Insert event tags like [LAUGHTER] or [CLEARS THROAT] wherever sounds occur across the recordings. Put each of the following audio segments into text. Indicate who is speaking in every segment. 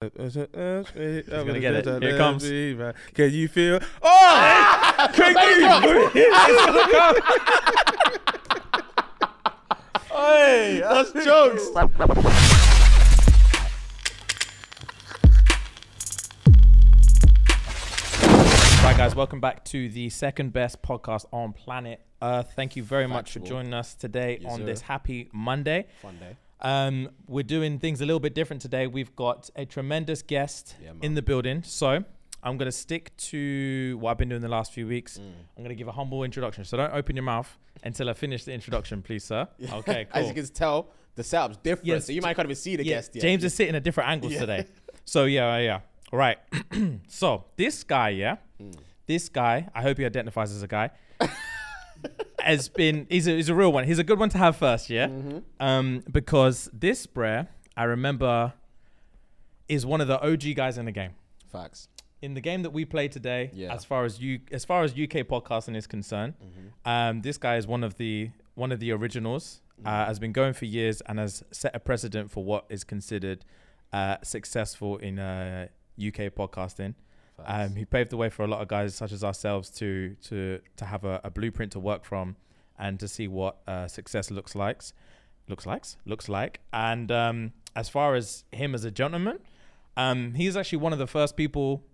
Speaker 1: It's gonna
Speaker 2: get it. Here it comes.
Speaker 1: Can you feel?
Speaker 3: [LAUGHS]
Speaker 1: Oh, King Kong! It's gonna come. Hey, that's jokes.
Speaker 2: Right, guys, welcome back to the second best podcast on planet Earth. Thank you very much for
Speaker 3: Factual.
Speaker 2: joining us today
Speaker 3: Yes,
Speaker 2: on
Speaker 3: sir.
Speaker 2: this happy Monday.
Speaker 3: Fun day.
Speaker 2: Um, we're doing things a little bit different today. We've got a tremendous guest
Speaker 3: Yeah, man.
Speaker 2: in the building. So I'm going to stick to what I've been doing the last few weeks.
Speaker 3: Mm.
Speaker 2: I'm going to give a humble introduction. So don't open your mouth until I finish the introduction, please,
Speaker 3: [LAUGHS]
Speaker 2: sir. Okay, cool.
Speaker 3: As you can tell, the setup's different,
Speaker 2: Yes.
Speaker 3: so you might not even see the
Speaker 2: Yeah,
Speaker 3: guest yet.
Speaker 2: James is sitting at different angles today. So yeah, yeah, yeah. All right. [CLEARS THROAT] so this guy, yeah, this guy. I hope he identifies as a guy. [LAUGHS] has been he's a, he's a real one. He's a good one to have first, yeah.
Speaker 1: Mm-hmm.
Speaker 3: Mm-hmm.
Speaker 2: Um, because this brer, I remember, is one of the OG guys in the game.
Speaker 3: Facts.
Speaker 2: In the game that we play today,
Speaker 3: Yeah.
Speaker 2: as far as you as far as UK podcasting is concerned, um, this guy is one of the one of the originals. Uh, has been going for years and has set a precedent for what is considered uh, successful in uh, UK podcasting. Um, he paved the way for a lot of guys such as ourselves to to to have a, a blueprint to work from and to see what uh, success looks like, looks like, looks like. And um, as far as him as a gentleman, um, he's actually one of the first people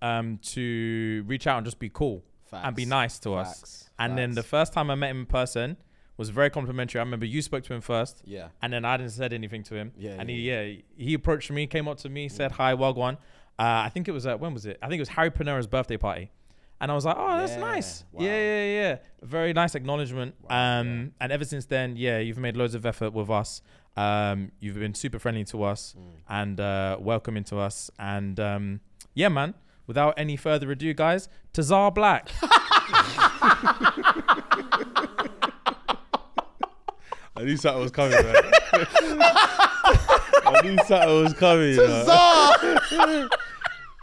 Speaker 2: um, to reach out and just be cool
Speaker 3: Facts.
Speaker 2: and be nice to us.
Speaker 3: Facts.
Speaker 2: And then the
Speaker 3: Facts.
Speaker 2: first time I met him in person was very complimentary. I remember you spoke to him first.
Speaker 3: Yeah.
Speaker 2: And then I didn't said anything to him.
Speaker 3: Yeah,
Speaker 2: And
Speaker 3: yeah,
Speaker 2: he yeah he approached me, came up to me, said hi, Wagwan. Uh, I think it was at when was it? I think it was Harry Panera's birthday party. And I was like, oh, that's
Speaker 3: Yeah,
Speaker 2: nice.
Speaker 3: wow.
Speaker 2: Yeah, yeah, yeah. Very nice acknowledgement. um, and ever since then, yeah, you've made loads of effort with us. Um, you've been super friendly to us
Speaker 3: Mm.
Speaker 2: and uh, welcoming to us. And um, yeah, man. Without any further ado, guys, Tazar
Speaker 3: [LAUGHS]
Speaker 2: Black.
Speaker 1: I knew something was coming, man. I knew something was coming.
Speaker 3: [LAUGHS]
Speaker 1: you know. [LAUGHS]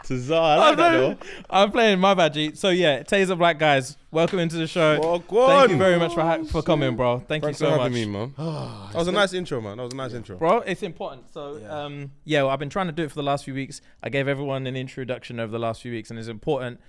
Speaker 1: Tazar, I like that though.
Speaker 2: I'm playing my bad, G. So yeah, Taser Black guys, welcome into the show.
Speaker 1: Wagwan.
Speaker 2: Thank you very much for ha- for coming, bro. Thank
Speaker 1: Thanks
Speaker 2: you
Speaker 1: for
Speaker 2: so much,
Speaker 1: having me, man. [SIGHS] That was a nice intro, man. That was a nice intro.
Speaker 2: bro. It's important. So um, yeah, well, I've been trying to do it for the last few weeks. I gave everyone an introduction over the last few weeks, and it's important.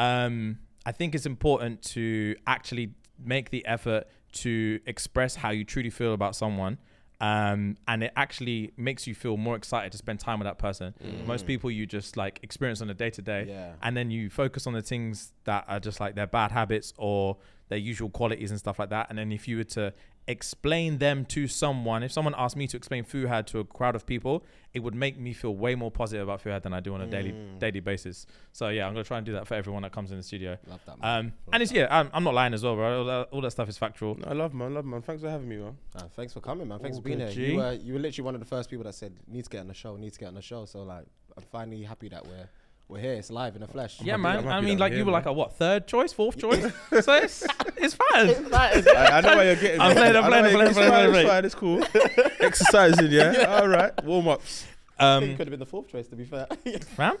Speaker 2: Um, I think it's important to actually make the effort to express how you truly feel about someone. Um, and it actually makes you feel more excited to spend time with that person. Most people you just like experience on a day to day,
Speaker 3: Mm. Yeah.
Speaker 2: and then you focus on the things that are just like their bad habits or their usual qualities and stuff like that. And then if you were to explain them to someone, if someone asked me to explain Fuhad to a crowd of people, it would make me feel way more positive about Fuhad than I do on a daily
Speaker 3: Mm.
Speaker 2: daily basis. So yeah, I'm gonna try and do that for everyone that comes in the studio.
Speaker 3: Love
Speaker 1: Uh,
Speaker 3: that, man.
Speaker 2: Um, and it's yeah, I'm, I'm not lying as well, bro. All that, all that stuff is factual.
Speaker 1: No, I love, man. Love, man. Thanks for having me, man.
Speaker 3: Uh, thanks for coming, man. Thanks
Speaker 2: All
Speaker 3: for being
Speaker 2: good,
Speaker 3: here.
Speaker 2: G.
Speaker 3: You were, you were literally one of the first people that said, need to get on the show, need to get on the show. So, like, I'm finally happy that we're, we're here. It's live in the flesh.
Speaker 2: Yeah,
Speaker 1: happy-
Speaker 2: man.
Speaker 1: I'm
Speaker 2: I
Speaker 1: happy
Speaker 2: mean,
Speaker 1: that
Speaker 2: like
Speaker 1: I'm
Speaker 2: you
Speaker 1: here,
Speaker 2: were like
Speaker 1: man.
Speaker 2: a what third choice, fourth choice. so it's it's fine.
Speaker 1: [LAUGHS] I, I know why you're [LAUGHS] getting.
Speaker 2: I'm
Speaker 1: it.
Speaker 2: playing, I'm
Speaker 1: I know
Speaker 2: playing, I'm
Speaker 1: why-
Speaker 2: playing, I'm playing,
Speaker 1: It's fine. It's fine. [LAUGHS] It's cool. Exercising, yeah. All right. Warm ups.
Speaker 2: Um,
Speaker 3: could have been the fourth choice, to be fair. [LAUGHS]
Speaker 2: Ram.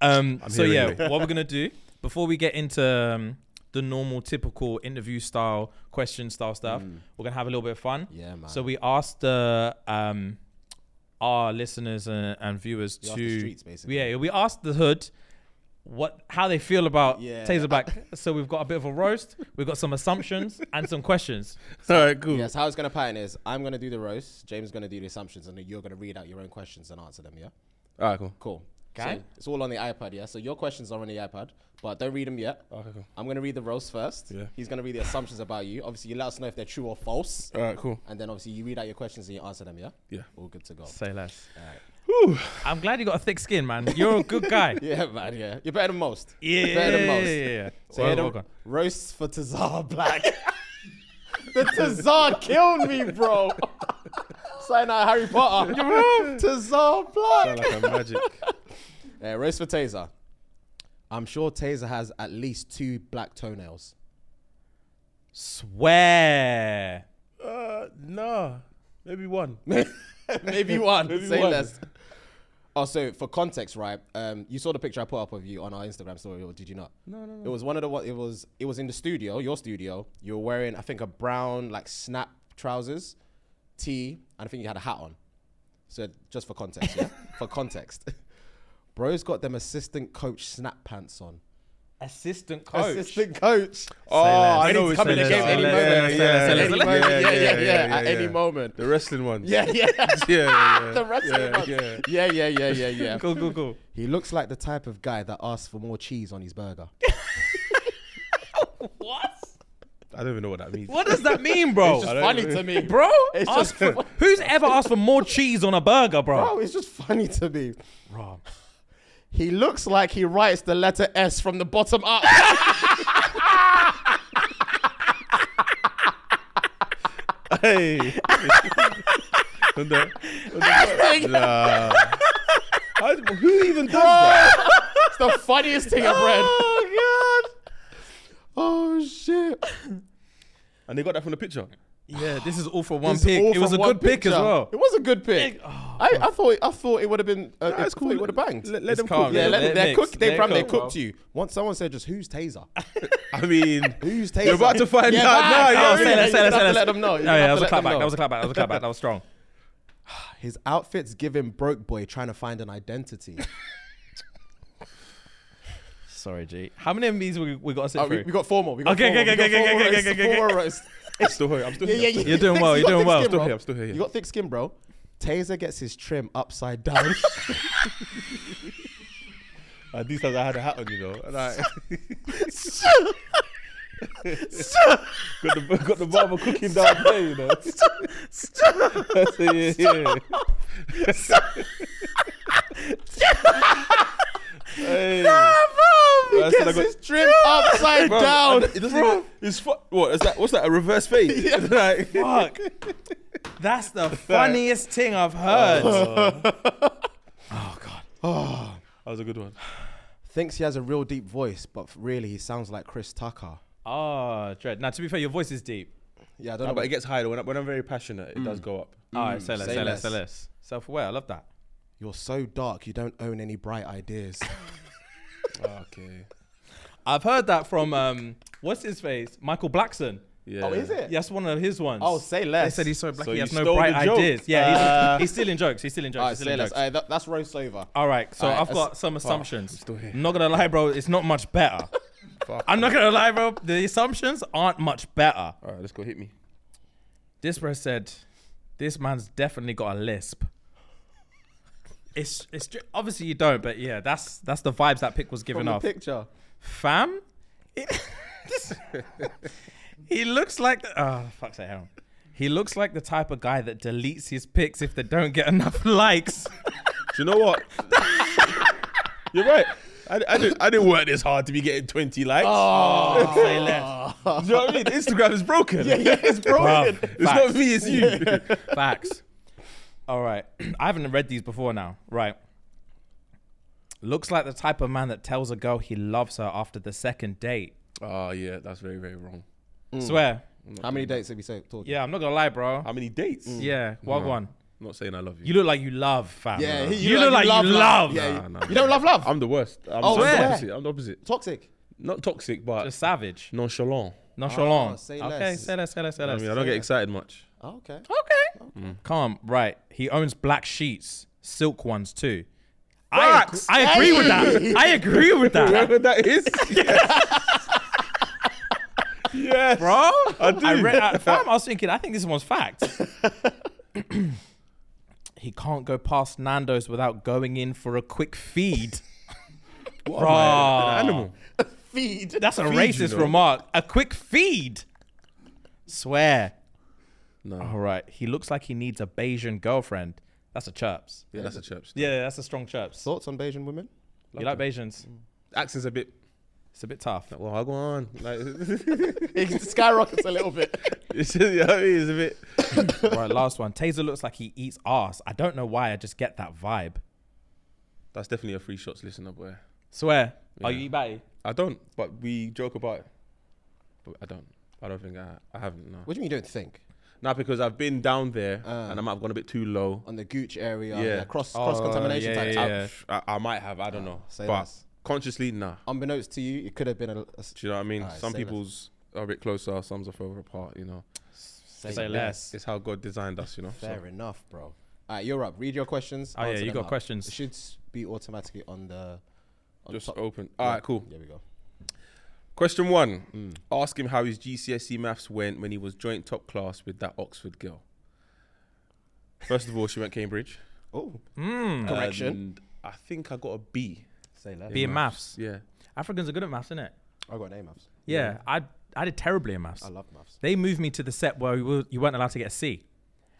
Speaker 2: Um,
Speaker 1: I'm
Speaker 2: so
Speaker 1: hearing
Speaker 2: yeah,
Speaker 1: you.
Speaker 2: what we're gonna do before we get into um, the normal, typical interview style, question style stuff, we're gonna have a little bit of fun.
Speaker 3: yeah, man.
Speaker 2: So we asked the um, our listeners and, and viewers
Speaker 3: We
Speaker 2: to
Speaker 3: asked the streets, basically.
Speaker 2: yeah, we asked the hood what how they feel about
Speaker 3: Yeah.
Speaker 2: Taser Black. so we've got a bit of a roast, we've got some assumptions and some questions.
Speaker 1: [LAUGHS] All right. Cool.
Speaker 3: Yes, how it's gonna pattern is I'm gonna do the roast, James is gonna do the assumptions, and then you're gonna read out your own questions and answer them. Yeah,
Speaker 1: All right. Cool.
Speaker 3: cool.
Speaker 2: Okay.
Speaker 3: So it's all on the iPad. Yeah. So your questions are on the iPad, but don't read them yet.
Speaker 1: Okay. Cool.
Speaker 3: I'm gonna read the roast first.
Speaker 1: Yeah.
Speaker 3: He's gonna read the assumptions about you. Obviously, you let us know if they're true or false,
Speaker 1: All right. Cool.
Speaker 3: and then obviously you read out your questions and you answer them. Yeah.
Speaker 1: [LAUGHS] Yeah.
Speaker 3: All good to go.
Speaker 2: Say less.
Speaker 3: Alright.
Speaker 2: I'm glad you got a thick skin, man. You're a good guy.
Speaker 3: [LAUGHS] Yeah, man. Yeah, you're better than most.
Speaker 2: Yeah,
Speaker 3: You're better than most.
Speaker 2: yeah, yeah, yeah.
Speaker 3: So
Speaker 2: Well,
Speaker 3: here
Speaker 2: well
Speaker 3: the
Speaker 2: done.
Speaker 3: roasts for Tazar Black. [LAUGHS] the Tazar killed me, bro. [LAUGHS] Sign out
Speaker 2: [LAUGHS]
Speaker 3: Harry Potter. Tazar Black.
Speaker 1: Sound like a magic.
Speaker 3: Uh, roast for Taser. I'm sure Taser has at least two black toenails.
Speaker 2: Swear.
Speaker 1: [LAUGHS] Uh, nah. Maybe one.
Speaker 3: [LAUGHS] Maybe one.
Speaker 1: Maybe
Speaker 3: say
Speaker 1: one.
Speaker 3: less. Oh, so for context, right? Um, you saw the picture I put up of you on our Instagram story, or did you not?
Speaker 1: No, no, no.
Speaker 3: It was one of the one. It was it was in the studio, your studio. You were wearing, I think, a brown like snap trousers,
Speaker 1: [LAUGHS]
Speaker 3: tee, and I think you had a hat on. So just for context, yeah, for context. Bro's got them assistant coach snap pants on.
Speaker 2: Assistant coach.
Speaker 3: Assistant coach.
Speaker 1: Oh, I
Speaker 3: And
Speaker 1: know
Speaker 3: he's
Speaker 1: it's
Speaker 3: coming
Speaker 2: Sailors.
Speaker 3: again any
Speaker 2: Sailors,
Speaker 3: moment.
Speaker 2: Sailors, Yeah, Sailors,
Speaker 3: Any
Speaker 2: Sailors.
Speaker 3: moment.
Speaker 1: Yeah,
Speaker 3: Yeah,
Speaker 1: yeah,
Speaker 3: yeah, yeah.
Speaker 1: yeah,
Speaker 3: At any
Speaker 1: yeah. [LAUGHS]
Speaker 3: moment.
Speaker 1: The wrestling ones.
Speaker 3: [LAUGHS] Yeah, yeah.
Speaker 1: [LAUGHS] yeah, yeah.
Speaker 3: The wrestling
Speaker 1: yeah,
Speaker 3: ones.
Speaker 1: Yeah.
Speaker 3: Yeah, yeah, yeah, yeah, yeah. [LAUGHS]
Speaker 2: Go go go.
Speaker 3: He looks like the type of guy that asks for more cheese on his burger.
Speaker 2: What?
Speaker 1: I don't even know what that means.
Speaker 2: What does that mean, bro?
Speaker 3: It's
Speaker 1: I don't
Speaker 3: funny
Speaker 1: even-
Speaker 3: to [LAUGHS] me,
Speaker 2: bro,
Speaker 3: It's
Speaker 2: ask
Speaker 3: just-
Speaker 2: for, who's ever asked for more cheese on a burger, bro?
Speaker 3: Bro, it's just funny to me.
Speaker 2: Bro.
Speaker 3: He looks like he writes the letter S from the bottom [LAUGHS] up.
Speaker 1: Hey. [LAUGHS] What the- what the- [LAUGHS] Nah. I- Who even does that?
Speaker 3: it's the funniest thing I've read.
Speaker 2: Oh god.
Speaker 3: Oh shit.
Speaker 1: And they got that from the picture.
Speaker 2: [LAUGHS] Yeah, this is all for one
Speaker 3: It's
Speaker 2: pick.
Speaker 3: all
Speaker 2: It was a
Speaker 3: from one
Speaker 2: good pick as
Speaker 3: picture.
Speaker 2: well. [LAUGHS]
Speaker 3: It was a good pick. I, I thought I thought it would have been. Uh,
Speaker 1: That's
Speaker 3: it,
Speaker 1: cool.
Speaker 3: It would have banged.
Speaker 1: Let, let
Speaker 2: It's
Speaker 1: them
Speaker 2: calm.
Speaker 1: cook.
Speaker 3: yeah,
Speaker 1: Yeah,
Speaker 3: let,
Speaker 2: let it
Speaker 3: they
Speaker 2: mix.
Speaker 3: cook. They,
Speaker 2: Let it
Speaker 3: from they
Speaker 2: cook, bro.
Speaker 3: cooked you. Once someone said, "Just who's Taser?
Speaker 1: I mean,
Speaker 3: Who's Taser?"
Speaker 1: you're about to find
Speaker 3: Yeah,
Speaker 1: out
Speaker 3: but-
Speaker 1: now.
Speaker 3: Yeah,
Speaker 1: Yeah,
Speaker 2: Oh, say that, say
Speaker 3: really, you're gonna
Speaker 2: that,
Speaker 3: have
Speaker 2: say
Speaker 3: to
Speaker 2: that.
Speaker 3: let them know. You're
Speaker 2: Yeah, yeah, that was
Speaker 3: gonna have
Speaker 2: a
Speaker 3: to let them
Speaker 2: clapback.
Speaker 3: know.
Speaker 2: That was a clapback. That was a clapback. That was strong.
Speaker 3: His outfit's giving broke boy trying to find an identity.
Speaker 2: [LAUGHS] Sorry, G. How many MVs we we got to sit
Speaker 3: Uh, we,
Speaker 2: through?
Speaker 3: we got four more. We got
Speaker 2: Okay,
Speaker 3: four
Speaker 2: okay,
Speaker 3: more.
Speaker 2: okay,
Speaker 3: We got
Speaker 2: okay,
Speaker 3: four
Speaker 2: okay, okay, okay,
Speaker 3: more roasts, four
Speaker 2: okay. [LAUGHS]
Speaker 3: roasts.
Speaker 1: I'm still here. I'm still
Speaker 3: Yeah,
Speaker 1: here.
Speaker 3: yeah,
Speaker 1: I'm still
Speaker 2: You're
Speaker 3: yeah.
Speaker 1: here.
Speaker 2: doing
Speaker 3: Thick-
Speaker 2: well,
Speaker 3: you
Speaker 2: you're
Speaker 3: got
Speaker 2: doing
Speaker 3: thick
Speaker 2: well.
Speaker 3: skin,
Speaker 1: I'm still
Speaker 3: bro.
Speaker 1: here. I'm still here.
Speaker 3: You
Speaker 1: yeah.
Speaker 3: got thick skin, bro. Taser gets his trim upside down. [LAUGHS]
Speaker 1: At least I had a hat on, you know. And
Speaker 3: [LAUGHS]
Speaker 1: I got the got the barber cooking down there, you know. I say, yeah, yeah. Hey.
Speaker 3: he
Speaker 1: I said I
Speaker 3: gets
Speaker 1: got-
Speaker 3: his trim upside
Speaker 1: Bro,
Speaker 3: down.
Speaker 1: and It doesn't even, it's fu- what is that? What's that? A reverse fade? [LAUGHS] Like-
Speaker 2: Fuck. That's the funniest thing I've heard.
Speaker 1: That was a good one.
Speaker 3: [LAUGHS] Thinks he has a real deep voice, but really he sounds like Chris Tucker.
Speaker 2: Oh, dread. Now, to be fair, your voice is deep.
Speaker 3: Yeah, I don't
Speaker 1: No,
Speaker 3: know.
Speaker 1: but it gets higher when, I, when I'm very passionate. It does go up.
Speaker 2: All right, say less,
Speaker 3: say
Speaker 2: say less,
Speaker 3: less.
Speaker 2: say less. Self-aware. I love that.
Speaker 3: You're so dark, you don't own any bright ideas.
Speaker 1: Okay.
Speaker 2: I've heard that from um, what's his face, Michael Blackson.
Speaker 1: Yeah.
Speaker 3: Oh, is it?
Speaker 2: Yes, one of his ones.
Speaker 3: Oh, say less.
Speaker 2: They said he's so black,
Speaker 1: So
Speaker 2: he
Speaker 1: you
Speaker 2: has no
Speaker 1: stole
Speaker 2: bright
Speaker 1: the joke.
Speaker 2: ideas. Yeah, he's,
Speaker 3: Uh,
Speaker 2: he's stealing jokes. He's stealing jokes.
Speaker 3: All
Speaker 2: he's
Speaker 3: right, say
Speaker 2: stealing
Speaker 3: less.
Speaker 2: jokes.
Speaker 3: All right, that, that's roast over.
Speaker 2: All right, so
Speaker 3: Alright,
Speaker 2: I've got
Speaker 3: that's-
Speaker 2: some assumptions.
Speaker 1: still here.
Speaker 2: I'm not gonna lie, bro. It's not much better.
Speaker 1: Fuck.
Speaker 2: I'm not gonna lie, bro. The assumptions aren't much better.
Speaker 1: All right, let's go hit me.
Speaker 2: This bro said, "This man's definitely got a lisp." It's it's ju- obviously you don't, but yeah, that's that's the vibes that pick was
Speaker 3: From
Speaker 2: giving
Speaker 3: the
Speaker 2: off.
Speaker 3: picture.
Speaker 2: Fam, It- [LAUGHS] he looks like the, oh fuck's sake, hang on. He looks like the type of guy that deletes his pics if they don't get [LAUGHS] enough likes.
Speaker 1: Do you know what? [LAUGHS] You're right. I, I, didn't, I didn't work this hard to be getting 20 likes.
Speaker 3: [LAUGHS]
Speaker 2: Say less.
Speaker 1: Do you know what I mean? Instagram is [LAUGHS] broken.
Speaker 3: it's broken.
Speaker 2: Bruv.
Speaker 1: It's
Speaker 2: Facts.
Speaker 1: not me, it's [LAUGHS] you.
Speaker 2: [LAUGHS] Facts. All right. [CLEARS THROAT] I haven't read these before now. Right. Looks like the type of man that tells a girl he loves her after the second date.
Speaker 1: oh, yeah, that's very, very wrong.
Speaker 2: Swear.
Speaker 3: How many dates have you said? Talking?
Speaker 2: Yeah, I'm not gonna lie, bro.
Speaker 1: How many dates?
Speaker 2: yeah, well one.
Speaker 1: I'm Mm. not saying I love you.
Speaker 2: You look like you love, fam.
Speaker 3: Yeah, he-
Speaker 2: you, look like, you love.
Speaker 3: Yeah,
Speaker 1: Nah,
Speaker 3: you-
Speaker 1: nah,
Speaker 3: you
Speaker 1: nah.
Speaker 3: don't love love.
Speaker 1: I'm the worst. I'm,
Speaker 3: Oh,
Speaker 1: I'm the
Speaker 3: swear.
Speaker 1: opposite. I'm the opposite.
Speaker 3: Toxic.
Speaker 1: Not toxic, but
Speaker 2: You're savage.
Speaker 1: nonchalant.
Speaker 2: Nonchalant.
Speaker 3: Oh, say
Speaker 2: okay,
Speaker 3: less.
Speaker 2: say less, say less, say
Speaker 1: I
Speaker 2: less.
Speaker 1: mean, I don't get excited [LAUGHS] much.
Speaker 3: Oh, okay.
Speaker 2: okay. Calm. Right. He owns black sheets, silk ones too. I,
Speaker 1: Facts.
Speaker 2: I agree with that. I agree with
Speaker 1: [LAUGHS]
Speaker 2: that.
Speaker 1: Whatever that is. yes. yes.
Speaker 2: bro. I
Speaker 1: do.
Speaker 2: read, I, fam, I was thinking, I think this one's fact. he can't go past Nando's without going in for a quick feed.
Speaker 1: What
Speaker 2: Bro.
Speaker 1: am I, an animal.
Speaker 3: Feed.
Speaker 2: That's a
Speaker 1: Feed,
Speaker 2: racist
Speaker 1: you know.
Speaker 2: remark. A quick feed. Swear.
Speaker 1: No.
Speaker 2: All right. He looks like he needs a Bayesian girlfriend. That's a chirps.
Speaker 1: Yeah, that's a church.
Speaker 2: Yeah, yeah, that's a strong chirps. Mm.
Speaker 3: Thoughts on Bayesian women? [LAUGHS]
Speaker 2: You like Bayesians?
Speaker 1: Accent's a bit.
Speaker 2: It's a bit tough.
Speaker 1: Well, I go on. Like, [LAUGHS]
Speaker 3: It skyrockets a
Speaker 2: [LAUGHS]
Speaker 3: little bit.
Speaker 1: it's just, you know what I mean? It's a bit.
Speaker 2: right, last one. Taser looks like he eats ass. I don't know why. I just get that vibe.
Speaker 1: That's definitely a free shots listener, boy.
Speaker 2: Swear. Are
Speaker 1: Yeah.
Speaker 2: you eat batty?
Speaker 1: I don't, but we joke about it. But I don't. I don't think I, I haven't. No.
Speaker 3: What do you mean you don't think?
Speaker 1: Not because I've been down there
Speaker 3: Uh.
Speaker 1: and I might have gone a bit too low.
Speaker 3: On the Gooch area,
Speaker 1: Yeah.
Speaker 3: yeah. cross cross contamination
Speaker 2: Oh, yeah,
Speaker 3: type.
Speaker 2: yeah,
Speaker 3: stuff.
Speaker 2: yeah.
Speaker 1: I, I might have. I don't know.
Speaker 3: Ah, say
Speaker 1: but
Speaker 3: less.
Speaker 1: consciously, nah.
Speaker 3: Unbeknownst to you, it could have been a. a
Speaker 1: Do you know what I mean?
Speaker 3: Alright,
Speaker 1: Some
Speaker 3: say less.
Speaker 1: people's are a bit closer, some's are further apart. You know.
Speaker 2: Say less.
Speaker 1: It's how God designed us. You know. So,
Speaker 3: Fair enough, bro.
Speaker 4: All right, you're up. Read your questions.
Speaker 2: Oh, yeah,
Speaker 4: answer
Speaker 2: you
Speaker 4: them
Speaker 2: got
Speaker 4: out.
Speaker 2: questions.
Speaker 4: It should s- be automatically on the. On
Speaker 1: Just
Speaker 4: top.
Speaker 1: open. All right, cool.
Speaker 4: There we go.
Speaker 1: Question one:
Speaker 3: Mm.
Speaker 1: Ask him how his GCSE E maths went when he was joint top class with that Oxford girl. First of all, she went Cambridge.
Speaker 4: Oh,
Speaker 2: Mm.
Speaker 4: correction.
Speaker 1: And I think I got a B.
Speaker 4: Say less.
Speaker 2: Be in maths.
Speaker 1: Yeah.
Speaker 2: Africans are good at maths, isn't it?
Speaker 4: I got an A maths.
Speaker 2: Yeah, I I did terribly in maths.
Speaker 4: I love maths.
Speaker 2: They moved me to the set where you were- you weren't allowed to get a C,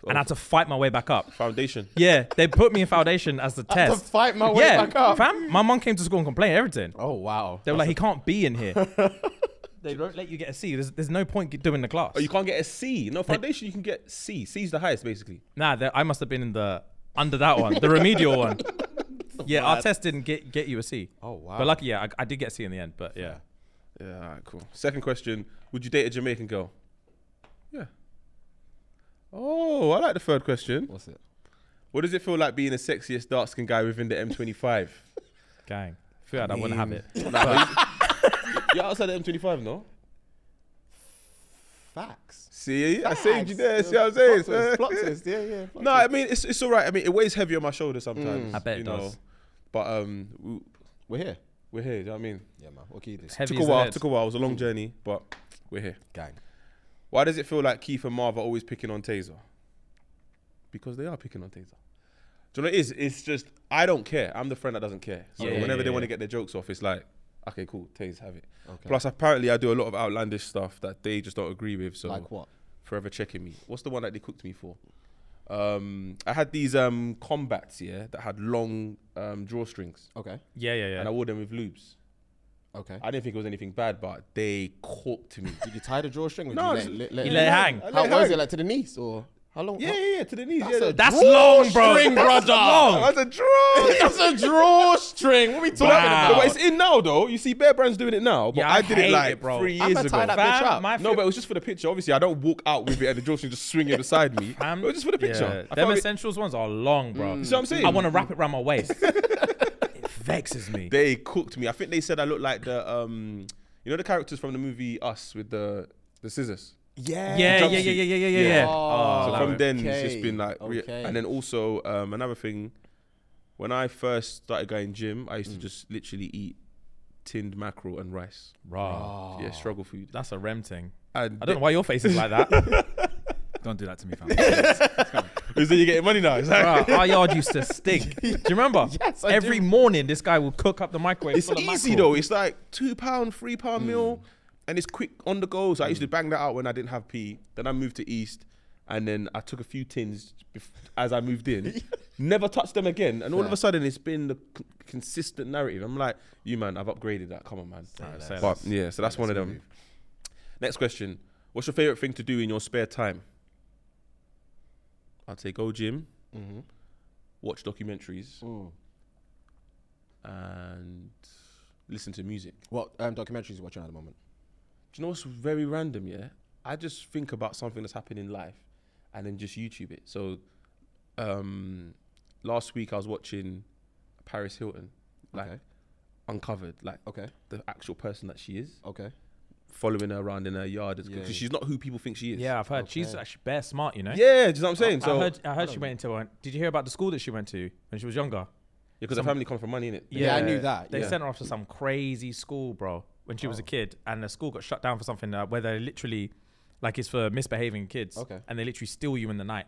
Speaker 2: and I had to fight my way back up.
Speaker 1: Foundation.
Speaker 2: Yeah, they put me in foundation as the
Speaker 4: I had to
Speaker 2: test.
Speaker 4: fight my way
Speaker 2: Yeah,
Speaker 4: back up.
Speaker 2: fam, my mom came to school and complained everything.
Speaker 4: Oh wow. [LAUGHS]
Speaker 2: They were like, he can't be in here. they don't let you get a C. There's, there's no point doing the class.
Speaker 1: Oh, you can't get a C. No, foundation you can get C. C's the highest, basically.
Speaker 2: Nah, that- I must have been in the under that one, the remedial
Speaker 4: [LAUGHS]
Speaker 2: one. Yeah, our test didn't get get you a C.
Speaker 4: Oh wow.
Speaker 2: But lucky, yeah, I, I did get a C in the end. But yeah,
Speaker 1: Yeah, all right, cool. Second question Would you date a Jamaican girl? Yeah. Oh, I like the third question.
Speaker 4: What's it?
Speaker 1: What does it feel like being the sexiest dark skinned guy within the M25?
Speaker 2: gang, feel like I wouldn't have it.
Speaker 1: You're outside the M25, no?
Speaker 4: Facts.
Speaker 1: See, I saved you there.
Speaker 4: Facts.
Speaker 1: See what I'm
Speaker 4: Plot
Speaker 1: saying?
Speaker 4: twist,
Speaker 1: [LAUGHS]
Speaker 4: plot twist. Yeah, yeah. plot
Speaker 1: No, I mean, it's, it's all right. I mean, it weighs heavy on my shoulder sometimes.
Speaker 2: I bet
Speaker 1: you
Speaker 2: it
Speaker 1: know.
Speaker 2: does.
Speaker 1: But um, we-
Speaker 4: We're here.
Speaker 1: we're here. Do you know what I mean?
Speaker 4: Yeah, man. What can you do?
Speaker 2: Heavy
Speaker 1: took a
Speaker 2: as a
Speaker 1: while.
Speaker 2: lead.
Speaker 1: Took a while. It was a long journey, but we're here.
Speaker 4: Gang.
Speaker 1: Why does it feel like Keith and Marv are always picking on Taser? Because they are picking on Taser. Do you know what it is? It's just I don't care. I'm the friend that doesn't care. So
Speaker 2: Yeah, yeah,
Speaker 1: whenever
Speaker 2: yeah,
Speaker 1: they want
Speaker 2: yeah.
Speaker 1: to get their jokes off, it's like, okay, cool, Taser have it.
Speaker 4: Okay.
Speaker 1: Plus, apparently, I do a lot of outlandish stuff that they just don't agree with. So
Speaker 4: like what?
Speaker 1: forever checking me. What's the one that they cooked me for? Um, I had these um combats yeah that had long um drawstrings,
Speaker 4: Okay.
Speaker 2: Yeah, yeah, yeah.
Speaker 1: and I wore them with lubes.
Speaker 4: Okay.
Speaker 1: I didn't think it was anything bad, but they cooked me.
Speaker 4: Did you tie the drawstring? Or
Speaker 1: No,
Speaker 4: did
Speaker 1: just-
Speaker 4: you let,
Speaker 2: you let it hang.
Speaker 1: I let
Speaker 4: How
Speaker 1: it
Speaker 4: was
Speaker 1: hang.
Speaker 4: it? Like to the knees or how long?
Speaker 1: Yeah, yeah, yeah, to the knees.
Speaker 4: That's
Speaker 1: yeah,
Speaker 4: a
Speaker 1: the-
Speaker 2: [LAUGHS] That's long, bro.
Speaker 4: Drawstring,
Speaker 2: That's
Speaker 4: brother.
Speaker 2: long.
Speaker 1: That's a draw.
Speaker 2: [LAUGHS]
Speaker 4: That's a drawstring. What are we talking
Speaker 2: Wow.
Speaker 1: But
Speaker 4: about?
Speaker 1: it's in now though. You see, Bear Brand's doing it now, but
Speaker 2: Yeah,
Speaker 1: I,
Speaker 2: I
Speaker 1: did
Speaker 2: hate
Speaker 1: it like
Speaker 2: it, bro.
Speaker 1: three
Speaker 4: I'm
Speaker 1: years
Speaker 4: gonna
Speaker 1: ago.
Speaker 4: tie that
Speaker 2: Fam,
Speaker 4: bitch up.
Speaker 2: my
Speaker 1: no, but it was just for the picture. Obviously, I don't walk out with it and the drawstring just swinging beside me.
Speaker 2: Fam,
Speaker 1: it was just for the picture.
Speaker 2: yeah,
Speaker 1: I
Speaker 2: Them
Speaker 1: felt a bit-
Speaker 2: essentials ones are long, bro.
Speaker 1: see what I'm saying?
Speaker 2: I want to wrap it around
Speaker 1: [LAUGHS]
Speaker 2: my waist. it vexes me.
Speaker 1: they cooked me. I think they said I looked like the um, you know, the characters from the movie Us with the the scissors.
Speaker 4: yeah.
Speaker 2: yeah, yeah,
Speaker 1: Jumpsuit.
Speaker 2: yeah, yeah, yeah, yeah, yeah,
Speaker 1: Yeah.
Speaker 2: yeah. Oh,
Speaker 1: So
Speaker 2: like-
Speaker 1: from then it's just been like, re-
Speaker 4: Okay.
Speaker 1: and then also um, another thing, when I first started going gym, I used to just literally eat tinned mackerel and rice.
Speaker 2: raw.
Speaker 1: Yeah, struggle food.
Speaker 2: Oh, That's a rem thing.
Speaker 1: And
Speaker 2: I don't know why your face is like that. [LAUGHS]
Speaker 5: Don't do that to me, fam. Please.
Speaker 1: Is that you're getting money now? It's like-
Speaker 2: Bruh, our yard used to stink. Do you [LAUGHS] remember?
Speaker 4: Yes, I
Speaker 2: Every
Speaker 4: do.
Speaker 2: morning, this guy would cook up the microwave.
Speaker 1: It's
Speaker 2: full of
Speaker 1: easy
Speaker 2: mackerel.
Speaker 1: though. It's like two pound, three pound meal, and it's quick on the go. So I used to bang that out when I didn't have pee. Then I moved to East, and then I took a few tins bef- as I moved
Speaker 2: [LAUGHS]
Speaker 1: in. Never touched them again. And all of
Speaker 4: Fair.
Speaker 1: a sudden, it's been the c- consistent narrative. I'm like, you man, I've upgraded that. Come on, man.
Speaker 2: less.
Speaker 1: But
Speaker 2: Say
Speaker 1: yeah, so that's one of them. Next question: What's your favorite thing to do in your spare time? I'd say go gym,
Speaker 4: Mm-hmm.
Speaker 1: watch documentaries, and listen to music.
Speaker 4: What um, documentaries you watching at the moment?
Speaker 1: Do you know what's very random? Yeah, I just think about something that's happened in life, and then just YouTube it. So, um, last week I was watching Paris Hilton, like
Speaker 4: Okay.
Speaker 1: uncovered, like
Speaker 4: Okay.
Speaker 1: the actual person that she is,
Speaker 4: Okay.
Speaker 1: following her around in her yard because
Speaker 4: Yeah.
Speaker 1: she's not who people think she is.
Speaker 2: Yeah, I've heard. She's
Speaker 4: Okay.
Speaker 2: actually bare smart, you know?
Speaker 1: yeah. Do you know what I'm saying? so,
Speaker 2: I heard, I heard she went into one. Did you hear about the school that she went to when she was younger?
Speaker 1: because her family come from money, innit?
Speaker 4: Yeah, I knew that,
Speaker 2: They
Speaker 4: yeah. Oh.
Speaker 2: sent her off to some crazy school, bro, when she was a kid, and the school got shut down for something uh, where they literally, like, it's for misbehaving kids.
Speaker 4: Okay.
Speaker 2: And they literally steal you in the night.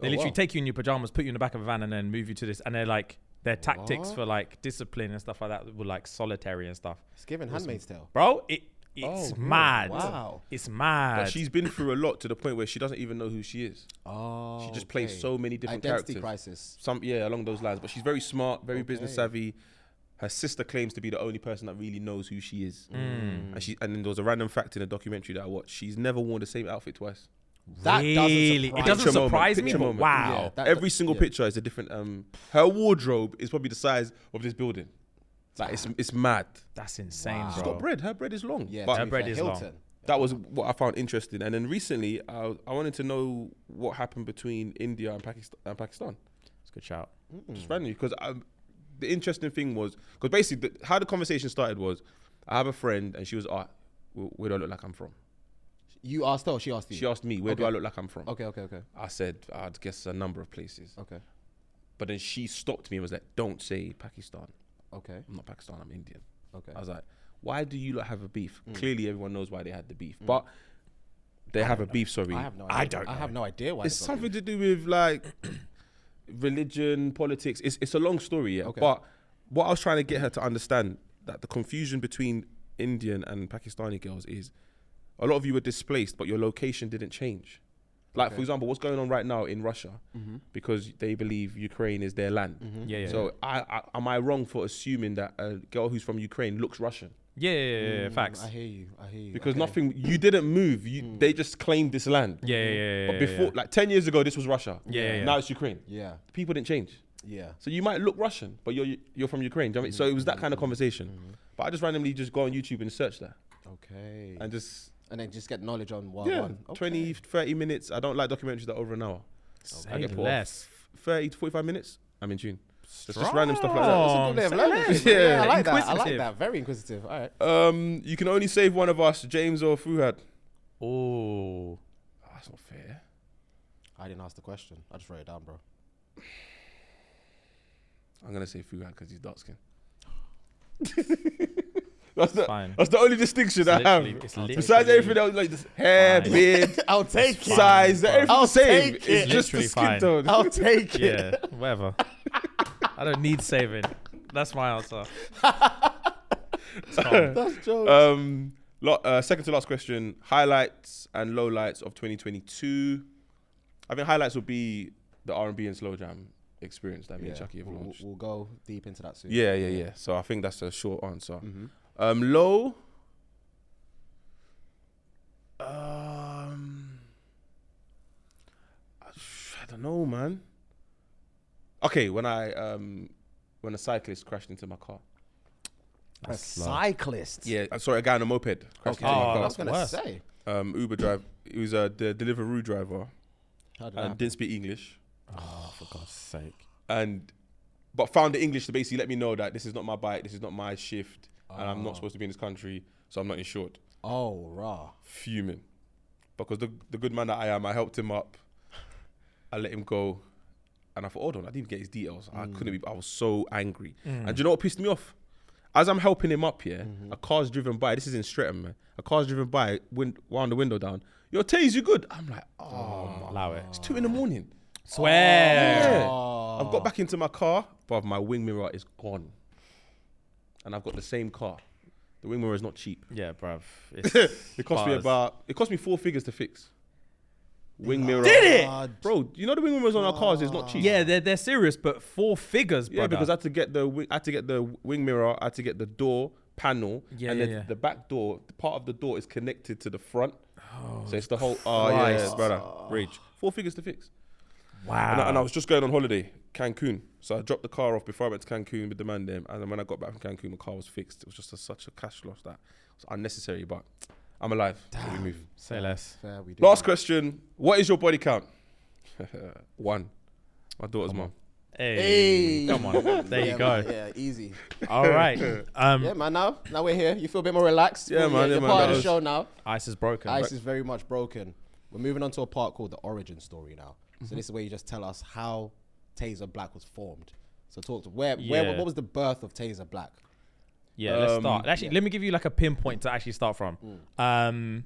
Speaker 2: They
Speaker 4: Oh,
Speaker 2: literally
Speaker 4: wow.
Speaker 2: take you in your pajamas, put you in the back of a van, and then move you to this. And they're like, their tactics for like discipline and stuff like that were like solitary and stuff.
Speaker 4: It's given Handmaid's Tale.
Speaker 2: Bro, it it's
Speaker 1: Oh,
Speaker 2: mad.
Speaker 4: wow.
Speaker 2: It's
Speaker 1: But
Speaker 2: mad.
Speaker 1: she's been through a lot to the point where she doesn't even know who she is.
Speaker 4: Oh.
Speaker 1: She just plays so many different
Speaker 4: Identity
Speaker 1: characters.
Speaker 4: crisis.
Speaker 1: some yeah along those lines but she's very smart very business
Speaker 4: Okay.
Speaker 1: savvy her sister claims to be the only person that really knows who she is and she and then there was a random fact in a documentary that i watched she's never worn the same outfit twice
Speaker 4: That doesn't
Speaker 2: Really?
Speaker 4: surprise
Speaker 2: it doesn't
Speaker 1: Picture moment,
Speaker 2: surprise me,
Speaker 1: picture
Speaker 2: but
Speaker 1: moment.
Speaker 2: wow.
Speaker 4: Yeah, that-
Speaker 1: every single
Speaker 4: yeah.
Speaker 1: picture is a different um her wardrobe is probably the size of this building like it's it's mad
Speaker 2: That's insane,
Speaker 4: Wow.
Speaker 1: she's
Speaker 2: bro.
Speaker 1: got bread her bread is long
Speaker 4: Yeah.
Speaker 1: but
Speaker 4: to
Speaker 2: Her
Speaker 4: be
Speaker 2: bread
Speaker 4: fair,
Speaker 2: is long.
Speaker 4: Hilton.
Speaker 1: that was what i found interesting and then recently i, I wanted to know what happened between india and pakistan, and pakistan.
Speaker 2: It's a good shout.
Speaker 4: Hmm.
Speaker 1: just randomly because um, the interesting thing was because basically the, how the conversation started was I have a friend and she was ah where, where do I look like I'm from
Speaker 4: You asked her or she asked you?
Speaker 1: She asked me, "Where do I look like I'm from?"
Speaker 4: Hmm. Okay, okay, okay.
Speaker 1: I said, "I'd guess a number of places."
Speaker 4: Okay.
Speaker 1: But then she stopped me and was like, "Don't say Pakistan.
Speaker 4: Okay.
Speaker 1: I'm not Pakistan. I'm Indian."
Speaker 4: Okay.
Speaker 1: I was like, "Why do you lot have a beef?" Clearly, everyone knows why they had the beef, but they have a beef. Sorry,
Speaker 4: Hmm. I have no idea.
Speaker 1: I don't.
Speaker 4: I
Speaker 1: know.
Speaker 4: have no idea why.
Speaker 1: It's
Speaker 4: they've got
Speaker 1: something to do with like [CLEARS THROAT] religion, politics. It's it's a long story, yeah.
Speaker 4: Okay.
Speaker 1: But what I was trying to get her to understand that the confusion between Indian and Pakistani girls is a lot of you were displaced, but your location didn't change. Like for example, what's going on right now in Russia because they believe Ukraine is their
Speaker 4: Mm-hmm,
Speaker 1: land.
Speaker 2: Yeah, yeah.
Speaker 1: So I, I am I wrong for assuming that a girl who's from Ukraine looks Russian?
Speaker 2: yeah, yeah, yeah, yeah,
Speaker 4: beef.
Speaker 2: facts.
Speaker 4: Mm, I hear you. I hear you.
Speaker 1: Because
Speaker 4: Okay.
Speaker 1: nothing you didn't move. You they just claimed this land.
Speaker 2: Yeah, yeah, Hmm. yeah. yeah,
Speaker 1: But before
Speaker 2: yeah.
Speaker 1: like ten years ago this was Russia.
Speaker 2: Yeah, yeah, yeah.
Speaker 1: Now it's Ukraine
Speaker 4: Yeah.
Speaker 1: people didn't change.
Speaker 4: Yeah.
Speaker 1: So you might look Russian, but you're you're from Ukraine. Do you know what I mean? So it was
Speaker 2: Mm-hmm.
Speaker 1: that kind of conversation.
Speaker 4: Mm-hmm,
Speaker 1: But I just randomly just go on YouTube and search that
Speaker 4: Okay. And,
Speaker 1: and just
Speaker 4: then just get knowledge on one.
Speaker 1: yeah,
Speaker 4: one. Okay.
Speaker 1: 20, 30 minutes. I don't like documentaries that are over an hour.
Speaker 2: say
Speaker 1: I get put off
Speaker 2: less.
Speaker 1: 30 to 45 minutes. I'm in tune. It's just random stuff like that.
Speaker 2: Strong.
Speaker 4: Good way of
Speaker 2: Say
Speaker 1: [LAUGHS]
Speaker 4: learning.
Speaker 2: less.
Speaker 4: Yeah, I like that. I like
Speaker 2: Inquisitive.
Speaker 4: that. Very inquisitive. All right.
Speaker 1: Um, you can only save one of us, James or Fuhad.
Speaker 2: Oh,
Speaker 1: Ah, that's not fair.
Speaker 4: I didn't ask the question. I just wrote it down, [LAUGHS] bro.
Speaker 1: I'm gonna say Fuhad because he's dark skinned. [LAUGHS] that's the [LAUGHS]
Speaker 2: fine.
Speaker 1: that's the only distinction
Speaker 2: It's
Speaker 1: I have.
Speaker 2: literally- it's literally-
Speaker 1: Besides everything else, like this hair,
Speaker 2: Fine. [LAUGHS]
Speaker 1: beard,
Speaker 4: [LAUGHS] I'll take
Speaker 2: Fine,
Speaker 1: size,
Speaker 2: bro.
Speaker 1: everything's
Speaker 4: I'll
Speaker 1: the same.
Speaker 4: take it.
Speaker 1: It's just the
Speaker 2: Literally
Speaker 1: skin
Speaker 2: fine.
Speaker 4: [LAUGHS]
Speaker 1: tone.
Speaker 4: I'll take it.
Speaker 2: Yeah, whatever. I don't need saving. That's my answer. It's
Speaker 3: [LAUGHS]
Speaker 2: calm.
Speaker 4: That's jokes.
Speaker 1: Um, lo- uh, second to last question: highlights and lowlights of 2022. I think highlights will be the R&B and slow jam experience that me and Chucky have
Speaker 4: We'll, we'll-
Speaker 1: launched.
Speaker 4: we'll go deep into that soon.
Speaker 1: Yeah, yeah, yeah. So I think that's a short answer.
Speaker 4: Mm-hmm.
Speaker 1: Um, low. Um, I don't know, man. Okay, when I um, when a cyclist crashed into my car.
Speaker 4: A cyclist.
Speaker 1: Yeah, uh, sorry, a guy on a moped crashed
Speaker 4: Okay.
Speaker 1: into my
Speaker 2: Oh,
Speaker 1: car.
Speaker 4: I was gonna
Speaker 2: worse.
Speaker 4: say.
Speaker 1: um, Uber driver. He was a de- Deliveroo driver
Speaker 4: How did
Speaker 1: and
Speaker 4: that
Speaker 1: didn't speak English,
Speaker 2: Oh, for God's sake.
Speaker 1: and but found the English to basically let me know that this is not my bike, this is not my shift, and I'm not supposed to be in this country, so I'm not insured.
Speaker 4: Oh, raw.
Speaker 1: Fuming, because the the good man that I am, I helped him up, I let him go, and I thought, hold on, I didn't even get his details. I couldn't be. I was so angry, and do you know what pissed me off? As I'm helping him up here, a car's driven by. This is in Streatham, man. A car's driven by, wind, wound the window down. Your tase, you good? I'm like, oh my
Speaker 2: Allow it.
Speaker 1: It's two in the morning.
Speaker 2: Swear.
Speaker 1: Yeah.
Speaker 4: Oh,
Speaker 1: I've got back into my car, but my wing mirror is gone. And I've got the same car. The wing mirror is not cheap. [LAUGHS]
Speaker 2: Yeah, bruv.
Speaker 1: It cost me about it cost me four figures to fix. Wing mirror.
Speaker 2: Did it?
Speaker 4: God.
Speaker 1: Bro, you know the wing mirrors on our cars is not cheap.
Speaker 2: Yeah, they're, they're serious, but four figures,
Speaker 1: Yeah,
Speaker 2: brother.
Speaker 1: because I had to get the wi- I had to get the wing mirror, I had to get the door panel,
Speaker 2: Yeah,
Speaker 1: and
Speaker 2: yeah,
Speaker 1: the,
Speaker 2: yeah.
Speaker 1: the back door, the part of the door is connected to the front. so it's the whole oh yeah,
Speaker 2: Christ.
Speaker 1: brother. Rage. Four figures to fix.
Speaker 2: wow.
Speaker 1: And I, and I was just going on holiday, Cancun. So I dropped the car off before I went to Cancun with the man them. And then when I got back from Cancun, the car was fixed. It was just a, such a cash loss that was unnecessary, but I'm alive. So we move.
Speaker 2: Say less.
Speaker 4: Fair, we do.
Speaker 1: Last question. What is your body count? [LAUGHS] One. My daughter's mom.
Speaker 2: Hey.
Speaker 4: [LAUGHS]
Speaker 2: Come on.
Speaker 3: [LAUGHS]
Speaker 2: There
Speaker 4: Yeah,
Speaker 2: you go.
Speaker 4: man, Yeah, easy.
Speaker 2: All right. Um,
Speaker 4: Yeah, man. Now, now we're here. You feel a bit more relaxed.
Speaker 1: Yeah,
Speaker 4: Well,
Speaker 1: man, yeah,
Speaker 4: You're
Speaker 1: man,
Speaker 4: part
Speaker 1: that
Speaker 4: of the
Speaker 1: was-
Speaker 4: show now.
Speaker 2: Ice is broken.
Speaker 4: Ice is very much broken. We're moving on to a part called the origin story now.
Speaker 2: Mm-hmm.
Speaker 4: So this is where you just tell us how Taser Black was formed. So talk to where, where,
Speaker 2: Yeah.
Speaker 4: what was the birth of Taser Black?
Speaker 2: Yeah, let's
Speaker 1: Um,
Speaker 2: start. Actually, let me give you like a pinpoint to actually start from.
Speaker 1: Mm.
Speaker 2: Um,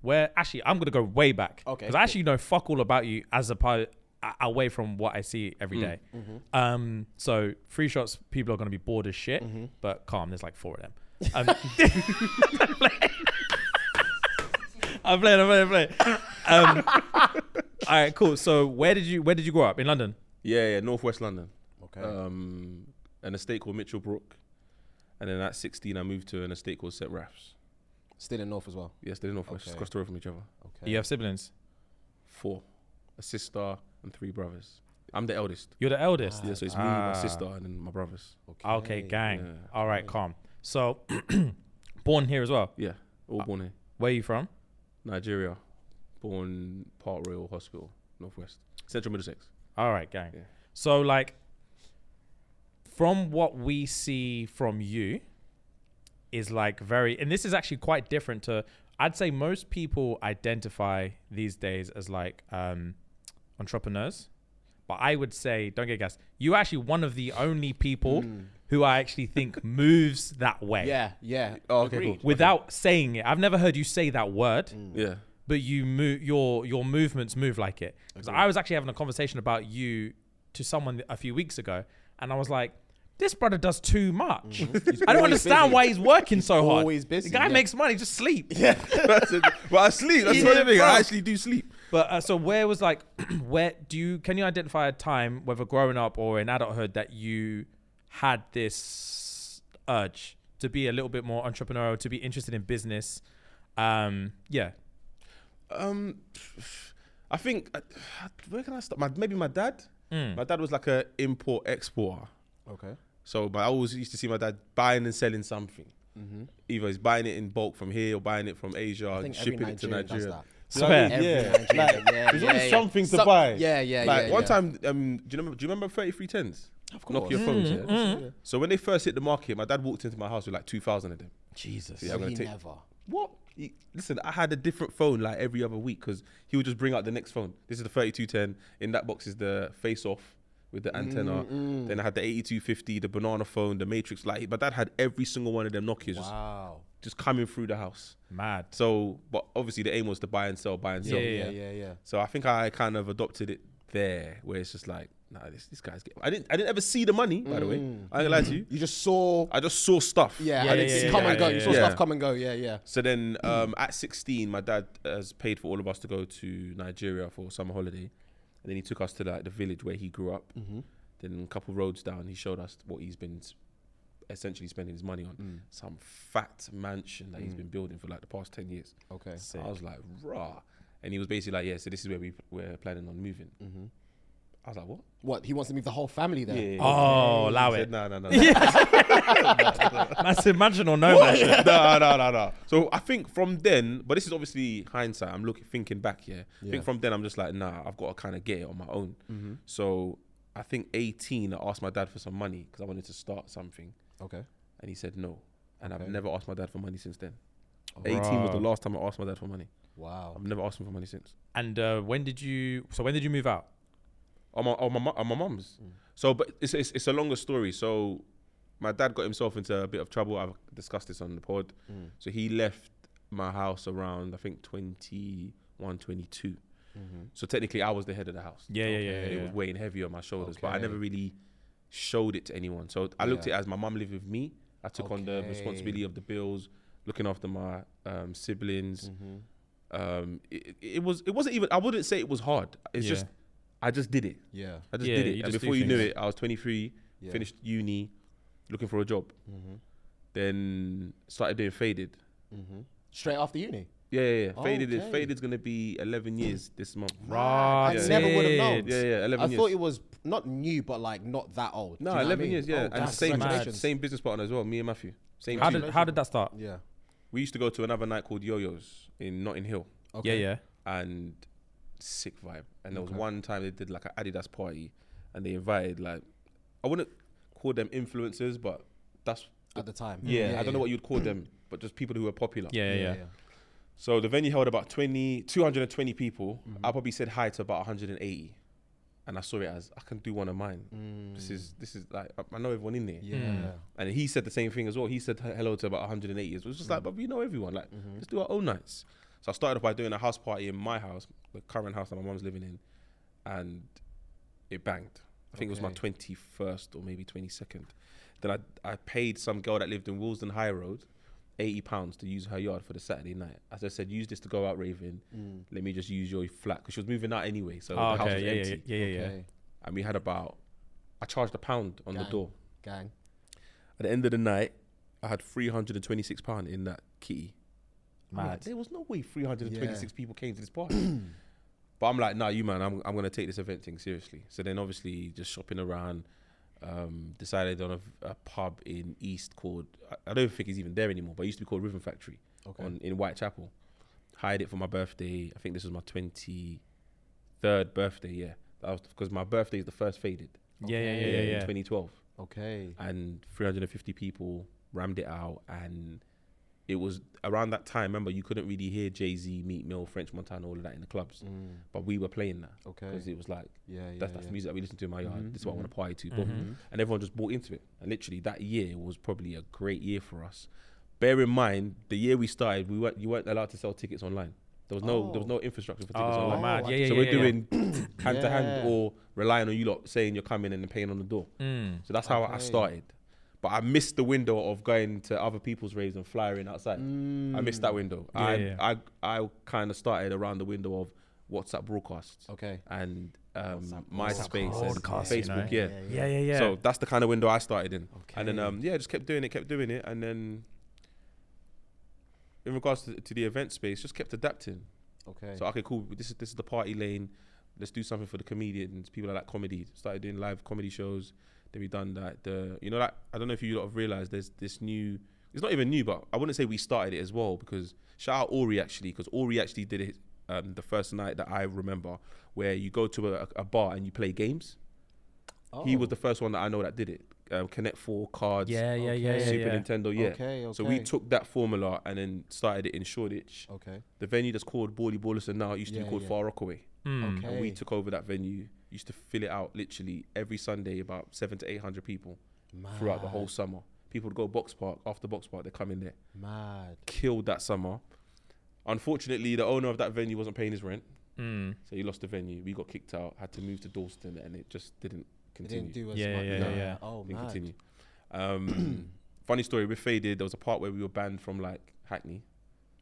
Speaker 2: where actually I'm gonna go way back.
Speaker 4: Okay,
Speaker 2: Because I actually know fuck all about you as a part away from what I see every
Speaker 1: Mm,
Speaker 2: day.
Speaker 1: mm-hmm.
Speaker 2: Um, so free shots, people are gonna be bored as shit,
Speaker 1: Mm-hmm.
Speaker 2: but calm. There's like four
Speaker 1: [LAUGHS]
Speaker 2: of them. Um, [LAUGHS] I'm playing. I'm playing. I'm playing. Um,
Speaker 1: [LAUGHS]
Speaker 2: all right, cool. So where did you where did you grow up in London?
Speaker 1: Yeah, yeah, Northwest London.
Speaker 4: Okay.
Speaker 2: Uh,
Speaker 1: Um, an estate called Mitchell Brook. And then at 16, I moved to an estate called Set Rafts.
Speaker 4: Still in North as well.
Speaker 1: Yes, they're in Northwest, just
Speaker 4: Okay.
Speaker 1: across the road from each other.
Speaker 4: Okay.
Speaker 2: Do you have siblings?
Speaker 1: Four. A sister and three brothers. I'm the eldest.
Speaker 2: You're the eldest.
Speaker 1: Yeah, so it's me,
Speaker 2: Ah.
Speaker 1: my sister, and then my brothers.
Speaker 2: Okay, gang.
Speaker 1: Yeah.
Speaker 2: All right, calm. So, [CLEARS THROAT] born here as well.
Speaker 1: Yeah, all born here.
Speaker 2: Where are you from?
Speaker 1: Nigeria, born Park Royal Hospital, Northwest, Central Middlesex.
Speaker 2: All right, gang.
Speaker 1: Yeah.
Speaker 2: So, like, from what we see from you, is like very, and this is actually quite different to. I'd say most people identify these days as like um, entrepreneurs, but I would say, don't get gas. You're actually one of the only people
Speaker 1: Hmm.
Speaker 2: who I actually
Speaker 1: [LAUGHS]
Speaker 2: think moves that way.
Speaker 4: Yeah, yeah. [LAUGHS]
Speaker 1: Oh, okay,
Speaker 4: agreed.
Speaker 1: cool.
Speaker 2: Without saying it, I've never heard you say that word
Speaker 1: Yeah.
Speaker 2: but you move your your movements move like it. Because I was actually having a conversation about you to someone a few weeks ago, and I was like, "This brother does too much. [LAUGHS] I don't
Speaker 4: Mm-hmm. always
Speaker 2: understand
Speaker 4: busy.
Speaker 2: why he's working so hard.
Speaker 4: always busy,
Speaker 2: The guy
Speaker 4: yeah.
Speaker 2: makes money, just
Speaker 4: [LAUGHS]
Speaker 1: [LAUGHS]
Speaker 2: sleep."
Speaker 1: That's it. but I sleep. That's
Speaker 2: Yeah,
Speaker 1: another thing.
Speaker 2: bro.
Speaker 1: I actually do sleep.
Speaker 2: But uh, so where was like, [CLEARS THROAT] where do you can you identify a time, whether growing up or in adulthood, that you had this urge to be a little bit more entrepreneurial, to be interested in business? Um,
Speaker 4: [LAUGHS]
Speaker 2: yeah,
Speaker 1: Um, I think uh, where can I start? My, maybe my dad. My dad was like a import exporter.
Speaker 4: Okay.
Speaker 1: So, but I always used to see my dad buying and selling something. Either he's buying it in bulk from here or buying it from Asia
Speaker 4: I
Speaker 1: and
Speaker 4: think every
Speaker 1: shipping it to
Speaker 4: Nigerian does
Speaker 1: Nigeria.
Speaker 4: that.
Speaker 1: Do you know what I
Speaker 2: Swear.
Speaker 1: mean?
Speaker 4: Every
Speaker 1: Yeah.
Speaker 4: Nigerian, yeah,
Speaker 1: There's
Speaker 4: yeah,
Speaker 1: always
Speaker 4: yeah.
Speaker 1: something to
Speaker 4: Some-
Speaker 1: buy.
Speaker 4: Yeah, yeah,
Speaker 1: like
Speaker 4: yeah.
Speaker 1: one
Speaker 4: yeah.
Speaker 1: time, um, do you remember? Do you remember thirty three tens? Of course. Mm, Knock your phones. yeah? So when they first hit the market, my dad walked into my house with like two thousand of them.
Speaker 2: Jesus.
Speaker 1: Yeah,
Speaker 4: So
Speaker 1: I'm gonna
Speaker 4: he
Speaker 1: take-
Speaker 4: never.
Speaker 1: What? He- Listen, I had a different phone like every other week because he would just bring out the next phone. This is the 3210. In that box is the face off with the
Speaker 4: Mm,
Speaker 1: antenna. Then I had the 8250, the banana phone, the matrix. Like, my dad had every single one of them Nokias just,
Speaker 4: Wow.
Speaker 1: just coming through the house.
Speaker 2: Mad.
Speaker 1: So, but obviously the aim was to buy and sell, buy and sell.
Speaker 4: Yeah,
Speaker 2: Yeah,
Speaker 4: yeah, yeah.
Speaker 1: So I think I kind of adopted it there where it's just like, nah, this, this guy's getting. I didn't, I didn't ever see the money, by the way. I ain't gonna lie to you.
Speaker 4: You just saw.
Speaker 1: I just saw stuff.
Speaker 4: Mm. Yeah,
Speaker 2: Yeah,
Speaker 4: I didn't
Speaker 2: yeah,
Speaker 4: see
Speaker 2: yeah,
Speaker 4: come
Speaker 2: yeah,
Speaker 4: and go.
Speaker 2: yeah,
Speaker 4: you saw
Speaker 1: yeah.
Speaker 4: stuff come and go. Yeah, yeah.
Speaker 1: So then um, at 16, my dad has paid for all of us to go to Nigeria for summer holiday. And then he took us to like the village where he grew up.
Speaker 4: Mm-hmm.
Speaker 1: Then a couple roads down, he showed us what he's been s- essentially spending his money on.
Speaker 4: Mm.
Speaker 1: Some fat mansion that he's been building for like the past 10 years.
Speaker 4: Okay.
Speaker 1: So I was like, rah. And he was basically like, yeah, so this is where we, we're planning on moving. I was like, what?
Speaker 4: What? He wants to move the whole family there.
Speaker 2: Oh, allow
Speaker 1: He said,
Speaker 2: it.
Speaker 1: no, no, [LAUGHS] no.
Speaker 2: Massive mansion or no mansion.
Speaker 1: no, no, no, no. So I think from then, but this is obviously hindsight. I'm looking, thinking back. Yeah, Mm-hmm. I
Speaker 4: Yeah.
Speaker 1: think from then I'm just like, nah, I've got to kind of get it on my own. So I think 18, I asked my dad for some money because I wanted to start something,
Speaker 4: Okay.
Speaker 1: and he said no. And I've
Speaker 4: Okay.
Speaker 1: never asked my dad for money since then. 18 was the
Speaker 2: Bruh.
Speaker 1: last time I asked my dad for money.
Speaker 4: Wow.
Speaker 1: I've never asked him for money since.
Speaker 2: And uh, when did you? So when did you move out?
Speaker 1: On my, on my, mu- on my mum's. So, but it's, it's it's a longer story. So, my dad got himself into a bit of trouble. I've discussed this on the pod.
Speaker 2: Mm.
Speaker 1: So he left my house around I think 21, 22. So technically, I was the head of the house.
Speaker 2: Yeah, yeah, yeah,
Speaker 1: And
Speaker 2: yeah,
Speaker 1: It was
Speaker 2: yeah.
Speaker 1: weighing heavy on my shoulders, but I
Speaker 4: Okay.
Speaker 1: never really showed it to anyone. So I looked at it as my mum lived with me. I took on the
Speaker 4: Okay.
Speaker 1: responsibility of the bills, looking after my um, siblings. Um, it, it was it wasn't even I wouldn't say it was hard. It's
Speaker 2: Yeah.
Speaker 1: just I just did it.
Speaker 4: Yeah.
Speaker 1: I just
Speaker 2: Yeah,
Speaker 1: did it.
Speaker 2: you
Speaker 1: and
Speaker 2: just do
Speaker 1: before you knew
Speaker 2: things.
Speaker 1: it, I was 23,
Speaker 4: Yeah. Mm-hmm.
Speaker 1: finished uni, looking for a job. Then started doing faded.
Speaker 2: Mm-hmm.
Speaker 4: Straight after uni.
Speaker 1: Yeah, yeah, yeah. Faded is
Speaker 4: Okay.
Speaker 1: faded's gonna be 11 years this month.
Speaker 4: I
Speaker 2: Right.
Speaker 4: never would have known.
Speaker 1: Yeah, yeah, 11
Speaker 4: I
Speaker 1: years.
Speaker 4: thought it was not new, but like not that old. Do
Speaker 1: no,
Speaker 4: you know what I
Speaker 1: 11
Speaker 4: mean?
Speaker 1: years. Yeah,
Speaker 4: Oh,
Speaker 1: and
Speaker 4: that's
Speaker 1: same
Speaker 4: congratulations.
Speaker 1: same business partner as well. Me and Matthew. Same.
Speaker 2: How
Speaker 1: team.
Speaker 2: did how did that start?
Speaker 4: Yeah.
Speaker 1: we used to go to another night called Yo-Yo's in Notting Hill,
Speaker 2: Yeah, yeah.
Speaker 1: and sick vibe. And there was one time they did like an Adidas party, and they invited like I wouldn't call them influencers, but that's
Speaker 4: At the time.
Speaker 1: yeah. I don't know what you'd call them, but just people who were popular.
Speaker 2: Yeah, Ah, yeah, yeah.
Speaker 1: So the venue held about 20, 220 people. I probably said hi to about 180. And I saw it as I can do one of mine. This is this is like I- I know everyone in there.
Speaker 4: Mm. Yeah.
Speaker 2: Mm.
Speaker 1: And he said the same thing as well. He said he- hello to about 180. It was just like, but we know everyone. Like,
Speaker 4: Mm-hmm.
Speaker 1: let's do our own nights. So I started off by doing a house party in my house, the current house that my mom's living in, and it banged. I think it was my
Speaker 4: Okay.
Speaker 1: 21st or maybe 22nd. Then I, I paid some girl that lived in Woolsden High Road 80 pounds to use her yard for the Saturday night. As I said, use this to go out raving.
Speaker 4: Mm.
Speaker 1: Let me just use your flat because she was moving out anyway. So
Speaker 2: Oh,
Speaker 1: the house was
Speaker 2: okay. Yeah,
Speaker 1: empty.
Speaker 2: yeah, yeah, yeah, yeah.
Speaker 4: Okay.
Speaker 1: And we had about, I charged a pound on the
Speaker 4: Gang.
Speaker 1: door.
Speaker 4: Gang.
Speaker 1: At the end of the night, I had three hundred and twenty-six pound in that kitty. I'm like,
Speaker 2: Mad.
Speaker 1: there was no way three hundred and twenty-six
Speaker 4: Yeah.
Speaker 1: people came to this
Speaker 2: [CLEARS THROAT]
Speaker 1: party. but I'm like, nah, you man, I'm I'm gonna take this event thing seriously. So then, obviously, just shopping around, um, decided on a, a pub in East called I, I don't think it's even there anymore, but it used to be called Rhythm Factory
Speaker 4: Okay.
Speaker 1: on in Whitechapel. Hired it for my birthday. I think this was my twenty-third birthday. Yeah, that was because my birthday is the first faded.
Speaker 2: Mm-hmm. Yeah, yeah, yeah, yeah,
Speaker 1: in
Speaker 2: yeah.
Speaker 1: twenty twelve
Speaker 4: Okay.
Speaker 1: and 350 people rammed it out and it was around that time. Remember, you couldn't really hear Jay Z, Meat Mill, French Montana, all of that in the clubs, but we were playing that
Speaker 4: Mm. Okay.
Speaker 1: because it was like
Speaker 4: Yeah, yeah.
Speaker 1: that's that's the
Speaker 4: yeah.
Speaker 1: music that we listen to in my yard.
Speaker 2: Mm-hmm.
Speaker 1: This is what I want to party to, boom. and everyone just bought into it. And literally, that year was probably a great year for us. Bear in mind, the year we started, we weren't you weren't allowed to sell tickets online. There was no there was no infrastructure for tickets
Speaker 2: Oh,
Speaker 1: online.
Speaker 2: mad.
Speaker 4: Oh,
Speaker 2: Yeah, yeah,
Speaker 1: so
Speaker 2: yeah,
Speaker 1: we're
Speaker 2: yeah. [COUGHS]
Speaker 1: doing hand to hand
Speaker 4: Yeah.
Speaker 1: or relying on you lot saying you're coming and then paying on the door.
Speaker 2: Mm.
Speaker 1: So that's how I
Speaker 4: Okay.
Speaker 1: started. But I missed the window of going to other people's raves and flying outside.
Speaker 4: Mm.
Speaker 1: I missed that window.
Speaker 2: Mm. Yeah,
Speaker 1: I,
Speaker 2: yeah.
Speaker 1: I I kind of started around the window of WhatsApp broadcasts
Speaker 4: Okay.
Speaker 1: and um,
Speaker 4: WhatsApp
Speaker 1: MySpace and
Speaker 2: broadcasts, you know?
Speaker 1: Facebook. Yeah.
Speaker 2: Yeah, yeah, yeah.
Speaker 1: So that's the kind of window I started in. And then
Speaker 4: Okay.
Speaker 1: um, yeah, just kept doing it, kept doing it, and then in regards to, to the event space, just kept adapting.
Speaker 4: Okay.
Speaker 1: So okay, cool. This is this is the party lane. Let's do something for the comedians. People that like comedy started doing live comedy shows. Then we done that. The you know like I don't know if you lot have realized there's this new. It's not even new, but I wouldn't say we started it as well because shout out Ori actually because Ori actually did it um, the first night that I remember where you go to a, a bar and you play games. He was the first one that I know that did it. Um, Connect Four cards.
Speaker 2: Oh. Yeah, yeah, yeah, yeah.
Speaker 1: Super
Speaker 2: yeah.
Speaker 1: Nintendo, yeah.
Speaker 4: Okay,
Speaker 1: So we
Speaker 4: okay.
Speaker 1: took that formula and then started it in Shoreditch.
Speaker 4: Okay.
Speaker 1: The venue that's called Borley Borlison now it used to be
Speaker 4: Yeah,
Speaker 1: called
Speaker 4: yeah.
Speaker 1: Far Rockaway.
Speaker 2: Mm.
Speaker 4: Okay.
Speaker 1: And we took over that venue, used to fill it out literally every Sunday, about seven to eight hundred people throughout the
Speaker 4: Ah.
Speaker 1: whole summer. People would go box park, after box park, they come in there.
Speaker 4: Mad.
Speaker 1: Killed that summer. Unfortunately, the owner of that venue wasn't paying his rent,
Speaker 2: Mm.
Speaker 1: so he lost the venue. We got kicked out, had to move to Dalston, and it just didn't
Speaker 4: It
Speaker 1: continue.
Speaker 4: didn't do as
Speaker 2: Yeah,
Speaker 4: much.
Speaker 2: yeah,
Speaker 1: yeah,
Speaker 4: No.
Speaker 2: yeah.
Speaker 4: Oh,
Speaker 1: Didn't
Speaker 4: mad.
Speaker 1: continue. Um, [CLEARS THROAT] funny story with Faded, there was a part where we were banned from like Hackney.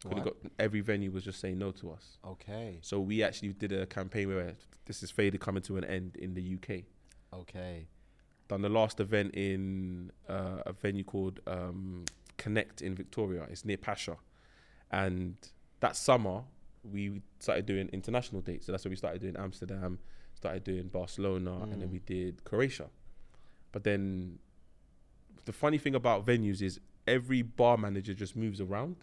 Speaker 1: Could've
Speaker 4: What?
Speaker 1: got- every venue was just saying no to us.
Speaker 4: Okay.
Speaker 1: So we actually did a campaign where this is faded coming to an end in the UK.
Speaker 4: Okay.
Speaker 1: Done the last event in uh, a venue called um, Connect in Victoria. It's near Pasha, and that summer we started doing international dates. So that's when we started doing Amsterdam, started doing Barcelona, and then we did Croatia. But then the funny thing about venues is every bar manager just moves around.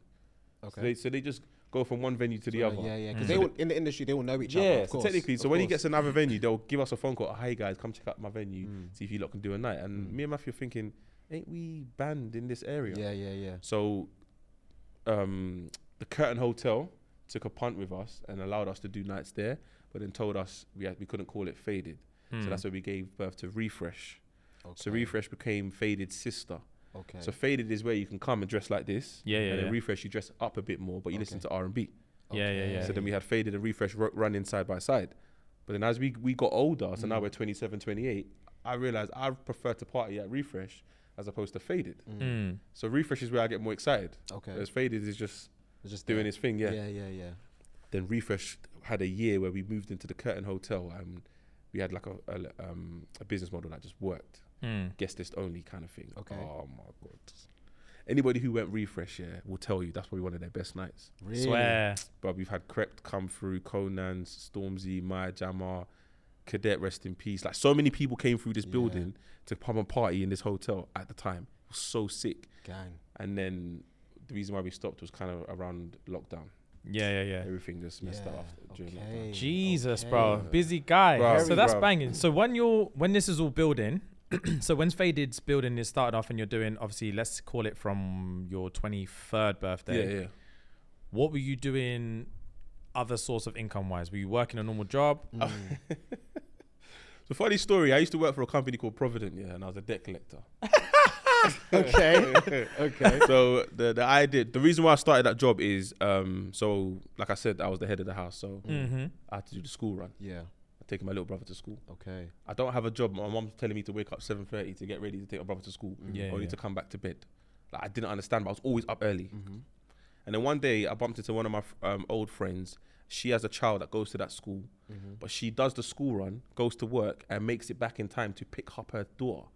Speaker 1: So, they,
Speaker 4: Okay.
Speaker 1: so they just go from one venue to the other.
Speaker 4: Yeah, yeah.
Speaker 2: Mm.
Speaker 4: Because they
Speaker 1: [LAUGHS]
Speaker 4: all in the industry, they all know each other.
Speaker 1: Yeah,
Speaker 4: of
Speaker 1: so
Speaker 4: course,
Speaker 1: technically, so
Speaker 4: of
Speaker 1: when he
Speaker 4: course.
Speaker 1: gets another venue, they'll give us a phone call. Hey guys, come check out my
Speaker 2: Mm.
Speaker 1: venue, see if you lot can do a night. And me and Matthew are thinking, ain't we banned in this area?
Speaker 4: Mm. Yeah, yeah, yeah.
Speaker 1: So, um, the Curtain Hotel took a punt with us and allowed us to do nights there, but then told us we had, we couldn't call it Faded.
Speaker 2: Mm.
Speaker 1: So that's where we gave birth to Refresh. So
Speaker 4: Mm. Okay.
Speaker 1: Refresh became Faded's sister.
Speaker 4: Okay.
Speaker 1: So Faded is where you can come and dress like this.
Speaker 2: Yeah, yeah,
Speaker 1: And then
Speaker 2: yeah.
Speaker 1: Refresh, you dress up a bit more, but you listen to R and B.
Speaker 2: Yeah, yeah, yeah.
Speaker 1: So then we had faded and refresh ru- running side by side. But then as we, we got older, so now we're 27, 28, I realized I prefer to party at refresh as opposed to faded.
Speaker 2: Mm.
Speaker 1: So refresh is where I get more excited.
Speaker 4: Okay.
Speaker 1: Whereas faded is just
Speaker 4: It's just
Speaker 1: doing
Speaker 4: there.
Speaker 1: his thing, yeah.
Speaker 4: Yeah, yeah, yeah.
Speaker 1: Then refresh had a year where we moved into the Curtain Hotel and we had like a, a l- um, a business model that just worked.
Speaker 2: Mm.
Speaker 1: Guest list only kind of thing.
Speaker 4: Okay.
Speaker 1: Oh my God. Anybody who went refresh, yeah, will tell you that's probably one of their best nights.
Speaker 4: Really?
Speaker 2: Swear.
Speaker 1: But we've had Crept come through, Conan's, Stormzy, Maya Jama, Cadet, rest in peace. Like so many people came through this
Speaker 4: Yeah.
Speaker 1: building to come and party in this hotel at the time. It was so sick.
Speaker 4: Gang.
Speaker 1: And then the reason why we stopped was kind of around lockdown.
Speaker 2: Yeah, yeah, yeah.
Speaker 1: Everything just messed up
Speaker 4: Yeah,
Speaker 1: after during
Speaker 4: okay.
Speaker 1: lockdown.
Speaker 2: Jesus,
Speaker 4: Okay.
Speaker 2: bro, busy guy.
Speaker 1: Bro.
Speaker 2: So that's
Speaker 1: Bro.
Speaker 2: banging. So when you're when this is all building, [CLEARS THROAT] so when Faded's building is started off and you're doing obviously let's call it from your 23rd birthday.
Speaker 1: Yeah, yeah.
Speaker 2: What were you doing? Other source of income wise, were you working a normal job?
Speaker 1: Mm. So funny story, I used to work for a company called Provident, yeah, and I was a debt collector.
Speaker 4: [LAUGHS]
Speaker 1: [LAUGHS]
Speaker 4: okay. okay. [LAUGHS]
Speaker 1: so the the idea the reason why I started that job is um so like I said, I was the head of the house, so
Speaker 4: Mm.
Speaker 2: Mm-hmm.
Speaker 1: I had to do the school run.
Speaker 4: Yeah.
Speaker 1: taking my little brother to school.
Speaker 4: Okay.
Speaker 1: I don't have a job. My mom's telling me to wake up seven thirty to get ready to take my brother to school,
Speaker 4: Mm-hmm.
Speaker 2: Yeah,
Speaker 1: only
Speaker 2: yeah.
Speaker 1: to come back to bed. Like I didn't understand, but I was always up early.
Speaker 4: Mm-hmm.
Speaker 1: And then one day I bumped into one of my f- um, old friends. She has a child that goes to that school,
Speaker 4: Mm-hmm.
Speaker 1: but she does the school run, goes to work, and makes it back in time to pick up her daughter.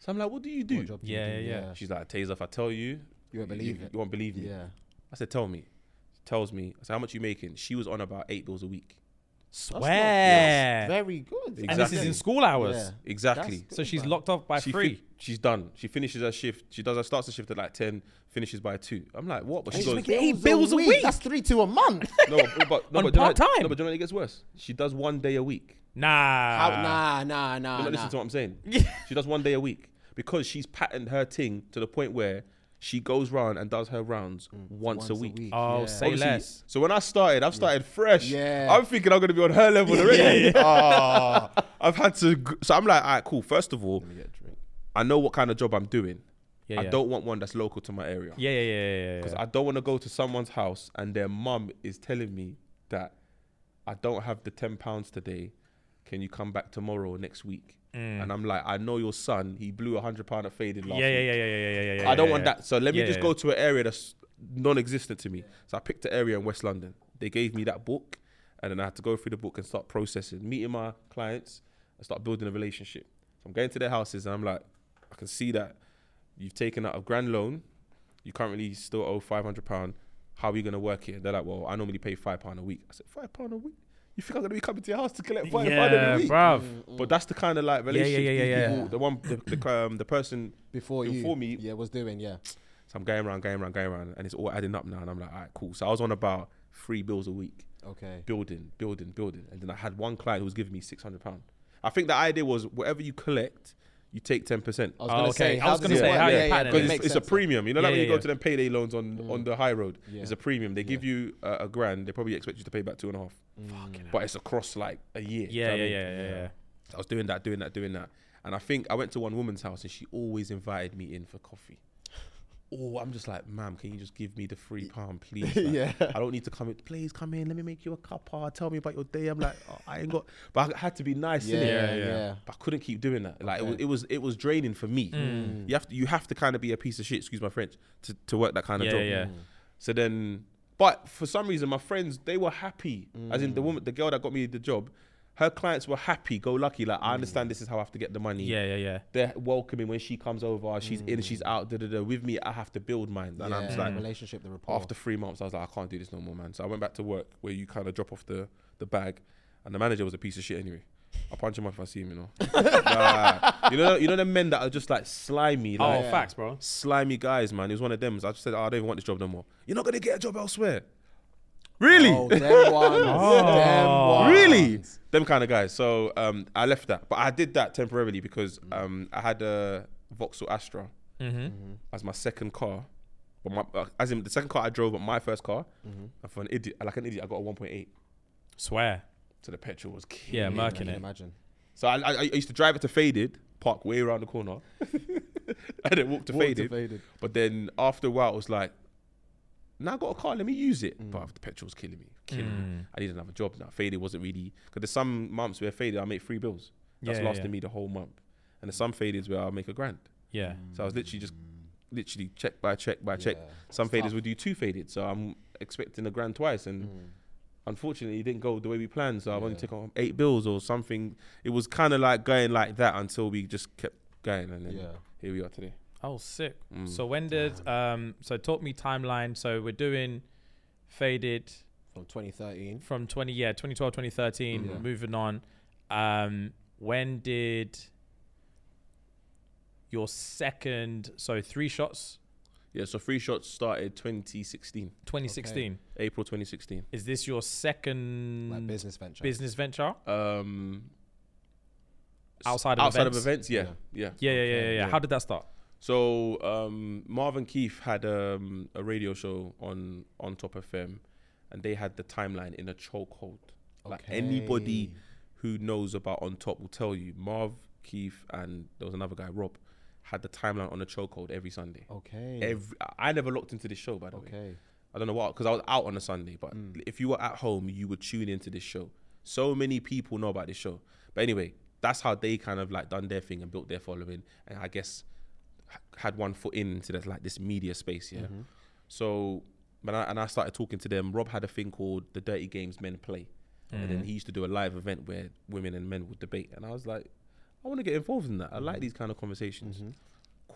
Speaker 1: So I'm like, "What do you do?"
Speaker 4: Mm-hmm. What job do
Speaker 2: Yeah,
Speaker 4: you do?
Speaker 2: yeah, yeah.
Speaker 1: She's like, "Taser, if I tell you,
Speaker 4: You won't believe
Speaker 1: you,
Speaker 4: it."
Speaker 1: You won't believe me."
Speaker 4: Yeah.
Speaker 1: I said, "Tell me." She tells me. I said, "How much you making?" She was on about eight bills a week.
Speaker 4: That's not-
Speaker 2: Swear.
Speaker 4: that's Very good.
Speaker 2: And this is
Speaker 1: Exactly.
Speaker 2: in school hours.
Speaker 4: Yeah.
Speaker 1: Exactly.
Speaker 4: That's
Speaker 2: So
Speaker 4: good,
Speaker 2: she's
Speaker 4: man.
Speaker 2: locked off by
Speaker 1: she
Speaker 2: three.
Speaker 1: fin- she's done. She finishes her shift. She does her starts her shift at like ten, finishes by two. I'm like, what? But she
Speaker 4: She's
Speaker 1: goes,
Speaker 4: making
Speaker 1: no,
Speaker 4: eight bills a week. That's three to a month.
Speaker 1: but, but no,
Speaker 2: [LAUGHS]
Speaker 1: but do you know
Speaker 2: On
Speaker 1: what-
Speaker 2: part-time.
Speaker 1: No, but do you know what it gets worse. She does one day a week.
Speaker 2: nah.
Speaker 4: How- nah, nah, Ah, nah.
Speaker 1: You're
Speaker 4: nah.
Speaker 2: [LAUGHS]
Speaker 1: not listening to what I'm saying. she does one day a week because she's patterned her thing to the point where she goes round and does her rounds
Speaker 4: Mm.
Speaker 1: once, a week.
Speaker 2: Oh,
Speaker 4: yeah. [LAUGHS]
Speaker 2: say
Speaker 1: Obviously-
Speaker 2: less.
Speaker 1: So when I started, I've started fresh.
Speaker 4: Yeah.
Speaker 1: I'm thinking I'm gonna be on her level already.
Speaker 4: [LAUGHS]
Speaker 1: Ah, I've had to. g- So I'm like, all right, cool. First of all,
Speaker 4: Let me get a drink.
Speaker 1: I know what kind of job I'm doing.
Speaker 2: Yeah,
Speaker 1: I
Speaker 2: yeah.
Speaker 1: don't want one that's local to my area.
Speaker 2: Yeah, yeah, yeah, yeah, Mm. yeah. yeah.
Speaker 1: Because I don't want to go to someone's house and their mum is telling me that I don't have the ten pounds today. Can you come back tomorrow or next week?
Speaker 2: Mm.
Speaker 1: And I'm like, I know your son. He blew a hundred pound at faded last
Speaker 2: yeah, yeah,
Speaker 1: week.
Speaker 2: yeah, yeah, yeah, yeah, yeah, yeah.
Speaker 1: I don't
Speaker 2: yeah,
Speaker 1: want
Speaker 2: yeah.
Speaker 1: that. So let me
Speaker 2: Yeah,
Speaker 1: just
Speaker 2: yeah.
Speaker 1: go to an area that's non-existent to me. So I picked the area in West London. They gave me that book, and then I had to go through the book and start processing, meeting my clients, and start building a relationship. So I'm going to their houses, and I'm like, I can see that you've taken out a grand loan. You currently still owe five hundred pound. How are you gonna work it? They're like, well, I normally pay five pound a week. I said, five pound a week. You think I'm gonna be coming to your house to collect five pound
Speaker 2: Yeah,
Speaker 1: a week? Mm.
Speaker 2: bruv.
Speaker 1: But that's the kind of like
Speaker 2: yeah,
Speaker 1: relationship.
Speaker 2: yeah,
Speaker 1: these
Speaker 2: yeah,
Speaker 1: people-
Speaker 2: yeah.
Speaker 1: The one, the, the, um, the person
Speaker 4: Before you,
Speaker 1: Before me-
Speaker 4: yeah, was doing, yeah.
Speaker 1: so I'm going around, going around, going around, and it's all adding up now. And I'm like, all right, cool. So I was on about three bills a week,
Speaker 4: Okay.
Speaker 1: building, building, building. And then I had one client who was giving me £600. I think the idea was whatever you collect, you take 10%.
Speaker 4: I was
Speaker 2: Oh,
Speaker 4: gonna
Speaker 2: okay.
Speaker 4: say,
Speaker 2: I
Speaker 4: how
Speaker 2: was
Speaker 4: does
Speaker 2: gonna
Speaker 4: it
Speaker 2: say,
Speaker 4: work?
Speaker 2: how
Speaker 4: yeah,
Speaker 2: you
Speaker 4: yeah,
Speaker 2: pattern
Speaker 4: yeah,
Speaker 2: it.
Speaker 1: Because
Speaker 4: it
Speaker 1: it's,
Speaker 4: makes
Speaker 1: it's a
Speaker 4: sense.
Speaker 1: premium. You know, like
Speaker 2: Yeah,
Speaker 1: when you
Speaker 2: yeah,
Speaker 1: go
Speaker 2: yeah. Mm.
Speaker 1: to them payday loans on, on the high road,
Speaker 4: Yeah.
Speaker 1: it's a premium. They give you a, a grand, they probably expect you to pay back two and a half. But it's across like a year. do you know
Speaker 2: Yeah,
Speaker 1: what I
Speaker 2: yeah,
Speaker 1: mean?
Speaker 2: yeah, yeah, yeah.
Speaker 1: So I was doing that, doing that, doing that. And I think I went to one woman's house and she always invited me in for coffee. Oh, I'm just like, ma'am, can you just give me the free
Speaker 4: [LAUGHS]
Speaker 1: pound, please? Like,
Speaker 4: Yeah.
Speaker 1: I don't need to come in. Please come in. Let me make you a cuppa. Tell me about your day. I'm like, oh, I ain't got. But I had to be nice.
Speaker 4: Yeah,
Speaker 1: innit?
Speaker 4: yeah, yeah.
Speaker 1: But I couldn't keep doing that. Like it, was, it was, it was draining for me.
Speaker 2: Mm.
Speaker 1: You have to, you have to kind of be a piece of shit. Excuse my French to, to work that kind of
Speaker 2: Yeah,
Speaker 1: job.
Speaker 2: yeah. Mm.
Speaker 1: So then, but for some reason, my friends they were happy. As in the woman, the girl that got me the job, her clients were happy, go lucky. Like I understand this is how I have to get the money.
Speaker 2: Yeah, yeah, yeah.
Speaker 1: They're welcoming when she comes over. She's in, she's out. Da, da, da. With me, I have to build mine. And I'm
Speaker 4: Yeah,
Speaker 1: just like,
Speaker 4: relationship, the rapport.
Speaker 1: after three months, I was like, I can't do this no more, man. So I went back to work where you kind of drop off the, the bag, and the manager was a piece of shit anyway. I punch him up if I see him, you know. [LAUGHS] Nah, you know, you know the men that are just like slimy,
Speaker 2: Oh,
Speaker 1: like
Speaker 2: facts, bro.
Speaker 1: slimy guys, man. He was one of them. So I just said, oh, I don't even want this job no more. You're not gonna get a job elsewhere. Really?
Speaker 4: Oh, them ones. Them
Speaker 1: Ah.
Speaker 4: ones.
Speaker 1: Really? Them kind of guys. So um, I left that, but I did that temporarily because um, I had a Vauxhall Astra
Speaker 2: Mm-hmm.
Speaker 4: Mm-hmm,
Speaker 1: as my second car, but my uh, as in the second car I drove, but my first car.
Speaker 4: mm-hmm.
Speaker 1: And for an idiot, like an idiot, I got a 1.8,
Speaker 2: Swear.
Speaker 1: so the petrol was key.
Speaker 2: Yeah,
Speaker 4: I can
Speaker 2: murking it.
Speaker 4: imagine.
Speaker 1: So I, I, I used to drive it to Faded, park way around the corner, [LAUGHS] and then walk to,
Speaker 4: Walk to
Speaker 1: Faded.
Speaker 4: Faded.
Speaker 1: But then after a while, it was like, now I got a car, let me use it. But the petrol's killing me, killing
Speaker 2: Mm.
Speaker 1: me. I need another job now. Faded wasn't really because there's some months where Faded I make three bills. That's
Speaker 2: Yeah, yeah,
Speaker 1: lasting
Speaker 2: yeah.
Speaker 1: me the whole month, and there's some Fadeds where I'll make a grand.
Speaker 2: Yeah.
Speaker 1: So I was literally just literally check by check by check.
Speaker 4: Yeah.
Speaker 1: Some faders would do two faded, so I'm expecting a grand twice,
Speaker 4: Mm.
Speaker 1: and
Speaker 4: Mm-hmm.
Speaker 1: unfortunately, it didn't go the way we planned. So I've only taken on eight bills or something. It was kind of like going like that until we just kept going, and then
Speaker 4: Yeah.
Speaker 1: here we are today. Mm.
Speaker 2: Oh, sick.
Speaker 1: Hmm.
Speaker 2: So when did um? So talk me timeline. So we're doing faded
Speaker 4: From 2013.
Speaker 2: from 20 yeah 2012 2013.
Speaker 4: Yeah.
Speaker 2: Moving on. Um, when did your second? So three shots.
Speaker 1: Yeah, so free shots started 2016,
Speaker 2: 2016.
Speaker 1: April 2016.
Speaker 2: Is this your second
Speaker 4: Like business venture.
Speaker 2: business venture?
Speaker 1: Um, s-
Speaker 2: Outside of
Speaker 1: outside
Speaker 2: events?
Speaker 1: of events, yeah, yeah.
Speaker 2: Yeah, yeah, yeah, yeah,
Speaker 4: Okay,
Speaker 2: yeah.
Speaker 4: yeah.
Speaker 2: How did that start?
Speaker 1: So um, Marvin Keith had um, a radio show on on Top FM, and they had the timeline in a chokehold. Like anybody
Speaker 4: Okay.
Speaker 1: who knows about On Top will tell you, Marv Keith and there was another guy, Rob, had the timeline on a chokehold every Sunday.
Speaker 4: Okay.
Speaker 1: Every I- I never looked into this show by the way.
Speaker 4: Oh, okay.
Speaker 1: I don't know what because I was out on a Sunday, but if you were at home, you would tune into this show. So many people know about this show. But anyway, that's how they kind of like done their thing and built their following, and I guess h- had one foot into that like this media space, yeah. So when I and I started talking to them, Rob had a thing called the Dirty Games Men Play, and then he used to do a live event where women and men would debate, and I was like, I want to get involved in that. I like these kind of conversations.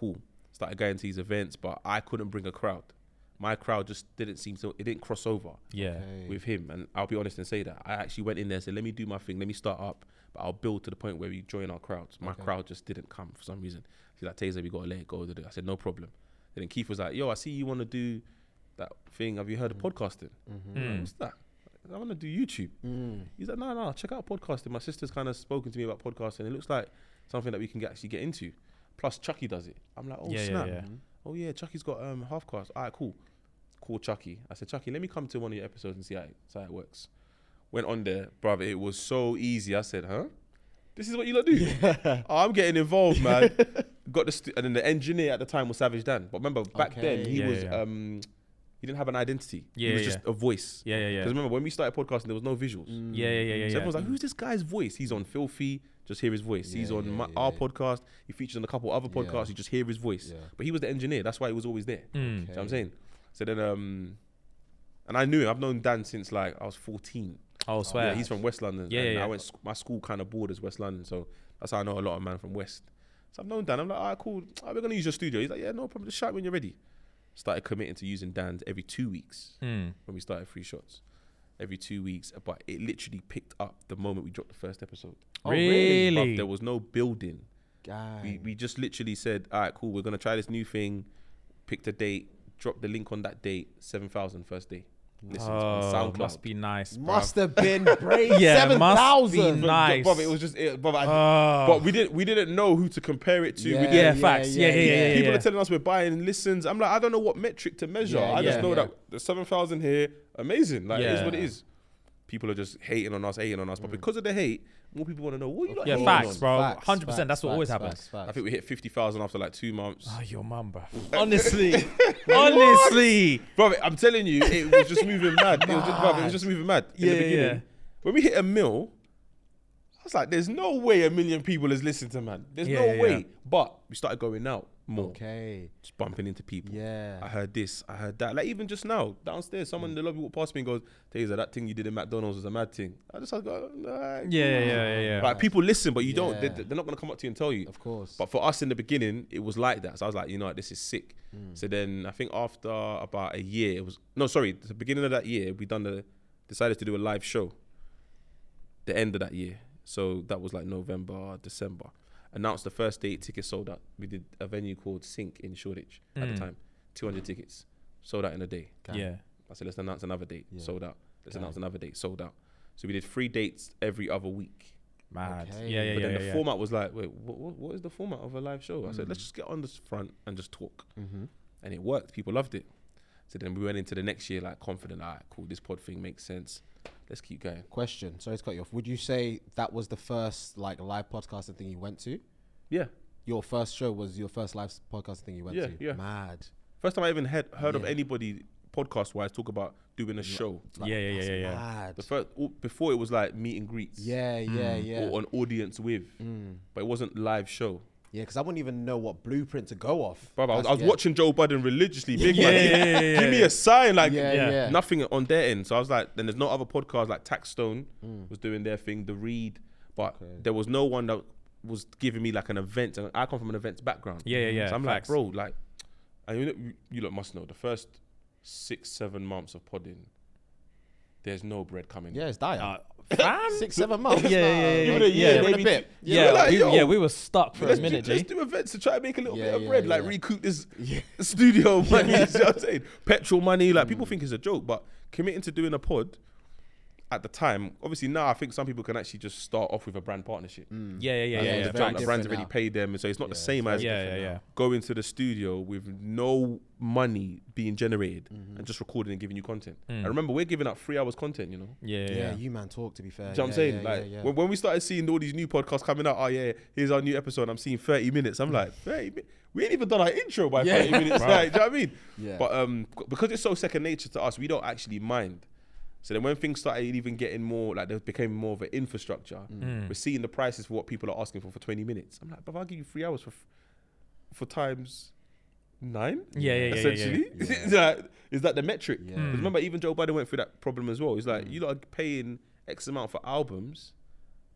Speaker 1: Cool. Started going to these events, but I couldn't bring a crowd. My crowd just didn't seem to. It didn't cross over
Speaker 2: Yeah.
Speaker 4: Okay.
Speaker 1: with him. And I'll be honest and say that I actually went in there, said, "Let me do my thing. Let me start up, but I'll build to the point where we join our crowds." My crowd just didn't come for some reason. She's like, "Taser, we gotta let it go." da-da." I said, "No problem." And then Keith was like, "Yo, I see you want to do that thing. Have you heard of podcasting? I'm like, What's that?" I want to do YouTube. He's like, no, no, check out podcasting. My sister's kind of spoken to me about podcasting. It looks like something that we can get- actually get into. Plus Chucky does it. I'm like, oh
Speaker 2: Yeah, yeah,
Speaker 1: snap.
Speaker 2: yeah.
Speaker 1: Oh yeah, Chucky's got um half cast. All right, cool. Call Chucky. I said, Chucky, let me come to one of your episodes and see how it, see how it works. Went on there, brother. It was so easy. I said, huh? This is what you
Speaker 2: [LAUGHS]
Speaker 1: lot do. Oh, I'm getting involved, man. Got the stu- and then the engineer at the time was Savage Dan. But remember, back then
Speaker 4: Okay.
Speaker 1: he
Speaker 2: Yeah,
Speaker 1: was
Speaker 2: yeah.
Speaker 1: um he didn't have an identity.
Speaker 2: Yeah,
Speaker 1: he was
Speaker 2: yeah.
Speaker 1: just a voice.
Speaker 2: Yeah, yeah, yeah.
Speaker 1: Because remember when we started podcasting, there was no visuals.
Speaker 2: Yeah, yeah, yeah, yeah.
Speaker 1: So
Speaker 2: yeah.
Speaker 1: everyone's like, "Who's this guy's voice?" He's on Filthy, just hear his voice. He's
Speaker 3: Yeah,
Speaker 1: on
Speaker 3: yeah,
Speaker 1: my,
Speaker 3: yeah,
Speaker 1: our
Speaker 3: yeah.
Speaker 1: podcast. He features on a couple other
Speaker 3: Yeah.
Speaker 1: podcasts. You just hear his voice.
Speaker 3: Yeah.
Speaker 1: But he was the engineer. That's why he was always there.
Speaker 2: Mm.
Speaker 1: Do you know what I'm
Speaker 3: Okay.
Speaker 1: saying? So then, um, and I knew him. I've known Dan since like I was 14.
Speaker 2: Oh, swear.
Speaker 1: Yeah, he's from West London.
Speaker 2: Yeah,
Speaker 1: and
Speaker 2: yeah, yeah.
Speaker 1: I went. sc- My school kind of borders West London, so that's how I know a lot of man from West. So I've known Dan. I'm like, all right, cool. All right, we're gonna use your studio. He's like, yeah, no problem. Just shout when you're ready. Started committing to using Dan's every two weeks
Speaker 2: Mm.
Speaker 1: when we started free shots every two weeks but it literally picked up the moment we dropped the first episode
Speaker 2: really?
Speaker 1: Bruv, there was no building we,
Speaker 3: Gang.
Speaker 1: we just literally said all right cool we're gonna try this new thing picked a date dropped the link on that date 7000 first day listen
Speaker 2: Oh,
Speaker 1: on SoundCloud
Speaker 2: must be nice. bruv.
Speaker 3: Must have been brave.
Speaker 2: [LAUGHS] Yeah,
Speaker 3: Seven
Speaker 2: must be
Speaker 3: thousand.
Speaker 2: nice.
Speaker 1: Bruv, it was just it, bruv, I-
Speaker 2: Oh.
Speaker 1: but we didn't we didn't know who to compare it to we
Speaker 3: Yeah,
Speaker 1: didn't
Speaker 2: yeah, facts. Yeah, yeah, yeah. yeah,
Speaker 1: People
Speaker 2: yeah.
Speaker 1: are telling us we're buying listens. I'm like, I don't know what metric to measure.
Speaker 3: Yeah,
Speaker 1: I just
Speaker 2: yeah,
Speaker 1: know
Speaker 3: yeah.
Speaker 1: that the 7,000 here, amazing. Like, it is
Speaker 2: Yeah. Mm.
Speaker 1: what it is. People are just hating on us, hating on us. But because of the hate, more people want to know, what are you like
Speaker 2: Yeah,
Speaker 1: hating
Speaker 2: facts,
Speaker 1: on?
Speaker 2: bro. 100%, that's what always happens.
Speaker 1: I think we hit 50,000 after like two months.
Speaker 2: Oh, your mum, bruv. [LAUGHS]
Speaker 4: Honestly,
Speaker 2: Honestly.
Speaker 1: bro, I'm telling you, it was just moving mad. It was just, bruv, it was just moving mad. In
Speaker 2: Yeah,
Speaker 1: the
Speaker 2: yeah,
Speaker 1: beginning,
Speaker 2: yeah.
Speaker 1: when we hit a mil, I was like, there's no way a million people has listened to man. There's
Speaker 2: Yeah,
Speaker 1: no
Speaker 2: yeah,
Speaker 1: way.
Speaker 2: yeah.
Speaker 1: But we started going out more,
Speaker 3: Okay.
Speaker 1: just bumping into people. I
Speaker 3: Yeah. Mm.
Speaker 1: heard this, I heard that. Like even just now, downstairs, someone in the lobby walked past me and goes, Taser, that thing you did in McDonald's was a mad thing. I just I go, nah.
Speaker 2: Yeah, yeah, yeah, yeah.
Speaker 1: Like people listen, but you don't. They,
Speaker 3: Yeah.
Speaker 1: they're not gonna come up to you and tell you.
Speaker 3: Of course.
Speaker 1: But for us in the beginning, it was like that. So I was like, you know, what, this is sick. So then I think after about a year, it was no, sorry, the beginning of that year, we done the decided to do a live show. The end of that year, so that was like November, December. Announced the first date, tickets sold out. We did a venue called Sink in Shoreditch at
Speaker 2: Mm.
Speaker 1: the time, 200 tickets sold out in a day.
Speaker 2: Yeah.
Speaker 1: I said, let's announce another date,
Speaker 3: Yeah.
Speaker 1: sold out. Let's
Speaker 3: Gang.
Speaker 1: announce another date, sold out. So we did three dates every other week
Speaker 2: Mad.
Speaker 3: Okay.
Speaker 2: Yeah, yeah,
Speaker 1: but
Speaker 2: yeah.
Speaker 1: then the
Speaker 2: yeah. Mm.
Speaker 1: format was like, wait, what, what, what is the format of a live show? I said, let's just get on this front and just talk.
Speaker 2: Mm-hmm.
Speaker 1: And it worked. People loved it. So then we went into the next year like confident, all right, cool, this pod thing makes sense. Let's keep going.
Speaker 3: Question. Sorry to cut you off. Would you say that was the first like live podcasting thing you went to?
Speaker 1: Yeah.
Speaker 3: Your first show was your first live podcasting thing you went
Speaker 1: Yeah,
Speaker 3: to.
Speaker 1: yeah.
Speaker 3: Mad.
Speaker 1: First time I even had, heard of
Speaker 3: Yeah.
Speaker 1: anybody podcast wise talk about doing a
Speaker 2: Mm.
Speaker 1: show.
Speaker 2: Yeah, yeah, yeah,
Speaker 3: that's
Speaker 2: yeah, yeah.
Speaker 3: Mad.
Speaker 1: The first all- before it was like meet and greets.
Speaker 3: Yeah, yeah,
Speaker 2: Hmm,
Speaker 3: yeah.
Speaker 1: Or an audience with.
Speaker 2: Mm.
Speaker 1: But it wasn't live show.
Speaker 3: Yeah, because I wouldn't even know what blueprint to go off.
Speaker 1: Brother, I was, I
Speaker 3: That's-
Speaker 1: was
Speaker 3: yeah.
Speaker 1: watching Joe Budden religiously. Big
Speaker 2: [LAUGHS] Yeah,
Speaker 1: man.
Speaker 2: yeah, yeah, yeah,
Speaker 1: Give me
Speaker 2: yeah.
Speaker 1: a sign. Like,
Speaker 3: Yeah,
Speaker 2: Yeah.
Speaker 3: yeah.
Speaker 1: nothing on their end. So I was like, then there's no other podcast like Taxstone was doing their thing, The Read, but there was no one that was giving me like an event. And I come from an events background.
Speaker 2: Yeah, yeah, yeah.
Speaker 1: So I'm
Speaker 2: Facts.
Speaker 1: like, bro, like, and you, know, you, you lot must know the first six, seven months of podding, there's no bread coming.
Speaker 3: Yeah, it's dire.
Speaker 2: Uh, [LAUGHS] fam?
Speaker 3: Six, seven months.
Speaker 2: Yeah, yeah, yeah,
Speaker 3: Give it
Speaker 2: yeah,
Speaker 3: a year,
Speaker 2: yeah.
Speaker 3: maybe. bit.
Speaker 2: Yeah,
Speaker 1: we're like,
Speaker 2: we,
Speaker 1: yo,
Speaker 2: yeah, we were stuck for a
Speaker 1: Let's,
Speaker 2: minute,
Speaker 1: do, let's
Speaker 2: G.
Speaker 1: do events to try and make a little
Speaker 3: Yeah,
Speaker 1: bit of
Speaker 3: yeah,
Speaker 1: bread, like
Speaker 3: yeah.
Speaker 1: recoup this [LAUGHS]
Speaker 3: [LAUGHS]
Speaker 1: studio money. you see what I'm saying? Petrol money. Like
Speaker 3: Mm.
Speaker 1: people think it's a joke, but committing to doing a pod at the time, obviously now I think some people can actually just start off with a brand partnership.
Speaker 2: Yeah, yeah, yeah,
Speaker 1: And
Speaker 2: yeah.
Speaker 1: then
Speaker 3: it's
Speaker 2: yeah,
Speaker 1: the
Speaker 3: Mm. very
Speaker 1: brand, the
Speaker 2: facts.
Speaker 3: different
Speaker 1: brand's already
Speaker 3: now.
Speaker 1: paid them, and so it's not the
Speaker 3: Yeah,
Speaker 1: same
Speaker 3: it's
Speaker 1: as
Speaker 3: very
Speaker 2: yeah, yeah, yeah.
Speaker 1: going to the studio with no money being generated
Speaker 3: Mm-hmm.
Speaker 1: and just recording and giving you content. And
Speaker 2: Mm.
Speaker 1: remember, we're giving out three hours content, you know.
Speaker 2: Yeah, yeah,
Speaker 3: Yeah,
Speaker 2: yeah.
Speaker 3: you man talk to be fair.
Speaker 1: Do you know what I'm saying?
Speaker 3: Yeah,
Speaker 1: like
Speaker 3: yeah, yeah.
Speaker 1: When, when we started seeing all these new podcasts coming out, oh yeah, here's our new episode. I'm seeing 30 minutes. I'm like, 30 mi- we ain't even done our intro by 30
Speaker 3: [LAUGHS]
Speaker 1: minutes. Like, do you know what I mean?
Speaker 3: Yeah.
Speaker 1: But um, c- because it's so second nature to us, we don't actually mind. So then when things started even getting more, like they became more of an infrastructure,
Speaker 3: Mm.
Speaker 2: Hmm.
Speaker 1: we're seeing the prices for what people are asking for for 20 minutes. I'm like, but I'll give you three hours for, f- for times nine?
Speaker 2: Yeah, yeah, yeah, yeah, yeah.
Speaker 1: Essentially. [LAUGHS] Is, that, is that the metric?
Speaker 3: Yeah.
Speaker 1: 'Cause
Speaker 2: Hmm.
Speaker 1: Remember, even Joe Biden went through that problem as well. He's like, you lot are paying X amount for albums,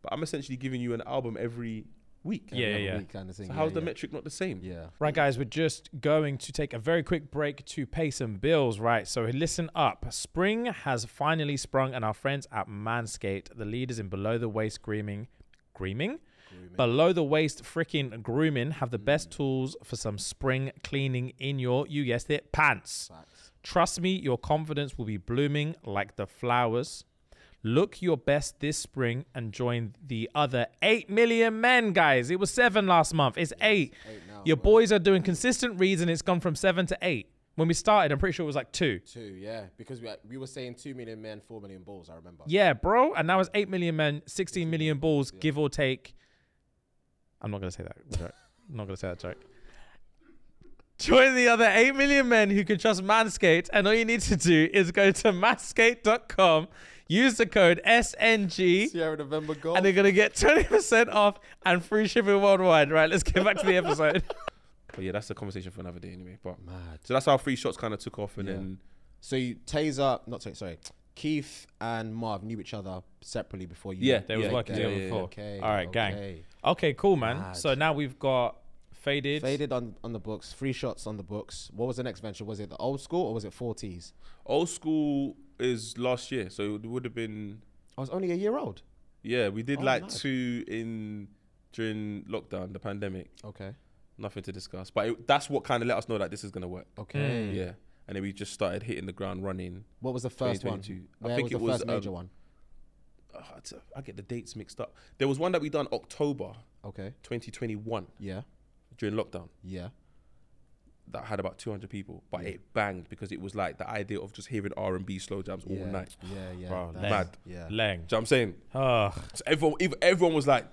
Speaker 1: but I'm essentially giving you an album every week.
Speaker 2: Yeah, yeah,
Speaker 3: Every
Speaker 2: yeah.
Speaker 3: week Kind of thing.
Speaker 1: So how's
Speaker 3: yeah,
Speaker 1: the
Speaker 3: yeah.
Speaker 1: metric not the same?
Speaker 3: Yeah.
Speaker 2: Right, guys, we're just going to take a very quick break to pay some bills, right? So listen up. Spring has finally sprung, and our friends at Manscaped, the leaders in below the waist grooming, grooming? Mm. Below the waist freaking grooming have the best tools for some spring cleaning in your, you guessed it, pants. Trust me, your confidence will be blooming like the flowers. Look your best this spring and join the other 8 million men, guys. It was seven last month. It's eight. Your boys are doing consistent reads, and it's gone from seven to eight. When we started, I'm pretty sure it was like two.
Speaker 3: Two, yeah, because we, we were saying two million men, four million balls. I remember.
Speaker 2: Yeah, bro. And now it's 8 million men, 16 million balls, give or take. I'm not going to say that joke. [LAUGHS] I'm not going to say that joke. Join the other 8 million men who can trust Manscaped. And all you need to do is go to manscaped.com, use the code SNG,
Speaker 4: Sierra November goal.
Speaker 2: and they're going to get 20% off and free shipping worldwide. Right, let's get back to the episode.
Speaker 1: But yeah, that's the conversation for another day anyway. But
Speaker 3: Mad.
Speaker 1: Mm. so that's how free shots kind of took off, and then
Speaker 3: So you taser, not taser, sorry. Keith and Marv knew each other separately before you.
Speaker 1: Yeah,
Speaker 2: they was
Speaker 1: yeah,
Speaker 2: working
Speaker 1: yeah,
Speaker 2: together
Speaker 1: yeah, yeah.
Speaker 2: before.
Speaker 3: Okay,
Speaker 2: All right, gang.
Speaker 3: okay.
Speaker 2: Okay, cool, man.
Speaker 3: Mad.
Speaker 2: So now we've got Faded.
Speaker 3: Faded on, on the books, three shots on the books. What was the next venture? Was it the old school or was it 40s?
Speaker 1: old school is last year, so it would have been
Speaker 3: I was only a year old.
Speaker 1: yeah. We did
Speaker 3: Oh,
Speaker 1: like
Speaker 3: nice.
Speaker 1: two in during lockdown, the pandemic.
Speaker 3: Okay.
Speaker 1: Nothing to discuss, but it, that's what kind of let us know that this is gonna work.
Speaker 3: Okay.
Speaker 2: Hmm.
Speaker 1: Yeah, and then we just started hitting the ground running.
Speaker 3: What was the first one?
Speaker 1: 2022. I
Speaker 3: Where
Speaker 1: think
Speaker 3: was
Speaker 1: it
Speaker 3: the
Speaker 1: was,
Speaker 3: first major
Speaker 1: um,
Speaker 3: one?
Speaker 1: Ugh, it's- Ah, I get the dates mixed up. There was one that we done October
Speaker 3: Okay.
Speaker 1: 2021
Speaker 3: Yeah.
Speaker 1: during lockdown.
Speaker 3: Yeah.
Speaker 1: that had about 200 people, but it banged because it was like the idea of just hearing R and B slow jams all
Speaker 3: yeah.
Speaker 1: night.
Speaker 3: Yeah, yeah.
Speaker 2: Bro,
Speaker 3: that's-
Speaker 1: mad.
Speaker 3: Yeah.
Speaker 2: Lang.
Speaker 1: Do you know what I'm saying?
Speaker 2: Ugh.
Speaker 1: So everyone, ev- everyone was like,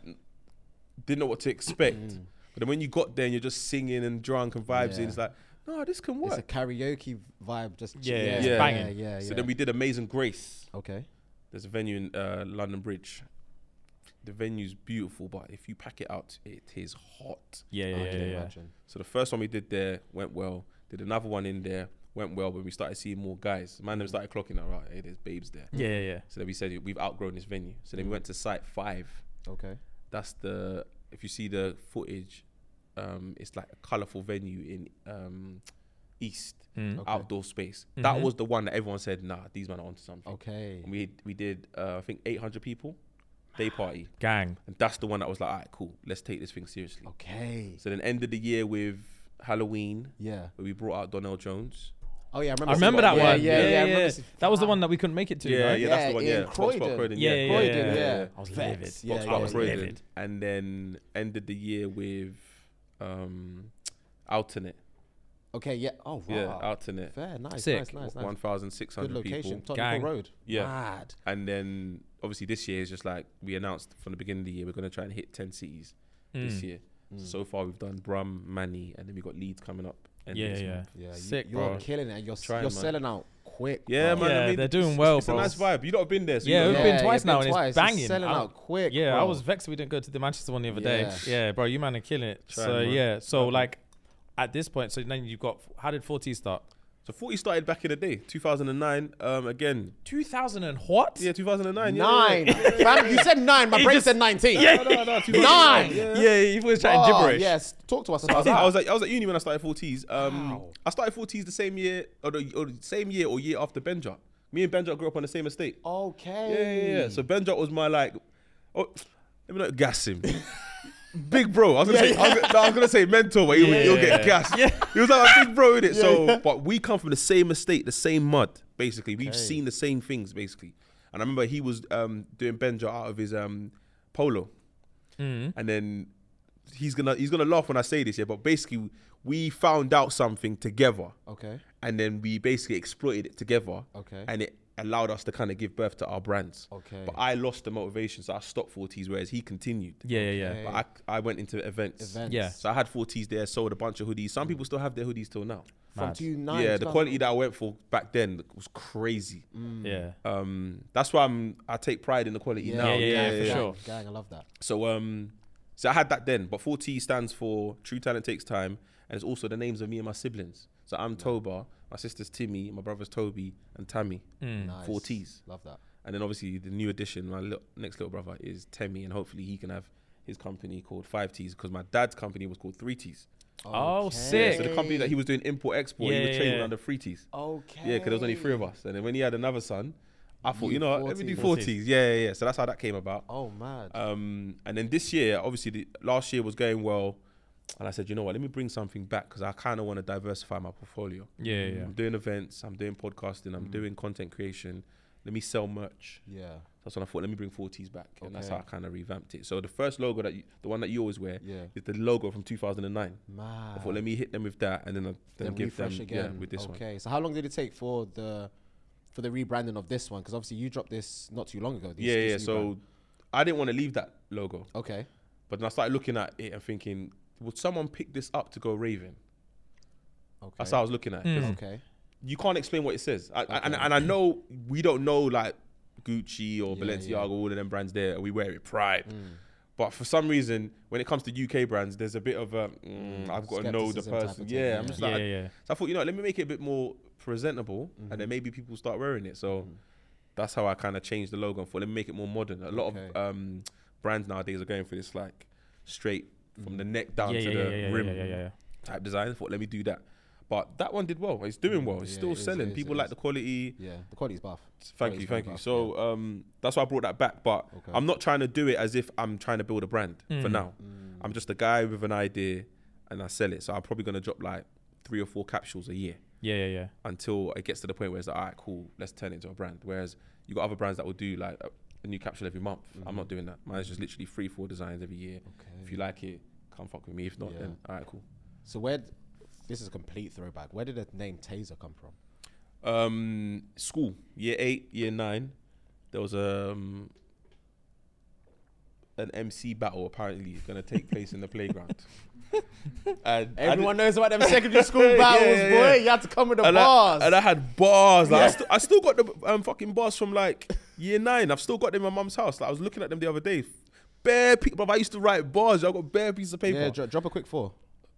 Speaker 1: didn't know what to expect. But then when you got there and you're just singing and drunk and vibes,
Speaker 3: Mm. Yeah.
Speaker 1: in, it's like, no, this can
Speaker 3: It's a
Speaker 1: work.
Speaker 3: karaoke vibe. Just
Speaker 2: Yeah, yeah,
Speaker 1: it's
Speaker 3: yeah,
Speaker 2: banging.
Speaker 3: Yeah, yeah.
Speaker 1: so then we did Amazing Grace.
Speaker 3: Okay.
Speaker 1: There's a venue in uh, London Bridge. The venue's beautiful, but if you pack it out, it is hot.
Speaker 2: Yeah, yeah,
Speaker 3: I
Speaker 2: yeah,
Speaker 3: can
Speaker 2: yeah.
Speaker 3: Oh, imagine.
Speaker 1: So the first one we did there went well. Did another one in there went well. When we started seeing more guys, man, them started clocking out. Right, hey, there's babes there.
Speaker 2: Yeah, yeah, yeah.
Speaker 1: So then we said we've outgrown this venue. So then we went to site five.
Speaker 3: Okay.
Speaker 1: That's the if you see the footage, um, it's like a colourful venue in um, East
Speaker 2: Mm.
Speaker 3: Okay. Mm-hmm.
Speaker 1: outdoor space. That
Speaker 2: Mhm.
Speaker 1: was the one that everyone said, nah, these men are onto something.
Speaker 3: Okay.
Speaker 1: And we we did uh, I think 800 people day party,
Speaker 2: Gang.
Speaker 1: and that's the one that was like, all right, cool, let's take this thing seriously.
Speaker 3: Okay.
Speaker 1: So then ended the year with Halloween,
Speaker 3: Yeah.
Speaker 1: where we brought out Donnell Jones.
Speaker 3: Oh yeah, I remember.
Speaker 2: I remember
Speaker 3: seeing
Speaker 2: that
Speaker 3: one.
Speaker 2: one.
Speaker 3: Yeah, yeah, yeah. I remember
Speaker 2: yeah.
Speaker 3: seeing-
Speaker 2: That was the
Speaker 3: Ah.
Speaker 2: one that we couldn't make it to.
Speaker 1: yeah,
Speaker 2: right?
Speaker 1: yeah, that's the one.
Speaker 3: Yeah, in
Speaker 1: Yeah, Foxpot
Speaker 3: Croydon.
Speaker 2: Yeah, yeah,
Speaker 1: Croydon,
Speaker 3: Croydon,
Speaker 1: yeah,
Speaker 3: yeah.
Speaker 1: yeah.
Speaker 2: I was
Speaker 3: Vexed.
Speaker 2: livid.
Speaker 3: Yeah,
Speaker 1: Box
Speaker 3: yeah,
Speaker 1: Club
Speaker 3: yeah.
Speaker 1: Croydon.
Speaker 2: livid.
Speaker 1: And then ended the year with um Alternate.
Speaker 3: Okay, yeah. Oh wow.
Speaker 1: Yeah, Alternate.
Speaker 3: Fair, nice,
Speaker 2: Sick.
Speaker 3: nice, nice, nice.
Speaker 1: One thousand six
Speaker 3: Good
Speaker 1: hundred
Speaker 3: location,
Speaker 1: people.
Speaker 3: Tottenham
Speaker 2: Gang.
Speaker 3: Court Road.
Speaker 1: Yeah.
Speaker 3: Mad.
Speaker 1: And then obviously this year is just like we announced from the beginning of the year we're gonna try and hit ten cities this
Speaker 2: Mm.
Speaker 1: year.
Speaker 3: Hmm.
Speaker 1: So far we've done Brum, Manny, and then we got Leeds coming up. end of
Speaker 2: Yeah,
Speaker 1: this
Speaker 2: yeah,
Speaker 1: month.
Speaker 3: Mm. Yeah,
Speaker 2: Sick,
Speaker 3: you, you're
Speaker 2: bro.
Speaker 3: killing it. And you're
Speaker 1: Trying,
Speaker 3: you're
Speaker 1: man.
Speaker 3: selling out quick.
Speaker 1: Yeah,
Speaker 3: bro.
Speaker 1: man. I
Speaker 2: Yeah,
Speaker 1: mean,
Speaker 2: they're
Speaker 1: it's-
Speaker 2: doing
Speaker 1: it's-
Speaker 2: well,
Speaker 1: It's
Speaker 2: bro.
Speaker 1: a nice vibe. You not been there, so you
Speaker 2: Yeah,
Speaker 1: don't
Speaker 2: we've
Speaker 1: know.
Speaker 2: been twice
Speaker 3: you've
Speaker 2: now and it's
Speaker 3: twice. You're
Speaker 2: banging.
Speaker 3: selling
Speaker 2: I-
Speaker 3: out quick.
Speaker 2: Yeah, I
Speaker 3: bro.
Speaker 2: was vexed we didn't go to the Manchester one the other day.
Speaker 3: Yeah.
Speaker 2: Yeah, bro, you man are killing it.
Speaker 1: Trying,
Speaker 2: so
Speaker 1: man.
Speaker 2: yeah, so like at this point, so then you've got how did 40 start?
Speaker 1: So forty started back in the day, two thousand and nine. Um again.
Speaker 2: 2000 and what? [LAUGHS]
Speaker 1: Yeah, two thousand and nine. [LAUGHS]
Speaker 3: nine. Fam, you said nine. My
Speaker 2: He
Speaker 3: brain
Speaker 2: just-
Speaker 3: said nineteen.
Speaker 1: Yeah, no, no, no, 2009,
Speaker 3: Nine.
Speaker 1: yeah.
Speaker 2: yeah, he was chatting
Speaker 3: Oh,
Speaker 2: gibberish.
Speaker 3: Yes, talk to us
Speaker 1: I
Speaker 3: about
Speaker 1: was, at, I was
Speaker 3: that.
Speaker 1: at I was at uni when I started 4Ts. Um,
Speaker 3: Wow.
Speaker 1: I started 4Ts the same year or the, or the same year or year after Benjot. Me and Benjot grew up on the same estate. Yeah,
Speaker 3: Okay.
Speaker 1: yeah, yeah. So
Speaker 3: Mm.
Speaker 1: Benjot was my like, oh, let me not gas him. [LAUGHS] big bro. I was gonna say I, was, gonna- no, I was gonna say mentor, but he, will get gassed. He was like a big bro in it. so, but we come from the same estate, the same mud. Basically, we've seen the same things basically. And I remember he was um, doing Benjot out of his um, polo
Speaker 3: Mm.
Speaker 1: and then he's gonna he's gonna laugh when I say this, yeah. But basically, we found out something together,
Speaker 3: Okay.
Speaker 1: and then we basically exploited it together,
Speaker 3: Okay.
Speaker 1: and it allowed us to kind of give birth to our brands.
Speaker 3: Okay.
Speaker 1: But I lost the motivation, so I stopped 40s, whereas he continued.
Speaker 2: Yeah, yeah, yeah.
Speaker 3: Okay.
Speaker 1: But I, I went into events.
Speaker 3: Events.
Speaker 2: Yeah.
Speaker 1: So I had 40s there, sold a bunch of hoodies.
Speaker 2: Mm.
Speaker 1: Some people still have their hoodies till now.
Speaker 3: From
Speaker 2: Mad.
Speaker 3: two nine.
Speaker 1: yeah, the quality that I went for back then was crazy.
Speaker 2: Mm. Yeah.
Speaker 1: Um, that's why I'm I take pride in the quality now.
Speaker 2: yeah, yeah, for
Speaker 3: gang,
Speaker 2: sure.
Speaker 3: Gang, I love that.
Speaker 1: So um, so I had that then, but 4T stands for True Talent Takes Time, and it's also the names of me and my siblings. So I'm Toba, my sister's Timmy, my brother's Toby, and Tammy.
Speaker 2: Mm.
Speaker 3: Nice.
Speaker 1: 4Ts.
Speaker 3: Love that.
Speaker 1: And then obviously the new addition, my li- next little brother is Temi, and hopefully he can have his company called 5Ts because my dad's company was called 3Ts.
Speaker 2: Oh,
Speaker 3: Okay.
Speaker 2: sick.
Speaker 1: So the company that he was doing import export, he
Speaker 2: Yeah,
Speaker 1: was
Speaker 2: yeah,
Speaker 1: training
Speaker 2: yeah.
Speaker 1: under 3Ts.
Speaker 3: Okay.
Speaker 1: Yeah, because there was only three of us. And then when he had another son, I thought, you know what, let me do
Speaker 3: 40s.
Speaker 1: 40s. Yeah, yeah, yeah. So that's how that came about.
Speaker 3: Oh mad.
Speaker 1: Um, and then this year, obviously, the, last year was going well, and I said, you know what, let me bring something back because I kind of want to diversify my portfolio.
Speaker 2: Yeah, Mm. yeah, yeah.
Speaker 1: I'm doing events, I'm doing podcasting, I'm doing content creation. Let me sell merch. [LAUGHS]
Speaker 3: yeah.
Speaker 1: That's when I thought, let me bring 40s back, and that's how I kind of revamped it. So the first logo that you, the one that you always wear,
Speaker 3: Yeah.
Speaker 1: is the logo from 2009. I
Speaker 3: Mad.
Speaker 1: thought, let me hit them with that, and then I, then,
Speaker 3: Then
Speaker 1: give them
Speaker 3: refresh
Speaker 1: yeah
Speaker 3: again
Speaker 1: with this one.
Speaker 3: Okay, so how long did it take for the for the rebranding of this one? Because obviously you dropped this not too long ago. this-
Speaker 1: Yeah,
Speaker 3: this
Speaker 1: yeah.
Speaker 3: rebrand.
Speaker 1: So I didn't want to leave that logo,
Speaker 3: okay,
Speaker 1: but then I started looking at it and thinking, would someone pick this up to go raving?
Speaker 3: okay,
Speaker 1: That's how I was looking at it. 'Cause
Speaker 3: okay,
Speaker 1: you can't explain what it says. I, I- and, and I know we don't know like Gucci or
Speaker 3: Yeah,
Speaker 1: Balenciaga,
Speaker 3: yeah.
Speaker 1: all of them brands there. We wear it pride. But for some reason, when it comes to UK brands, there's a bit of a, mm, I've got to know the
Speaker 3: Skepticism type
Speaker 1: person.
Speaker 3: of thing,
Speaker 1: Yeah,
Speaker 3: yeah.
Speaker 1: I'm just
Speaker 2: Yeah,
Speaker 1: like,
Speaker 2: yeah, yeah.
Speaker 1: So I thought, you know, let me make it a bit more presentable and then maybe people start wearing it. So that's how I kind of changed the logo and thought, let me make it more modern. A lot
Speaker 3: Okay.
Speaker 1: of um, brands nowadays are going for this like straight from the neck down
Speaker 2: Yeah,
Speaker 1: to
Speaker 2: yeah,
Speaker 1: the
Speaker 2: yeah, yeah,
Speaker 1: rim
Speaker 2: yeah, yeah, yeah.
Speaker 1: type design. I thought, let me do that. But that one did well. It's doing well. It's
Speaker 3: Yeah,
Speaker 1: still
Speaker 3: it is, it
Speaker 1: selling.
Speaker 3: is,
Speaker 1: People
Speaker 3: it
Speaker 1: like
Speaker 3: is.
Speaker 1: the quality.
Speaker 3: yeah. The quality's buff.
Speaker 1: Thank
Speaker 3: Quality's
Speaker 1: you,
Speaker 3: very
Speaker 1: thank you.
Speaker 3: buff,
Speaker 1: So um, that's why I brought that back. But
Speaker 3: Okay. Mm.
Speaker 1: I'm not trying to do it as if I'm trying to build a brand for now. I'm just a guy with an idea, and I sell it. So I'm probably gonna drop like three or four capsules a year
Speaker 2: Yeah, yeah, yeah.
Speaker 1: until it gets to the point where it's like, all right, cool, let's turn it into a brand. Whereas you got other brands that will do like a, a new capsule every month.
Speaker 3: Mm-hmm.
Speaker 1: I'm not doing that. Mine's just literally three, four designs every year. If you like it, come fuck with me. If not,
Speaker 3: Yeah.
Speaker 1: then all right, cool.
Speaker 3: So where d- this is a complete throwback. Where did the name Taser come from?
Speaker 1: Um, school, year eight, year nine, there was um an MC battle apparently gonna take place in
Speaker 4: [LAUGHS]
Speaker 1: the playground. And I
Speaker 4: Everyone
Speaker 1: did-
Speaker 4: knows about
Speaker 1: [LAUGHS]
Speaker 4: them secondary school
Speaker 1: Yeah,
Speaker 4: battles,
Speaker 1: yeah,
Speaker 4: boy.
Speaker 1: yeah.
Speaker 4: You had to come with the
Speaker 1: and
Speaker 4: bars.
Speaker 1: I, and I had bars. Like, I, st- I still got the um, fucking bars from like year nine. I've still got them in my mum's house. Like, I was looking at them the other day. Bare people, I used to write bars. I got bare pieces of paper.
Speaker 3: Yeah, dro- drop a quick four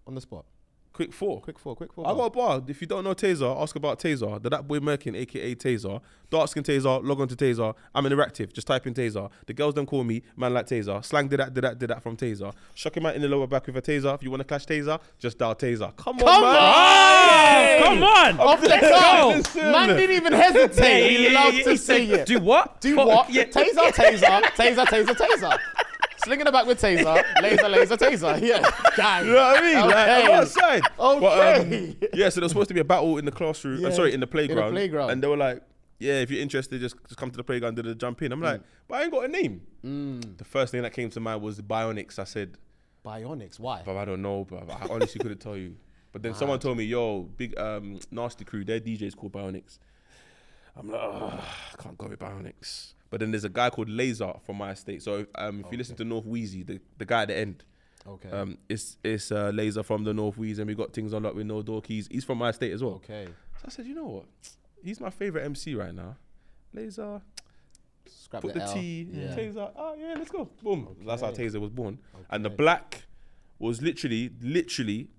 Speaker 3: on the spot.
Speaker 1: quick four.
Speaker 3: Quick four, quick four.
Speaker 1: I got a bar. If you don't know Taser, ask about Taser. The that boy Merkin, aka Taser. Dark skin Taser, log on to Taser. I'm interactive. Just type in Taser. The girls don't call me man like Taser. Slang did that, did that, did that from Taser. Shock him out in the lower back with a Taser. If you want to clash Taser, just dial Taser. Come on, man.
Speaker 2: Come on!
Speaker 4: Off
Speaker 1: [LAUGHS]
Speaker 4: the cuff. Man didn't even hesitate. he loved to sing it.
Speaker 2: Do what?
Speaker 4: Do
Speaker 2: Fuck
Speaker 4: what?
Speaker 2: Yeah.
Speaker 4: Taser, taser, taser, taser, taser. Slinging it back with taser, laser, laser, taser. Yeah, gang.
Speaker 1: You know what I mean? Like, I'm
Speaker 4: Okay.
Speaker 1: outside.
Speaker 4: Okay.
Speaker 1: But, um, yeah, so there was supposed to be a battle in the classroom. uh, sorry, in the playground.
Speaker 4: playground.
Speaker 1: And they were like, yeah, if you're interested, just, just come to the playground and jump in. I'm
Speaker 4: Mm.
Speaker 1: like, but I ain't got a name. The first thing that came to mind was Bionics. I said,
Speaker 3: [LAUGHS] Bionics. Why?
Speaker 1: Bruv, I don't know, bruv. I honestly couldn't tell you. But then someone told me, yo, big um, nasty crew, their DJ's called Bionics. I'm like, oh, I can't go with Bionics. But then there's a guy called Laser from my estate. So um, if you listen to North Wheezy, the, the guy at the end,
Speaker 3: Okay.
Speaker 1: um, it's it's uh, Laser from the North Wheezy, and we got things on lock with no door keys. He's from my estate as well.
Speaker 3: okay.
Speaker 1: So I said, you know what? He's my favorite MC right now. Laser,
Speaker 3: Scrap
Speaker 1: put
Speaker 3: the,
Speaker 1: the
Speaker 3: L.
Speaker 1: T,
Speaker 3: Yeah.
Speaker 1: taser. Oh yeah, let's go. Boom. That's how
Speaker 3: Okay.
Speaker 1: taser was born. And the
Speaker 3: Okay.
Speaker 1: black was literally, literally,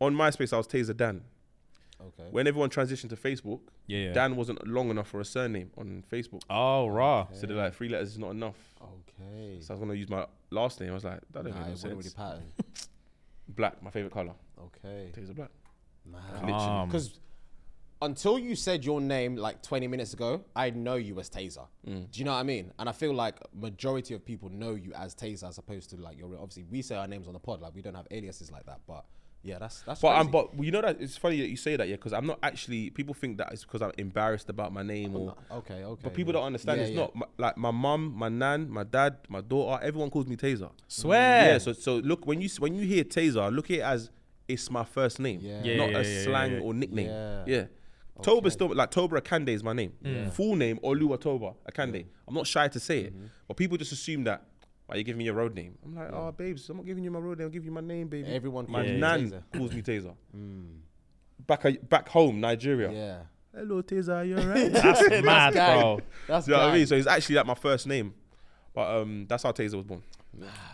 Speaker 1: on MySpace I was Taser Dan.
Speaker 3: Okay.
Speaker 1: When everyone transitioned to Facebook,
Speaker 2: Yeah, yeah.
Speaker 1: Dan wasn't long enough for a surname on Facebook.
Speaker 2: Oh, raw.
Speaker 1: So they're like, three letters is not enough.
Speaker 3: Okay.
Speaker 1: So I was gonna use my last name. I was like, that don't make no
Speaker 3: nah, it wouldn't really
Speaker 1: sense.
Speaker 3: pattern.
Speaker 1: Black, my favorite color.
Speaker 3: Okay.
Speaker 1: Taser black.
Speaker 3: Man.
Speaker 1: Literally.
Speaker 2: Um,
Speaker 3: Because until you said your name like 20 minutes ago, I know you as Taser. Do you know what I mean? And I feel like majority of people know you as Taser as opposed to like your real. Obviously, we say our names on the pod, like we don't have aliases like that. But yeah, that's that's.
Speaker 1: But I'm,
Speaker 3: crazy.
Speaker 1: but you know that it's funny that you say that, yeah, because I'm not actually. People think that it's because I'm embarrassed about my name or
Speaker 3: okay, okay.
Speaker 1: But people
Speaker 3: yeah.
Speaker 1: don't understand.
Speaker 3: Yeah,
Speaker 1: it's
Speaker 3: yeah.
Speaker 1: not my, like my mum, my nan, my dad, my daughter. Everyone calls me Taser.
Speaker 2: Swear.
Speaker 1: Yeah. So so look when you s- when you hear Taser, look at it as it's my first name,
Speaker 3: Yeah.
Speaker 2: Yeah,
Speaker 1: not
Speaker 2: yeah,
Speaker 1: a
Speaker 2: yeah, yeah,
Speaker 1: slang
Speaker 2: yeah.
Speaker 1: or nickname.
Speaker 3: Yeah.
Speaker 1: Yeah. Toba still like Toba Akande is my name.
Speaker 2: Mm.
Speaker 1: Full name Oluwa Toba Akande. I'm not shy to say it,
Speaker 3: Mm-hmm.
Speaker 1: but people just assume that. Why you giving me your road name? I'm like, oh, babes, I'm not giving you my road name. I'm giving you my name, baby.
Speaker 3: Everyone
Speaker 1: my
Speaker 3: calls you
Speaker 1: nan
Speaker 3: Taser. Mm.
Speaker 1: calls me Taser. Back a, back home, Nigeria.
Speaker 3: Yeah.
Speaker 1: Hello, Taser, you
Speaker 3: [LAUGHS]
Speaker 4: [LAUGHS]
Speaker 1: alright?
Speaker 2: that's mad,
Speaker 4: gang.
Speaker 2: bro.
Speaker 4: That's
Speaker 1: Do you know what I
Speaker 4: gang.
Speaker 1: mean? So it's actually like my first name. But um, that's how Taser was born.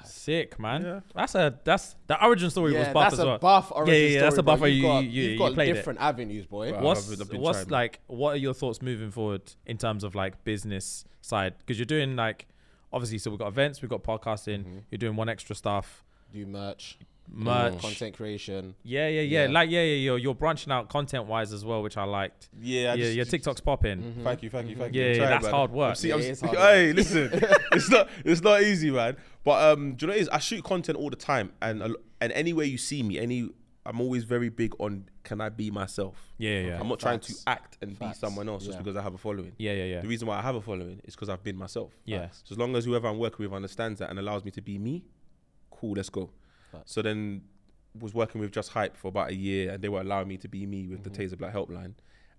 Speaker 2: Sick, man.
Speaker 1: Yeah.
Speaker 2: That's a that's the origin story was
Speaker 4: Yeah,
Speaker 2: buff
Speaker 4: that's
Speaker 2: as
Speaker 4: a
Speaker 2: well.
Speaker 4: buff
Speaker 2: yeah, yeah,
Speaker 4: origin
Speaker 2: yeah, that's
Speaker 4: story,
Speaker 2: a
Speaker 4: bro.
Speaker 2: buff. You,
Speaker 3: You've got,
Speaker 2: you, you,
Speaker 3: you've
Speaker 2: you
Speaker 3: got
Speaker 2: played it.
Speaker 3: different avenues, boy.
Speaker 1: Wow.
Speaker 2: What's
Speaker 1: I've been
Speaker 2: what's
Speaker 1: trying.
Speaker 2: like? What are your thoughts moving forward in terms of like business side? Because you're doing like obviously, so we've got events, we've got podcasting,
Speaker 4: Mm-hmm.
Speaker 2: you're doing one extra stuff,
Speaker 3: Do merch,
Speaker 2: merch.
Speaker 3: content creation.
Speaker 2: Yeah, yeah, yeah,
Speaker 3: Yeah.
Speaker 2: Like yeah, yeah, you're you're branching out content wise as well, which I liked.
Speaker 1: Yeah, I
Speaker 2: yeah,
Speaker 1: just- Mm-hmm.
Speaker 2: your TikTok's popping.
Speaker 1: Mm. Thank you, thank you, thank
Speaker 2: Yeah,
Speaker 1: you.
Speaker 2: yeah,
Speaker 1: Try,
Speaker 2: that's
Speaker 1: man.
Speaker 2: hard work.
Speaker 1: I'm see-
Speaker 3: Yeah,
Speaker 1: I'm
Speaker 3: it is
Speaker 1: see-
Speaker 3: hard work.
Speaker 1: hey,
Speaker 3: [LAUGHS]
Speaker 1: listen, it's not it's not easy, man. But um, do you know what it is? I shoot content all the time, and a lo- and anywhere you see me, any I'm always very big on can I be myself.
Speaker 2: Yeah, yeah, yeah.
Speaker 1: I'm not trying
Speaker 3: Facts.
Speaker 1: to act and
Speaker 3: Facts.
Speaker 1: be someone else just
Speaker 3: Yeah.
Speaker 1: because I have a following.
Speaker 2: Yeah, yeah, yeah.
Speaker 1: The reason why I have a following is because I've been myself.
Speaker 2: Yeah.
Speaker 1: So as long as whoever I'm working with understands that and allows me to be me, cool, let's go. So then was working with Just Hype for about a year and they were allowing me to be me with
Speaker 2: Mm-hmm.
Speaker 1: the Taser Black Helpline.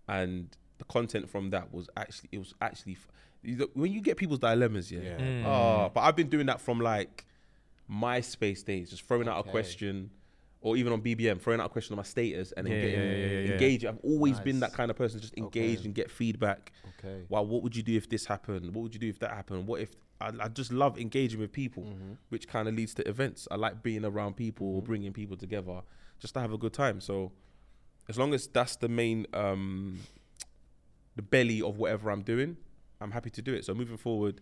Speaker 1: And the content from that was actually, it was actually, f- you know, when you get people's dilemmas, yeah.
Speaker 2: Mm,
Speaker 1: Oh, but I've been doing that from like MySpace days, just throwing out a
Speaker 3: Okay.
Speaker 1: question or even on BBM, throwing out a question on my status and
Speaker 2: Yeah,
Speaker 1: then getting
Speaker 2: yeah, yeah, yeah, yeah.
Speaker 1: engaged. I've always been
Speaker 3: Nice.
Speaker 1: that kind of person, just engage
Speaker 3: Okay.
Speaker 1: and get feedback
Speaker 3: Okay.
Speaker 1: wow, what would you do if this happened? What would you do if that happened? What if I, I just love engaging with people,
Speaker 3: Mm-hmm.
Speaker 1: which kind of leads to events. I like being around people or bringing people together just to have a good time. So, as long as that's the main, um, the belly of whatever I'm doing, I'm happy to do it. So, moving forward,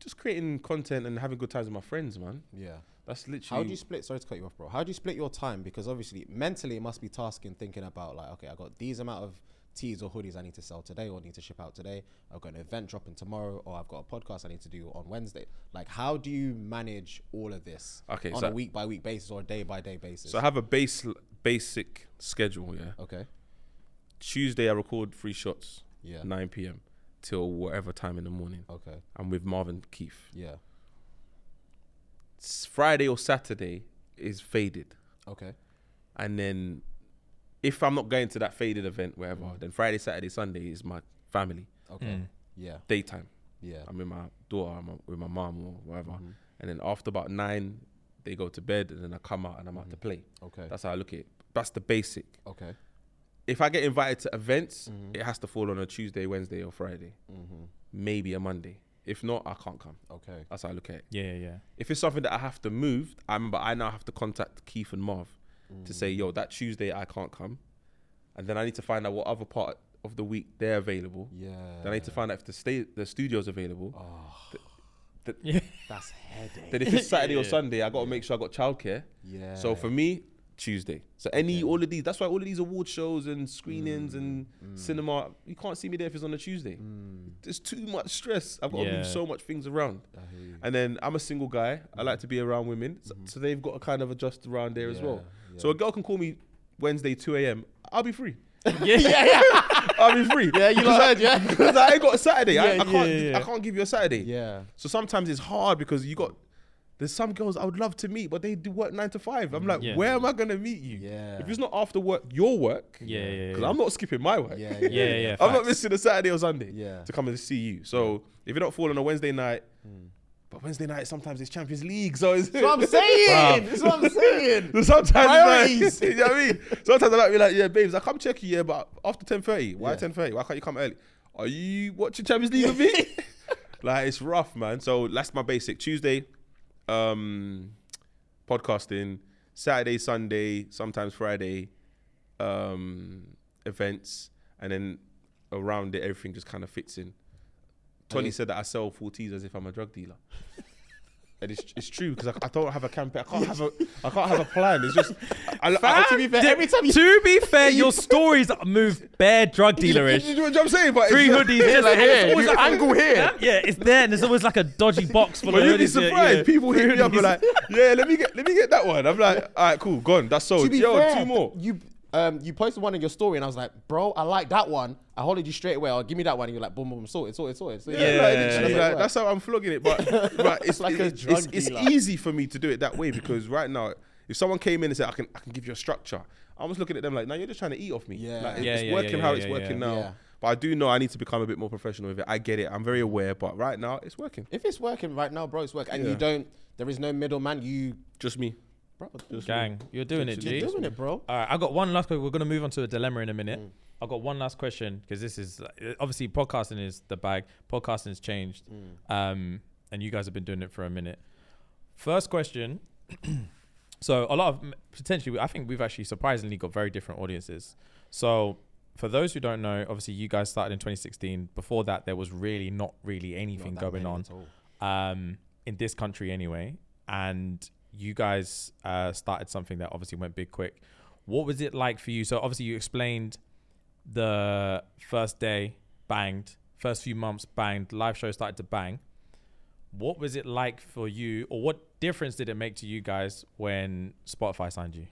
Speaker 1: just creating content and having good times with my friends, man.
Speaker 3: Yeah.
Speaker 1: That's literally.
Speaker 3: How do you split? Sorry to cut you off, bro. How do you split your time? Because obviously, mentally, it must be tasking thinking about like, okay, I got these amount of tees or hoodies I need to sell today, or need to ship out today. I've got an event dropping tomorrow, or I've got a podcast I need to do on Wednesday. Like, how do you manage all of this?
Speaker 1: Okay,
Speaker 3: on
Speaker 1: so-
Speaker 3: a week by week basis or a day by day basis.
Speaker 1: so I have a base basic schedule. Yeah.
Speaker 3: okay,
Speaker 1: Tuesday I record three shots.
Speaker 3: Yeah.
Speaker 1: 9 p.m. till whatever time in the morning.
Speaker 3: okay,
Speaker 1: I'm with Marvin Keith.
Speaker 3: yeah,
Speaker 1: S- Friday or Saturday is faded.
Speaker 3: okay,
Speaker 1: And then if I'm not going to that faded event, wherever, then Friday, Saturday, Sunday is my family.
Speaker 3: okay,
Speaker 2: mm.
Speaker 3: yeah,
Speaker 1: Daytime.
Speaker 3: yeah,
Speaker 1: I'm with my daughter, I'm with my mom or whatever. And then after about nine, they go to bed and then I come out and I'm out to play.
Speaker 3: okay,
Speaker 1: That's how I look at it. That's the basic.
Speaker 3: okay,
Speaker 1: If I get invited to events, it has to fall on a Tuesday, Wednesday, or Friday. Maybe a Monday. If not, I can't come.
Speaker 3: okay,
Speaker 1: That's how I look at it.
Speaker 2: Yeah, yeah, yeah.
Speaker 1: if it's something that I have to move, I remember I now have to contact Keith and Marv to say, yo, that Tuesday I can't come. And then I need to find out what other part of the week they're available.
Speaker 3: yeah. Ah,
Speaker 1: Then I need to find out if the stay the studio's available.
Speaker 2: [LAUGHS] Yeah.
Speaker 3: That's headache.
Speaker 1: Then if it's Saturday or Sunday, I gotta make sure I got childcare.
Speaker 3: Yeah.
Speaker 1: So for me, Tuesday. So any all of these, that's why all of these award shows and screenings and cinema, you can't see me there if it's on a Tuesday. There's too much stress. I've got to
Speaker 2: Yeah.
Speaker 1: move so much things around. And then I'm a single guy. I like to be around women, so, so they've got to kind of adjust around there as well.
Speaker 3: Yeah,
Speaker 1: So a girl can call me Wednesday 2 a.m. I'll be free.
Speaker 2: Yeah, yeah, yeah.
Speaker 1: I'll be free. yeah,
Speaker 4: you lot heard,
Speaker 1: [LAUGHS]
Speaker 4: yeah?
Speaker 1: because I ain't got a Saturday. I, I
Speaker 2: Yeah,
Speaker 1: can't.
Speaker 2: yeah, yeah.
Speaker 1: I can't give you a Saturday.
Speaker 3: yeah.
Speaker 1: So sometimes it's hard because you got there's some girls I would love to meet, but they do work nine to five. I'm like,
Speaker 2: Yeah.
Speaker 1: where am I gonna meet you?
Speaker 3: Yeah.
Speaker 1: If it's not after work, your work.
Speaker 2: Yeah, yeah, yeah,
Speaker 1: Because
Speaker 2: yeah.
Speaker 1: I'm not skipping my work. [LAUGHS]
Speaker 3: Yeah,
Speaker 2: Yeah, yeah, yeah.
Speaker 1: I'm not
Speaker 2: facts.
Speaker 1: missing a Saturday or Sunday
Speaker 3: Yeah.
Speaker 1: to come and see you. So if you're not falling on a Wednesday night, but Wednesday night sometimes it's Champions League, so it's
Speaker 4: That's what I'm
Speaker 1: [LAUGHS]
Speaker 4: saying. That's what I'm saying.
Speaker 1: So [LAUGHS] sometimes it's like-
Speaker 4: Priorities.
Speaker 1: [LAUGHS] you know what I mean? Sometimes I might be like, yeah, babes, I come check you, yeah, but after ten thirty, why ten thirty? Why can't you come early? Are you watching Champions League with me? [LAUGHS] like it's rough, man. So that's my basic Tuesday, um, podcasting, Saturday, Sunday, sometimes Friday, um, events, and then around it, everything just kind of fits in. Tony said that I sell 40s as if I'm a drug dealer. And it's, it's true because I, I don't have a campaign. I can't have a I can't have a plan. It's just I, I, I,
Speaker 4: To be fair, every time you
Speaker 2: to be fair, your stories move bare drug dealerish.
Speaker 1: You know what I'm saying? But
Speaker 2: Three hoodies, there's
Speaker 4: like
Speaker 2: like
Speaker 4: here,
Speaker 2: always
Speaker 4: you
Speaker 2: like-
Speaker 4: angle here.
Speaker 2: Yeah, it's there, and there's always like a dodgy box full
Speaker 1: But
Speaker 2: of
Speaker 1: you'd be
Speaker 2: hoodies, yeah,
Speaker 1: surprised.
Speaker 2: yeah.
Speaker 1: People hit me up and like, yeah, let me get let me get that one. I'm like, all right, cool, gone. That's sold.
Speaker 3: to be
Speaker 1: Yo,
Speaker 3: fair,
Speaker 1: two more.
Speaker 3: You um, you posted one in your story, and I was like, bro, I like that one. I hollowed you straight away. I'll give me that one. And you're like, boom, boom, sorted, sorted, sorted. sorted.
Speaker 1: Yeah,
Speaker 2: Yeah,
Speaker 1: like,
Speaker 2: yeah,
Speaker 1: literally,
Speaker 2: yeah,
Speaker 1: like, that's how I'm flogging it.
Speaker 2: [LAUGHS]
Speaker 1: But, but it's
Speaker 3: Like
Speaker 1: like
Speaker 3: a
Speaker 1: it's,
Speaker 3: drug
Speaker 1: it's, it's
Speaker 3: dealer.
Speaker 1: easy for me to do it that way because right now, if someone came in and said, "I can I can give you a structure," I was looking at them like, "No, you're just trying to eat off me."
Speaker 3: Yeah.
Speaker 1: like, it-
Speaker 2: Yeah,
Speaker 1: it's
Speaker 2: yeah,
Speaker 1: working
Speaker 2: yeah,
Speaker 1: how
Speaker 2: yeah,
Speaker 1: it's
Speaker 2: yeah,
Speaker 1: working
Speaker 2: yeah.
Speaker 1: now.
Speaker 3: Yeah.
Speaker 1: But I do know I need to become a bit more professional with it. I get it. I'm very aware, but right now it's working.
Speaker 3: If it's working right now, bro, it's working. And you
Speaker 1: Yeah.
Speaker 3: don't, there is no middleman. You,
Speaker 1: Just me.
Speaker 3: bro,
Speaker 2: Gang, you're doing it, G.
Speaker 3: you're doing it, bro.
Speaker 2: All right, I got one last question. We're gonna move on to a dilemma in a minute.
Speaker 3: Mm.
Speaker 2: I got one last question because this is uh, obviously podcasting is the bag. Podcasting has changed,
Speaker 3: Mm.
Speaker 2: um, and you guys have been doing it for a minute. First question. [CLEARS THROAT] so a lot of m- potentially, I think we've actually surprisingly got very different audiences. So for those who don't know, obviously you guys started in 2016. Before that, there was really not really anything
Speaker 3: that
Speaker 2: going
Speaker 3: many
Speaker 2: on
Speaker 3: at all.
Speaker 2: um, in this country anyway, and you guys uh, started something that obviously went big quick. What was it like for you? So obviously you explained the first day banged, first few months banged, live show started to bang. What was it like for you, or what difference did it make to you guys when Spotify signed you?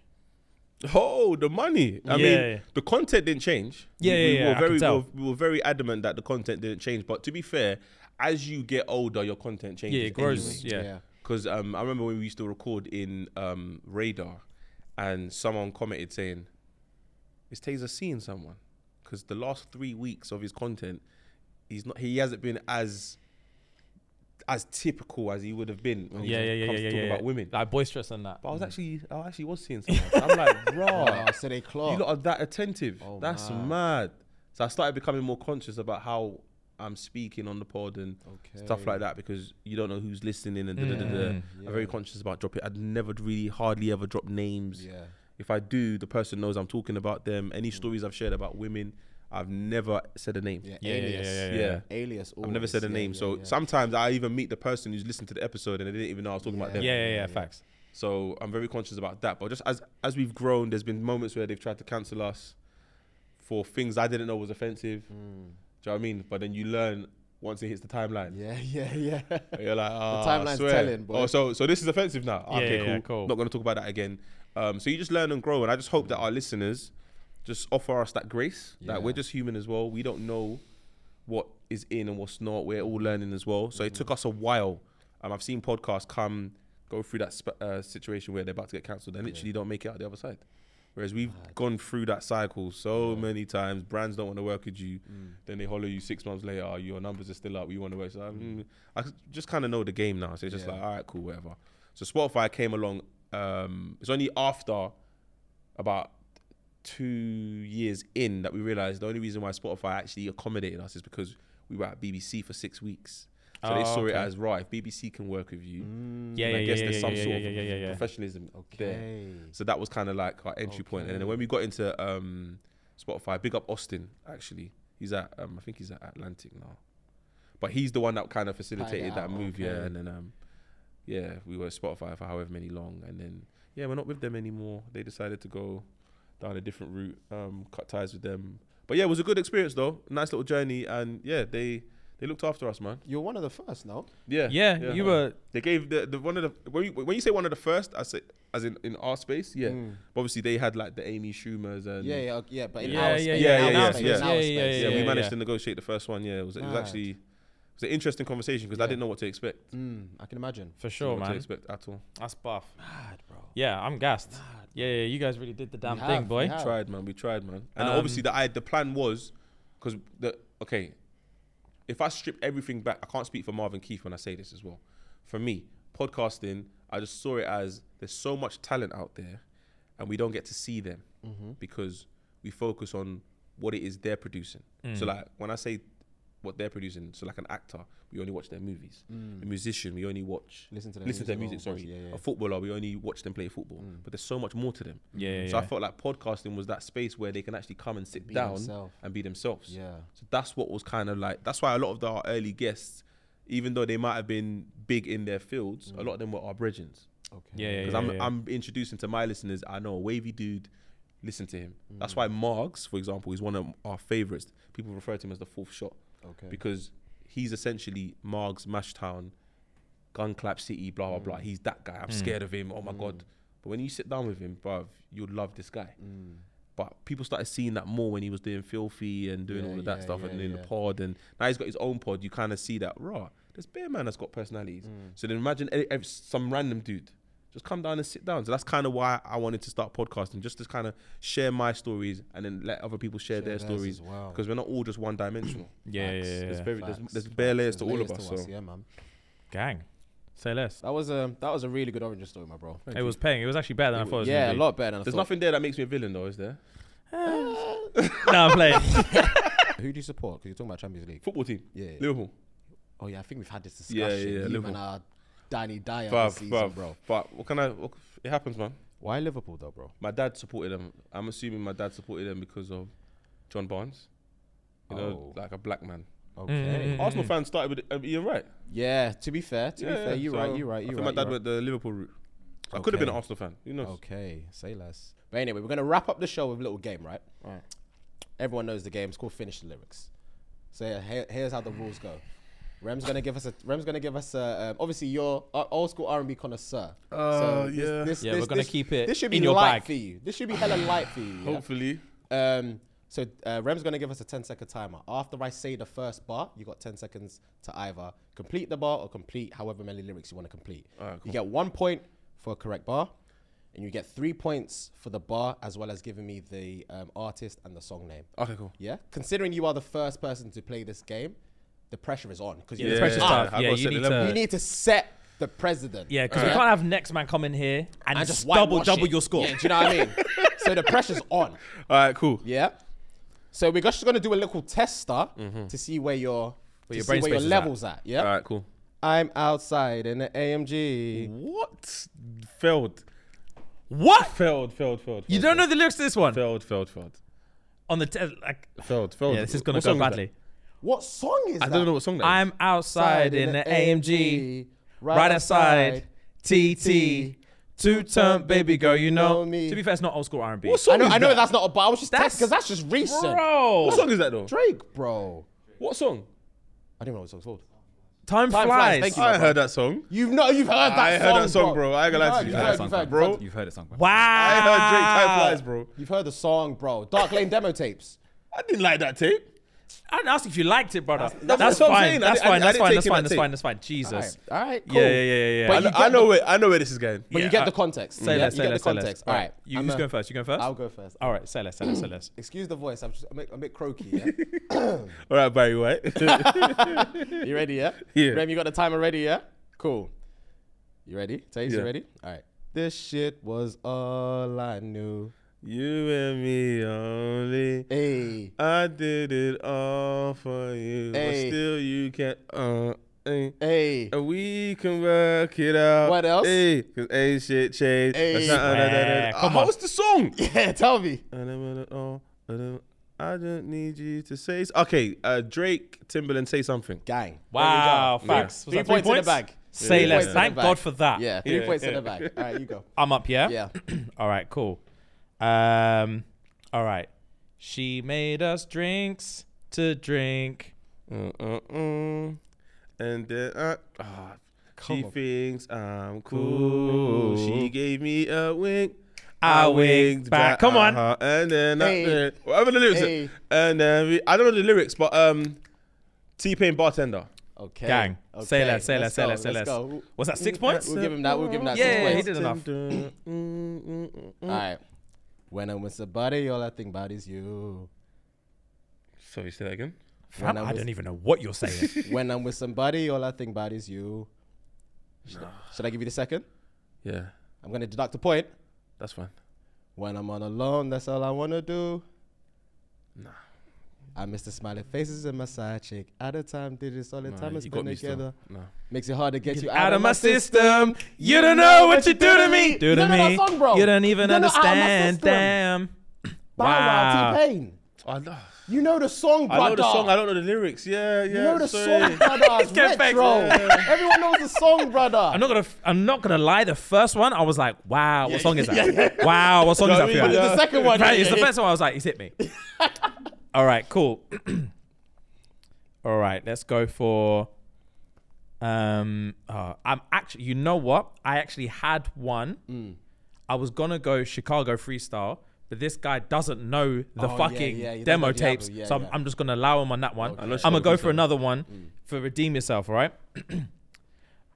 Speaker 1: Oh, the money. I
Speaker 2: Yeah,
Speaker 1: mean,
Speaker 2: yeah.
Speaker 1: the content didn't change.
Speaker 2: Yeah,
Speaker 1: we,
Speaker 2: yeah,
Speaker 1: we
Speaker 2: yeah, I
Speaker 1: Were
Speaker 2: can
Speaker 1: very,
Speaker 2: tell.
Speaker 1: We, were, we were very adamant that the content didn't change. But to be fair, as you get older, your content changes.
Speaker 2: Yeah, it grows. Yeah.
Speaker 1: Because um, I remember when we used to record in um, Radar, and someone commented saying, "Is Taser seeing someone?" Because the last three weeks of his content, he's not. He hasn't been as as typical as he would have been when
Speaker 2: Yeah, yeah,
Speaker 1: he
Speaker 2: yeah, yeah,
Speaker 1: comes
Speaker 2: yeah,
Speaker 1: to talking
Speaker 2: yeah.
Speaker 1: about women.
Speaker 2: Like boisterous and that. Mm.
Speaker 1: But I was actually, I actually was seeing someone. I'm like,
Speaker 3: [LAUGHS]
Speaker 1: rah.
Speaker 3: Ah, so they
Speaker 1: You
Speaker 3: clock.
Speaker 1: lot are that attentive.
Speaker 3: Oh,
Speaker 1: That's mad. So I started becoming more conscious about how I'm speaking on the pod and stuff like that because you don't know who's listening and da da da da.
Speaker 3: Mm.
Speaker 1: I'm very conscious about dropping. I'd never really, hardly ever drop names.
Speaker 3: Yeah. Mm.
Speaker 1: If I do, the person knows I'm talking about them. Any stories I've shared about women, I've never said a name.
Speaker 3: Yeah,
Speaker 2: Yeah, yeah,
Speaker 3: alias.
Speaker 2: yeah, yeah,
Speaker 1: yeah. Yeah.
Speaker 3: Alias.
Speaker 1: I've never
Speaker 3: always.
Speaker 1: said a
Speaker 3: Yeah,
Speaker 1: name.
Speaker 3: yeah,
Speaker 1: so
Speaker 3: yeah.
Speaker 1: sometimes I even meet the person who's listened to the episode and they didn't even know I was talking about
Speaker 3: Yeah.
Speaker 1: them.
Speaker 2: yeah, yeah, yeah. Facts.
Speaker 1: So I'm very conscious about that. But just as as we've grown, there's been moments where they've tried to cancel us for things I didn't know was offensive. Do you know what I mean? But then you learn once it hits the timeline.
Speaker 3: Yeah, yeah,
Speaker 1: [LAUGHS]
Speaker 3: yeah.
Speaker 1: You're
Speaker 3: [LAUGHS]
Speaker 1: like, oh,
Speaker 3: timeline's telling, boy."
Speaker 1: Oh, so so this is offensive now.
Speaker 2: Yeah,
Speaker 1: okay,
Speaker 2: yeah,
Speaker 1: cool.
Speaker 2: yeah, cool.
Speaker 1: Not gonna talk about that again. Um, so you just learn and grow, and I just hope that our listeners just offer us that grace. That
Speaker 3: Yeah.
Speaker 1: we're just human as well. We don't know what is in and what's not. We're all learning as well. So it took us a while. Um, I've seen podcasts come go through that sp- uh, situation where they're about to get cancelled and literally don't make it out the other side. Whereas we've gone through that cycle so many times. Brands don't want to work with you,
Speaker 2: Mm.
Speaker 1: then they holler you six months later. "Oh, your numbers are still up. We want to work. So I, mm, I just kind of know the game now. So it's just
Speaker 3: Yeah.
Speaker 1: like, all right, cool, whatever. So Spotify came along. Um, it's only after about two years in that we realized the only reason why Spotify actually accommodated us is because we were at BBC for six weeks. So they
Speaker 2: Oh,
Speaker 1: saw it
Speaker 2: okay. Mm.
Speaker 1: as right. If BBC can work with you,
Speaker 3: Mm.
Speaker 2: Yeah,
Speaker 1: and
Speaker 2: yeah,
Speaker 1: I guess
Speaker 2: yeah,
Speaker 1: there's
Speaker 2: yeah,
Speaker 1: some
Speaker 2: yeah,
Speaker 1: sort
Speaker 2: yeah,
Speaker 1: of
Speaker 2: yeah, yeah, yeah.
Speaker 1: professionalism there.
Speaker 3: Okay.
Speaker 1: So that was kind of like our entry point. And then when we got into um, Spotify, big up Austin actually. He's at um, I think he's at Atlantic now, but he's the one that kind of facilitated
Speaker 3: out,
Speaker 1: that move. Yeah,
Speaker 3: okay.
Speaker 1: and then um, yeah, we were at Spotify for however many long, and then yeah, we're not with them anymore. They decided to go down a different route, um, cut ties with them. But yeah, it was a good experience though. Nice little journey, and yeah, they they looked after us, man.
Speaker 3: You're one of the first, no?
Speaker 1: Yeah,
Speaker 2: Yeah, you were.
Speaker 1: they gave the, the one of the when you, when you say one of the first, I say as in in our space,
Speaker 3: Mm.
Speaker 1: yeah. But obviously they had like the Amy Schumers and
Speaker 3: Yeah, yeah, yeah. But in
Speaker 2: Yeah,
Speaker 3: our
Speaker 2: yeah,
Speaker 3: space,
Speaker 1: yeah,
Speaker 3: in
Speaker 1: yeah,
Speaker 3: our
Speaker 1: yeah,
Speaker 3: space,
Speaker 1: yeah.
Speaker 3: in our
Speaker 2: Yeah, yeah,
Speaker 3: space.
Speaker 1: yeah, we managed
Speaker 2: yeah.
Speaker 1: to negotiate the first one. Yeah, it was, it was
Speaker 3: Mad.
Speaker 1: actually it was an interesting conversation because I
Speaker 3: Yeah.
Speaker 1: didn't know what to expect.
Speaker 3: Mm, I can imagine.
Speaker 2: For
Speaker 1: Didn't know
Speaker 2: sure,
Speaker 1: what to
Speaker 2: man.
Speaker 1: expect at all.
Speaker 2: That's buff.
Speaker 3: Mad, bro.
Speaker 2: Yeah, I'm gassed. Yeah, yeah, you guys really did the damn
Speaker 3: have,
Speaker 2: thing,
Speaker 3: we
Speaker 2: boy.
Speaker 3: have.
Speaker 1: Tried, man. We tried, man. And
Speaker 2: Um,
Speaker 1: obviously the I the plan was because the okay, if I strip everything back, I can't speak for Marvin Keith when I say this as well. For me, podcasting, I just saw it as there's so much talent out there, and we don't get to see them
Speaker 3: Mm-hmm.
Speaker 1: because we focus on what it is they're producing.
Speaker 3: Mm.
Speaker 1: So like when I say what they're producing, so like an actor, we only watch their movies. A musician, we only watch
Speaker 3: Mm. Listen to their
Speaker 1: listen to their music.
Speaker 3: music or
Speaker 1: Sorry,
Speaker 3: watch- yeah, Mm. yeah.
Speaker 1: a footballer, we only watch them play football. But there's so much more to them.
Speaker 2: Yeah, yeah,
Speaker 1: So I
Speaker 2: yeah.
Speaker 1: felt like podcasting was that space where they can actually come and sit
Speaker 3: Be
Speaker 1: down
Speaker 3: themselves.
Speaker 1: and be themselves.
Speaker 3: Yeah.
Speaker 1: So that's what was kind of like. That's why a lot of the, our early guests, even though they might have been big in their fields,
Speaker 3: Mm.
Speaker 1: a lot of them were our brethrens.
Speaker 3: Okay.
Speaker 2: Yeah, yeah,
Speaker 1: Because
Speaker 2: yeah,
Speaker 1: I'm
Speaker 2: yeah.
Speaker 1: I'm introducing to my listeners. I know a wavy dude. Listen to him.
Speaker 2: Mm.
Speaker 1: That's why Margs, for example, is one of our favorites. People refer to him as the fourth shot
Speaker 3: Okay.
Speaker 1: because he's essentially Margs, Mashtown, Gunclap City, blah blah blah.
Speaker 3: Mm.
Speaker 1: He's that guy. I'm scared of him. Oh my god! But when you sit down with him, bruv, you'll love this guy.
Speaker 3: Mm.
Speaker 1: But people started seeing that more when he was doing filthy and doing
Speaker 3: Yeah,
Speaker 1: all of that
Speaker 3: yeah,
Speaker 1: stuff,
Speaker 3: yeah,
Speaker 1: and doing
Speaker 3: yeah.
Speaker 1: the pod, and now he's got his own pod. You kind of see that raw. There's bear man that's got personalities.
Speaker 3: Mm.
Speaker 1: So then imagine e- ev- some random dude. Just come down and sit down. So that's kind of why I wanted to start podcasting, just to kind of share my stories and then let other people share, their
Speaker 3: theirs as
Speaker 1: stories
Speaker 3: well.
Speaker 1: because we're not all just one dimensional.
Speaker 2: Yeah, yeah,
Speaker 3: Facts.
Speaker 2: yeah,
Speaker 1: There's
Speaker 2: yeah.
Speaker 1: very there's,
Speaker 3: Facts.
Speaker 1: there's bare layers to
Speaker 3: There's
Speaker 1: all of
Speaker 3: layers
Speaker 1: us.
Speaker 3: to
Speaker 1: so.
Speaker 3: Yeah, man.
Speaker 2: Gang. Say less.
Speaker 3: That was a that was a really good origin story, my bro.
Speaker 2: It was paying. It was actually better than I thought it was.
Speaker 3: Yeah, a
Speaker 2: gonna be.
Speaker 3: lot better than I
Speaker 1: There's
Speaker 3: thought.
Speaker 1: nothing there that makes me a villain, though, is there?
Speaker 2: no, I'm playing.
Speaker 3: Who do you support? Because you're talking about Champions League.
Speaker 1: Football team.
Speaker 3: Yeah.
Speaker 1: Liverpool.
Speaker 3: Oh yeah, I think we've had this discussion.
Speaker 1: Yeah, yeah, yeah,
Speaker 3: you
Speaker 1: Liverpool.
Speaker 3: and our Danny Dyer
Speaker 1: Bruv,
Speaker 3: this season,
Speaker 1: bruv,
Speaker 3: bro.
Speaker 1: But what can I? What, it happens, man.
Speaker 3: Why Liverpool though, bro?
Speaker 1: My dad supported them. I'm assuming my dad supported them because of John Barnes. You know,
Speaker 3: Oh.
Speaker 1: like a black man.
Speaker 2: Mm.
Speaker 3: Okay.
Speaker 1: Arsenal fans started with. Uh, you're right.
Speaker 3: Yeah. To be fair, to
Speaker 1: Yeah,
Speaker 3: be fair,
Speaker 1: yeah,
Speaker 3: you're
Speaker 1: so
Speaker 3: right. You're right. You're
Speaker 1: I think
Speaker 3: right.
Speaker 1: my dad
Speaker 3: you're
Speaker 1: went the Liverpool route. I could have been an
Speaker 3: Okay.
Speaker 1: Arsenal fan. You know.
Speaker 3: Okay, say less. But anyway, we're gonna wrap up the show with a little game, right?
Speaker 1: Right.
Speaker 3: Everyone knows the game. It's called Finish the Lyrics. So yeah, here- here's how the rules go. Rem's gonna give us a. Rem's gonna give us a. Um, obviously, you're a old school R and B connoisseur.
Speaker 1: Uh, yeah.
Speaker 2: Yeah, we're gonna keep it
Speaker 3: This should be
Speaker 2: in your
Speaker 3: light
Speaker 2: bag.
Speaker 3: for you. This should be hella light for you. yeah?
Speaker 1: Hopefully.
Speaker 3: Um, so uh, Rem's gonna give us a 10 second timer. After I say the first bar, you got 10 seconds to either complete the bar or complete however many lyrics you want to complete.
Speaker 1: Alright,
Speaker 3: You
Speaker 1: cool.
Speaker 3: get one point for a correct bar, and you get three points for the bar as well as giving me the um, artist and the song name.
Speaker 1: Okay, cool.
Speaker 3: Yeah. Considering you are the first person to play this game, the pressure is on because
Speaker 2: Yeah,
Speaker 3: you,
Speaker 2: the
Speaker 3: need to-
Speaker 2: pressure's
Speaker 1: Ah,
Speaker 2: tough.
Speaker 1: I've
Speaker 2: Yeah,
Speaker 1: got
Speaker 2: you
Speaker 1: set
Speaker 2: need
Speaker 1: the level.
Speaker 3: you
Speaker 2: to.
Speaker 3: need to set the president.
Speaker 2: Yeah, because we can't have next man come in here and,
Speaker 3: And
Speaker 2: just
Speaker 3: just
Speaker 2: double
Speaker 3: whitewash
Speaker 2: double
Speaker 3: it.
Speaker 2: your score.
Speaker 3: Yeah, do you know what
Speaker 2: [LAUGHS]
Speaker 3: I mean? so the pressure's on.
Speaker 1: All right, cool.
Speaker 3: Yeah. So we're just gonna do a little tester to see where your to
Speaker 2: Mm-hmm. your
Speaker 3: see
Speaker 2: brain
Speaker 3: where your
Speaker 2: space is at.
Speaker 3: levels at. Yeah.
Speaker 1: All right, cool.
Speaker 3: I'm outside in the
Speaker 2: Mm-hmm.
Speaker 3: AMG.
Speaker 1: What? Failed.
Speaker 2: What?
Speaker 1: Failed, failed, failed.
Speaker 2: You don't know the lyrics to this one?
Speaker 1: Failed, failed, failed.
Speaker 2: On the te- like,
Speaker 1: Failed, failed.
Speaker 2: yeah, this is gonna
Speaker 1: What
Speaker 2: go
Speaker 1: song that?
Speaker 2: badly.
Speaker 3: What song is
Speaker 1: I
Speaker 3: that?
Speaker 1: don't know what song that is.
Speaker 2: I'm outside in the AMG, right outside TT, two term baby girl. You know.
Speaker 3: Know me.
Speaker 2: To be fair, it's not old school R&B.
Speaker 1: What song
Speaker 3: I know.
Speaker 1: is
Speaker 3: I know
Speaker 1: that?
Speaker 3: that's not a bar. I was just
Speaker 2: That's-
Speaker 3: because that's just recent.
Speaker 2: Bro,
Speaker 1: What song is that though?
Speaker 3: Drake, bro.
Speaker 1: What song?
Speaker 3: I don't know what the song's called.
Speaker 2: time, flies.
Speaker 3: Time flies, thank you.
Speaker 1: I ain't heard that song.
Speaker 3: You've not. You've heard that
Speaker 1: I
Speaker 3: song.
Speaker 1: heard that song, bro. I ain't gonna lie to
Speaker 3: You've
Speaker 1: you. Ah.
Speaker 3: heard,
Speaker 1: I heard that
Speaker 3: you've heard,
Speaker 1: song,
Speaker 3: you've heard,
Speaker 1: bro.
Speaker 3: you've heard-
Speaker 5: You've heard it somewhere.
Speaker 2: Wow.
Speaker 1: I heard Drake Time Flies, bro.
Speaker 3: You've heard the song, bro. Dark Lane demo tapes.
Speaker 1: I didn't like that tape.
Speaker 2: I didn't ask if you liked it, brother. That's,
Speaker 1: that's what I'm
Speaker 2: fine.
Speaker 1: saying. I
Speaker 2: That's
Speaker 1: didn't- I didn't-
Speaker 2: fine. That's
Speaker 1: I
Speaker 2: fine.
Speaker 1: didn't
Speaker 2: That's
Speaker 1: take
Speaker 2: fine.
Speaker 1: him
Speaker 2: That's
Speaker 1: that
Speaker 2: fine.
Speaker 1: tape.
Speaker 2: That's fine. Jesus.
Speaker 3: All right. Cool.
Speaker 2: Yeah, yeah, yeah, yeah, yeah.
Speaker 3: But
Speaker 1: I
Speaker 3: you
Speaker 1: know,
Speaker 3: get
Speaker 1: I know
Speaker 3: the-
Speaker 1: where I know where this is going.
Speaker 3: But
Speaker 2: Yeah,
Speaker 3: you get
Speaker 2: I-
Speaker 3: the context.
Speaker 2: Say
Speaker 3: yeah?
Speaker 2: less.
Speaker 3: you
Speaker 2: Say
Speaker 3: get
Speaker 2: less.
Speaker 3: the
Speaker 2: Say less.
Speaker 3: context. All right.
Speaker 2: You,
Speaker 3: I'm
Speaker 2: who's
Speaker 3: a-
Speaker 2: going first? You going first?
Speaker 3: I'll go first.
Speaker 2: All right. Say less. Say less. Say less.
Speaker 3: Excuse the voice. I'm, just, I'm, a, I'm a bit croaky. Yeah?
Speaker 1: All right, Barry
Speaker 3: [LAUGHS]
Speaker 1: White.
Speaker 3: you ready? Yeah.
Speaker 1: Yeah.
Speaker 3: Rem, you got the timer ready? Yeah. Cool. You ready? Taze,
Speaker 1: Yeah.
Speaker 3: you ready? All right. This shit was all I knew.
Speaker 1: you and me only.
Speaker 3: Hey.
Speaker 1: I did it all for you,
Speaker 3: Hey.
Speaker 1: but still you can't. Uh, hey.
Speaker 3: Hey. [LAUGHS]
Speaker 1: And we can work it out.
Speaker 3: What else?
Speaker 1: Hey, cause ain't shit changed.
Speaker 3: Hey.
Speaker 2: Yeah, come on.
Speaker 1: What's the song?
Speaker 3: Yeah. Tell me.
Speaker 1: I don't want it all, I don't- I don't need you to say. s- Okay, uh, Drake, Timberland, say something.
Speaker 3: Gang.
Speaker 2: Wow.
Speaker 3: There you go.
Speaker 2: Facts. Was
Speaker 3: Three
Speaker 2: that
Speaker 3: points in the bag.
Speaker 2: Say
Speaker 3: Three
Speaker 2: less.
Speaker 3: points in the
Speaker 2: Thank
Speaker 3: bag.
Speaker 2: God for that.
Speaker 3: Yeah. Three points in the bag. All right. You go.
Speaker 2: I'm up. Yeah.
Speaker 3: Yeah.
Speaker 2: all right. Cool. Um. All right. She made us drinks to drink.
Speaker 1: Uh, uh, uh. And then uh, ah, she thinks I'm cool. She gave me a wink.
Speaker 2: I winked back. Come on.
Speaker 1: uh-huh, and then
Speaker 3: Hey.
Speaker 1: uh, whatever the lyrics. are.
Speaker 3: Hey.
Speaker 1: And then we, I don't know the lyrics, but um, T Pain bartender.
Speaker 3: Okay.
Speaker 2: Gang. Say
Speaker 3: Okay,
Speaker 2: less. Say less. Say
Speaker 3: go,
Speaker 2: less. Say
Speaker 3: let's
Speaker 2: less.
Speaker 3: go.
Speaker 2: Was that six points?
Speaker 3: We'll give him that. We'll give him that.
Speaker 2: Yeah,
Speaker 3: six
Speaker 2: yeah, he
Speaker 3: points.
Speaker 2: did enough.
Speaker 3: All right. When I'm with somebody, all I think about is you.
Speaker 1: Sorry, say that again.
Speaker 2: Fam,
Speaker 3: When I
Speaker 2: I
Speaker 3: was-
Speaker 2: don't even know what you're saying.
Speaker 3: When I'm with somebody, all I think about is you. Sh- Should I give you the second?
Speaker 1: Yeah,
Speaker 3: I'm gonna deduct a point.
Speaker 1: that's fine.
Speaker 3: When I'm on alone, that's all I wanna do. Nah. I miss the smiling faces in my side chick. Out of time, did this all the time it's
Speaker 1: you got
Speaker 3: been
Speaker 1: me still.
Speaker 3: together.
Speaker 1: No.
Speaker 3: Makes it hard to get you
Speaker 2: Out of my system, you don't know what you do to me. Do
Speaker 3: You
Speaker 2: to
Speaker 3: don't know that
Speaker 2: me.
Speaker 3: song, bro.
Speaker 2: You don't even
Speaker 3: You don't know Out of My
Speaker 2: understand.
Speaker 3: System.
Speaker 2: Damn.
Speaker 3: Bow Wow,
Speaker 2: Wow.
Speaker 3: T-Pain.
Speaker 1: I know,
Speaker 3: You know the song,
Speaker 1: I
Speaker 3: brother.
Speaker 1: know the song. I don't know the lyrics. Yeah, yeah.
Speaker 3: You know the
Speaker 1: sorry.
Speaker 3: song, [LAUGHS] brother. It's
Speaker 2: Get back,
Speaker 3: retro.
Speaker 1: yeah.
Speaker 3: Everyone knows the song, brother.
Speaker 2: I'm not gonna. I'm not gonna lie. The first one, I was like, "Wow, what song is
Speaker 3: [LAUGHS]
Speaker 2: that? Wow, what song is
Speaker 1: Yeah, yeah,
Speaker 2: that?" Fiona?
Speaker 1: yeah.
Speaker 3: the second one.
Speaker 2: [LAUGHS] Right, it's the first one. I was like, "He's hit
Speaker 3: [LAUGHS]
Speaker 2: me." All right, cool. [CLEARS THROAT] All right, let's go for. Um, oh, I'm actually. You know what? I actually had one.
Speaker 3: Mm.
Speaker 2: I was gonna go Chicago freestyle, but this guy doesn't know the
Speaker 3: Oh, yeah,
Speaker 2: fucking
Speaker 3: yeah, he doesn't
Speaker 2: demo
Speaker 3: know the album.
Speaker 2: tapes,
Speaker 3: Yeah,
Speaker 2: so I'm,
Speaker 3: yeah.
Speaker 2: I'm just gonna allow him on that one. I'm
Speaker 1: know
Speaker 2: gonna
Speaker 1: Chicago
Speaker 2: go for
Speaker 1: freestyle.
Speaker 2: another one
Speaker 3: Mm.
Speaker 2: for redeem yourself. All right. [CLEARS THROAT]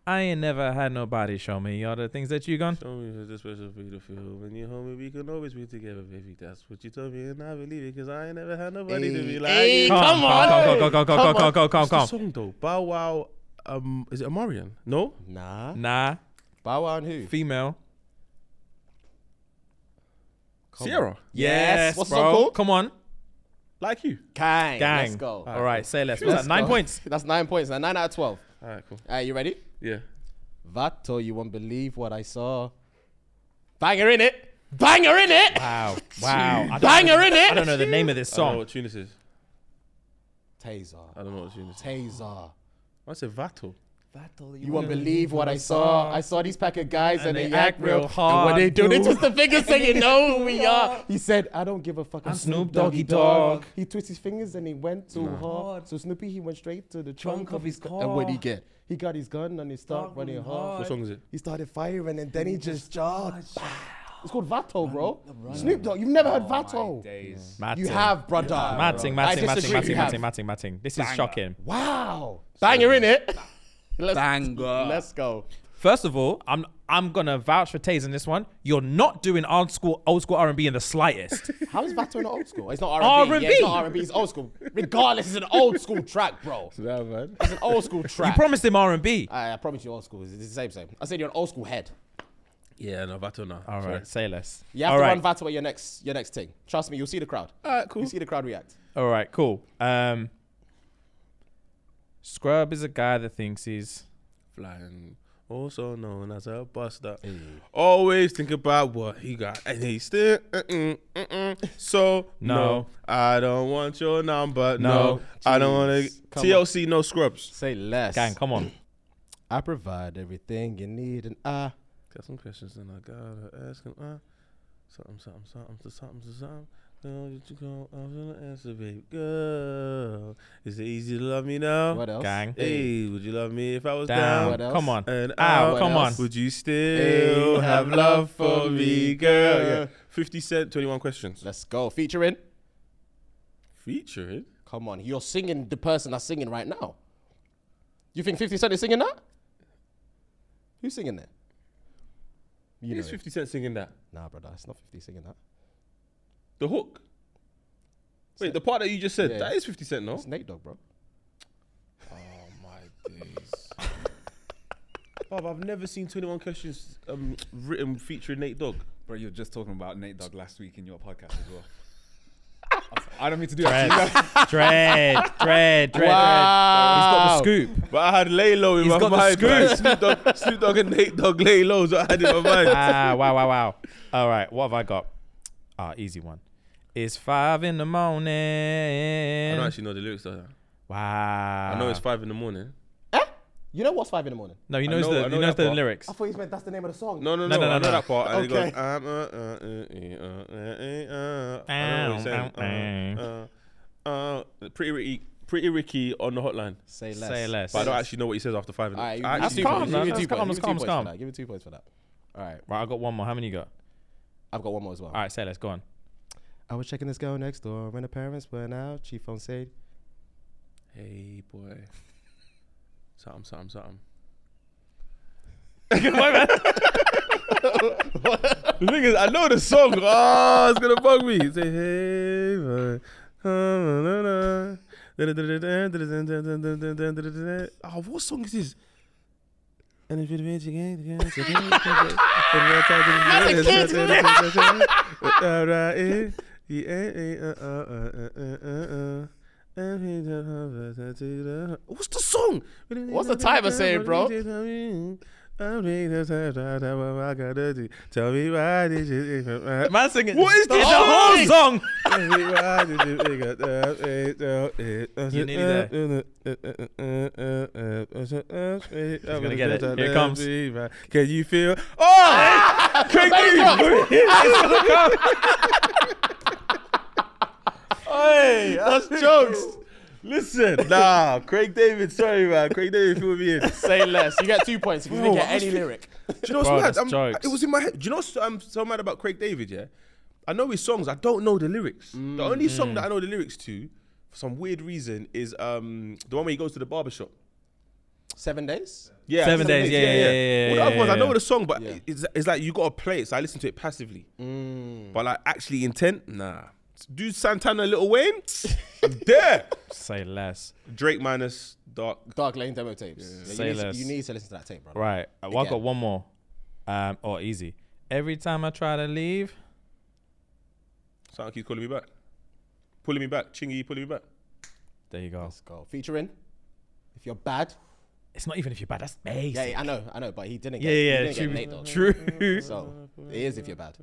Speaker 2: I ain't never had nobody show me all the things that you gone.
Speaker 1: Show me if it's special for you to feel. When you hold me, we can always be together, baby. That's what you told me, and I believe it, because I ain't never had nobody to be like you.
Speaker 2: Come, come on, come, come, come, come, come, come, come,
Speaker 1: What's the song,
Speaker 2: come,
Speaker 1: though? Bow Wow, um, is it Amarian? No?
Speaker 3: Nah.
Speaker 2: Nah,
Speaker 3: Bow Wow and who?
Speaker 2: female.
Speaker 1: Sierra.
Speaker 3: Yes, what's the
Speaker 2: bro.
Speaker 3: song called?
Speaker 2: Come on,
Speaker 1: Like you.
Speaker 3: Gang.
Speaker 2: gang.
Speaker 3: Let's go.
Speaker 2: All right, say less. What's
Speaker 3: Let's
Speaker 2: that? Nine
Speaker 3: go.
Speaker 2: points.
Speaker 3: That's nine points. Now nine out of twelve.
Speaker 1: All right, cool.
Speaker 3: All right, you ready?
Speaker 1: Yeah.
Speaker 3: Vato, you won't believe what I saw. Banger in it. Banger in it.
Speaker 2: Wow, wow. I don't
Speaker 3: Banger in
Speaker 2: I
Speaker 3: it.
Speaker 2: don't know the name of this
Speaker 1: I don't know
Speaker 2: song.
Speaker 1: what tune this is.
Speaker 3: Taser.
Speaker 1: I don't know what tune this is.
Speaker 3: Taser.
Speaker 1: I said Vato.
Speaker 3: You won't believe what I saw. I saw these pack of guys and, they, act real hard.
Speaker 2: hard,
Speaker 3: And what they do, they
Speaker 2: dude.
Speaker 3: twist the fingers saying, no, we [LAUGHS] are. He said, I don't give a fuck. I'm
Speaker 6: Snoop Doggy Dogg.
Speaker 3: He twisted his fingers and he went too hard. So Snoopy, he went straight to the trunk, of his car. And what he get? He got his gun and he started running hard.
Speaker 1: What song is it?
Speaker 3: He started firing and then he just charged. [SIGHS] It's called Vato, bro. Snoop Dogg. You've never heard Oh Vato.
Speaker 6: Days.
Speaker 3: You have, brother.
Speaker 2: Matting, matting,
Speaker 3: I
Speaker 2: matting,
Speaker 3: disagree,
Speaker 2: matting,
Speaker 3: you
Speaker 2: matting,
Speaker 3: have.
Speaker 2: matting, matting. This is shocking.
Speaker 3: Wow. Banger in it. [LAUGHS] let's,
Speaker 6: Banger.
Speaker 3: Let's go.
Speaker 2: First of all, I'm I'm gonna vouch for Taze in this one. You're not doing old school old school R and B in the
Speaker 3: [LAUGHS]
Speaker 2: slightest.
Speaker 3: How is Vato not old school? It's not R&B. Yeah, it's not R&B. It's old school. Regardless, it's an old school track, [LAUGHS] bro.
Speaker 1: Yeah, man.
Speaker 3: It's an old school track.
Speaker 2: you promised him R and B.
Speaker 3: I, I promise you, old school. It's the same, same. I said you're an old school head.
Speaker 1: Yeah, no, Vato now.
Speaker 2: All right, say less.
Speaker 3: You have
Speaker 2: all
Speaker 3: to
Speaker 2: right,
Speaker 3: run Vato at your next, your next thing. Trust me, you'll see the crowd.
Speaker 1: All right, cool.
Speaker 3: You see the crowd react.
Speaker 2: all right, cool. Um, Scrub is a guy that thinks he's
Speaker 1: Flying, also known as a buster. Always think about what he got, and he still. Mm-mm, mm-mm. So no.
Speaker 2: No.
Speaker 1: I don't want your number. No,
Speaker 2: No.
Speaker 1: I don't want
Speaker 3: Jeez,
Speaker 1: to.
Speaker 3: come on.
Speaker 1: TLC, no scrubs.
Speaker 3: Say less.
Speaker 2: gang. Come on,
Speaker 3: I provide everything you need and I.
Speaker 1: Got some questions, and I gotta ask him. Uh, something, something, something, to something, to something. Girl, did you go? I'm gonna answer, baby. Girl, is it easy to love me now?
Speaker 3: What else?
Speaker 2: gang.
Speaker 1: Hey, would you love me if I was down?
Speaker 2: Down.
Speaker 3: What else?
Speaker 2: Come on.
Speaker 1: And
Speaker 2: Ow,
Speaker 1: out.
Speaker 2: come
Speaker 3: What else?
Speaker 2: on.
Speaker 1: Uh, Would you still
Speaker 3: Hey,
Speaker 1: have love for me, girl? Yeah. 50 Cent, 21 Questions.
Speaker 3: Let's go. Featuring.
Speaker 1: Featuring?
Speaker 3: Come on. You're singing the person that's singing right now. You think 50 Cent is singing that? Who's singing that? You know
Speaker 1: Is
Speaker 3: it.
Speaker 1: 50 Cent singing that?
Speaker 3: Nah, brother. It's not 50 singing that.
Speaker 1: The hook? Wait, the part that you just said,
Speaker 3: Yeah.
Speaker 1: that is 50 Cent, no?
Speaker 3: It's Nate Dogg, bro.
Speaker 1: Oh, [LAUGHS] Bob, I've never seen 21 Questions um, written featuring Nate Dogg.
Speaker 5: Bro, you were just talking about Nate Dogg last week in your podcast as
Speaker 2: [LAUGHS]
Speaker 5: well. I don't mean to do that. to you.
Speaker 2: [LAUGHS] Dread, dread, dread, dread. He's got
Speaker 1: [LAUGHS]
Speaker 2: the scoop.
Speaker 1: But I had lay low in
Speaker 2: He's
Speaker 1: my
Speaker 2: got the
Speaker 1: mind.
Speaker 2: scoop.
Speaker 1: man. Snoop, Dogg, Snoop Dogg and Nate Dogg lay low, so I had it in my [LAUGHS] mind.
Speaker 2: ah, wow, wow, wow. All right, what have I got? Ah, easy one. It's five in the morning.
Speaker 1: I don't actually know the lyrics to that.
Speaker 2: wow.
Speaker 1: I know it's 5 in the morning.
Speaker 3: You know what's five in the morning?
Speaker 2: No, he
Speaker 1: I
Speaker 2: knows
Speaker 1: know- I
Speaker 2: the
Speaker 1: know
Speaker 2: he knows
Speaker 1: that
Speaker 2: the
Speaker 1: part.
Speaker 2: lyrics.
Speaker 3: I thought you meant that's the name of the song.
Speaker 1: No, no, no,
Speaker 2: No, no,
Speaker 1: I
Speaker 2: no,
Speaker 1: know
Speaker 2: no.
Speaker 1: that part. And okay.
Speaker 3: Okay.
Speaker 1: he goes, I'm, uh, uh, uh, uh, uh, uh, uh. I don't know what he's saying. Uh, uh, uh, pretty, Ricky, pretty Ricky on the hotline.
Speaker 3: Say less.
Speaker 2: Say less.
Speaker 1: But I don't actually know what he says after five.
Speaker 3: All right, you-
Speaker 1: I
Speaker 3: you
Speaker 1: actually
Speaker 3: give
Speaker 2: That's
Speaker 1: don't.
Speaker 3: me
Speaker 2: calm,
Speaker 3: two
Speaker 2: man.
Speaker 3: points.
Speaker 2: That's
Speaker 3: Give me two
Speaker 2: calm, that's
Speaker 3: points.
Speaker 2: calm, that's calm.
Speaker 3: Give me two points for that. Give me two points for that. All right.
Speaker 2: Right, I got one more. How many you got?
Speaker 3: I've got one more as well.
Speaker 2: All right, say let's go on.
Speaker 3: I was checking this girl next door when her parents went out. She phone said,
Speaker 1: Hey, boy. Something, something, something. [LAUGHS] the thing is, I know the song. Oh, it's gonna bug me. Say, hey, boy. Ah, Oh, Ah, what song is this? And if you're the bitch again, again, so- [LAUGHS] Alright, eh. Yeah, eh, uh, uh, uh, uh, uh, uh. What's the song?
Speaker 3: What's the timer saying, bro?
Speaker 1: Tell me why did you
Speaker 2: Man singing.
Speaker 1: What is this
Speaker 2: The whole song.
Speaker 1: you
Speaker 2: You're nearly there. gonna get it. Here it comes.
Speaker 1: Can you feel? Oh, can you? Hey,
Speaker 2: [LAUGHS]
Speaker 1: that's jokes. Listen, nah, Craig David. Sorry, man. Craig David filled me in. [LAUGHS] Do
Speaker 3: Say less. You get two points if you didn't
Speaker 1: Bro,
Speaker 3: get
Speaker 1: I was
Speaker 3: any
Speaker 1: fi-
Speaker 3: lyric.
Speaker 1: you know what's
Speaker 2: Bro,
Speaker 1: mad?
Speaker 2: that's
Speaker 1: I'm-
Speaker 2: jokes.
Speaker 1: It was in my head. Do you know what's I'm so mad about Craig David? Yeah, I know his songs. I don't know the lyrics. The
Speaker 2: Mm,
Speaker 1: only song that I know the lyrics to, for some weird reason, is um the one where he goes to the barber shop.
Speaker 3: Seven days?
Speaker 1: Yeah,
Speaker 2: Seven days, yeah, yeah, yeah, yeah,
Speaker 1: Well, the other
Speaker 2: yeah,
Speaker 1: ones, I
Speaker 2: yeah,
Speaker 1: know
Speaker 2: yeah.
Speaker 1: the song, but
Speaker 3: Yeah.
Speaker 1: it's, it's like you gotta play it. So I listen to it passively,
Speaker 3: Mm.
Speaker 2: Mm.
Speaker 1: but like actually intent, nah. Do Santana, Little Wayne, [LAUGHS] I'm there.
Speaker 2: Say less.
Speaker 1: Drake minus Dark.
Speaker 3: Dark Lane demo tapes. Yeah,
Speaker 2: Say
Speaker 3: you, need
Speaker 2: less.
Speaker 3: To, you need to listen to that tape, bro.
Speaker 2: Right. uh, Well, I
Speaker 3: Again.
Speaker 2: got one more. Um. Oh, easy. Every time I try to leave,
Speaker 1: Something keeps calling me back, pulling me back. Chingy pulling me back.
Speaker 2: there you go.
Speaker 3: Let's go. Featuring. If you're bad.
Speaker 2: It's not even if you're bad. That's basic.
Speaker 3: Yeah, yeah, I know, I know, but he didn't
Speaker 2: Yeah,
Speaker 3: get, he
Speaker 2: yeah,
Speaker 3: [LAUGHS] didn't get Nate
Speaker 2: yeah.
Speaker 3: Dogg.
Speaker 2: True. true.
Speaker 3: So it is if you're bad.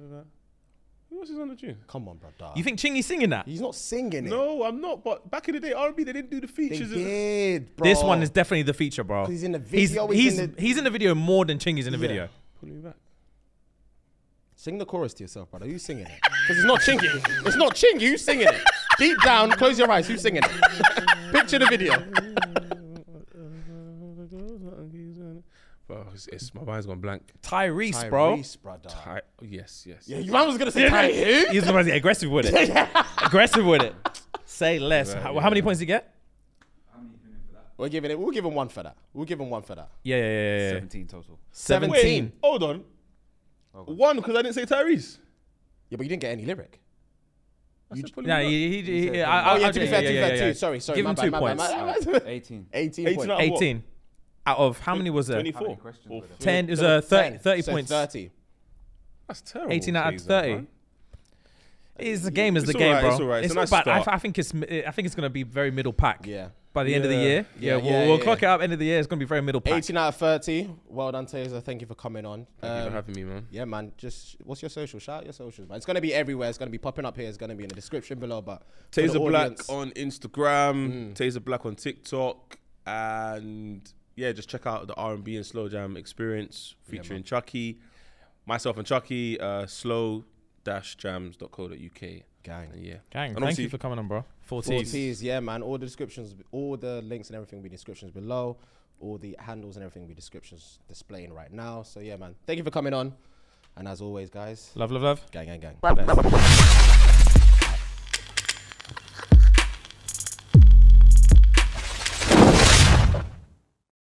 Speaker 1: Who else is on the tune?
Speaker 3: Come on, brother.
Speaker 2: You think Chingy's singing that?
Speaker 3: He's not singing it.
Speaker 1: No, I'm not. But back in the day, R&B they didn't do the
Speaker 3: they
Speaker 1: features. and-
Speaker 3: did, bro.
Speaker 2: This one is definitely the feature, bro.
Speaker 3: 'Cause he's in the
Speaker 2: He's
Speaker 3: video,
Speaker 2: he's
Speaker 3: he's in the-
Speaker 2: he's in the video more than Chingy's in the
Speaker 3: Yeah.
Speaker 2: video.
Speaker 1: Pull me back.
Speaker 3: Sing the chorus to yourself, brother. Who's singing it? Because it's not Chingy. It's not Chingy. Who's singing it? Deep down, close your eyes. Who's singing it? [LAUGHS] Picture the video.
Speaker 1: Bro, it's, it's- my mind's gone blank.
Speaker 2: Tyrese, bro.
Speaker 3: Tyrese, brother.
Speaker 1: I, yes, yes.
Speaker 3: Yeah, your man was gonna say Ty who?
Speaker 2: [LAUGHS] He's the one that's aggressive with
Speaker 3: [LAUGHS]
Speaker 2: it. aggressive with it. Say less.
Speaker 1: Right,
Speaker 2: how,
Speaker 1: yeah.
Speaker 2: how many points did he get?
Speaker 3: We're giving it. We'll give him one for that. We'll give him one for that.
Speaker 2: Yeah, yeah, yeah, yeah, yeah.
Speaker 5: 17 total.
Speaker 2: Seventeen.
Speaker 1: Wait, hold on. One, because I didn't say Tyrese.
Speaker 3: Yeah, but you didn't get any lyric.
Speaker 1: I said pull him
Speaker 2: Nah,
Speaker 1: back.
Speaker 2: he, he, he,
Speaker 3: said-
Speaker 2: I, I,
Speaker 3: oh yeah,
Speaker 2: I'll
Speaker 3: to be
Speaker 2: give-
Speaker 3: fair,
Speaker 2: yeah,
Speaker 3: to be
Speaker 2: yeah,
Speaker 3: fair
Speaker 2: yeah, yeah.
Speaker 3: too. Sorry, sorry.
Speaker 2: Give
Speaker 3: my
Speaker 2: him
Speaker 3: bad,
Speaker 2: two
Speaker 3: my bad,
Speaker 2: points.
Speaker 3: my bad.
Speaker 5: [LAUGHS]
Speaker 3: [LAUGHS]
Speaker 5: 18.
Speaker 3: 18,
Speaker 1: 18
Speaker 3: points.
Speaker 1: out of what?
Speaker 2: Eighteen. Out of how many was there?
Speaker 1: 24.
Speaker 5: questions
Speaker 1: Or
Speaker 5: were there?
Speaker 2: 10 is a 30, 30
Speaker 3: So
Speaker 2: Uh, points.
Speaker 3: 30.
Speaker 1: That's terrible.
Speaker 2: 18 out of
Speaker 1: Taser,
Speaker 2: 30.
Speaker 1: man.
Speaker 2: It's the game, is the
Speaker 1: It's
Speaker 2: game,
Speaker 1: alright,
Speaker 2: bro.
Speaker 1: it's alright. It's a
Speaker 2: not
Speaker 1: nice
Speaker 2: bad. I,
Speaker 1: start.
Speaker 2: I think it's mi- I think it's gonna be very middle pack.
Speaker 3: Yeah.
Speaker 2: By the end of the
Speaker 1: Yeah.
Speaker 2: year, yeah,
Speaker 3: Yeah,
Speaker 2: we'll,
Speaker 3: yeah,
Speaker 2: we'll
Speaker 3: yeah.
Speaker 2: clock it up. End of the year, it's gonna be very middle pack.
Speaker 3: 18 out of 30. Well done, Taser. Thank you for coming on.
Speaker 1: Thank you for
Speaker 3: Um,
Speaker 1: having me, man.
Speaker 3: yeah, man. Just what's your social? Shout out your socials, man. It's gonna be everywhere. It's gonna be popping up here. It's gonna be in the description below. But for the
Speaker 1: Taser Black
Speaker 3: audience- Mm.
Speaker 1: on Instagram, Taser Black on TikTok, and yeah, just check out the R and B and slow jam experience featuring Chucky, myself and Chucky, uh, slow dash jams.co.uk.
Speaker 3: Gang.
Speaker 1: And yeah,
Speaker 2: Gang,
Speaker 1: And
Speaker 2: thank you
Speaker 1: obviously-
Speaker 2: for coming on, bro. Four
Speaker 3: Four
Speaker 2: T's.
Speaker 3: T's, yeah, man. All the descriptions, all the links and everything will be in the descriptions below. All the handles and everything will be descriptions displaying right now. So yeah, man. Thank you for coming on. And as always, guys,
Speaker 2: Love, love, love.
Speaker 3: gang, gang, gang.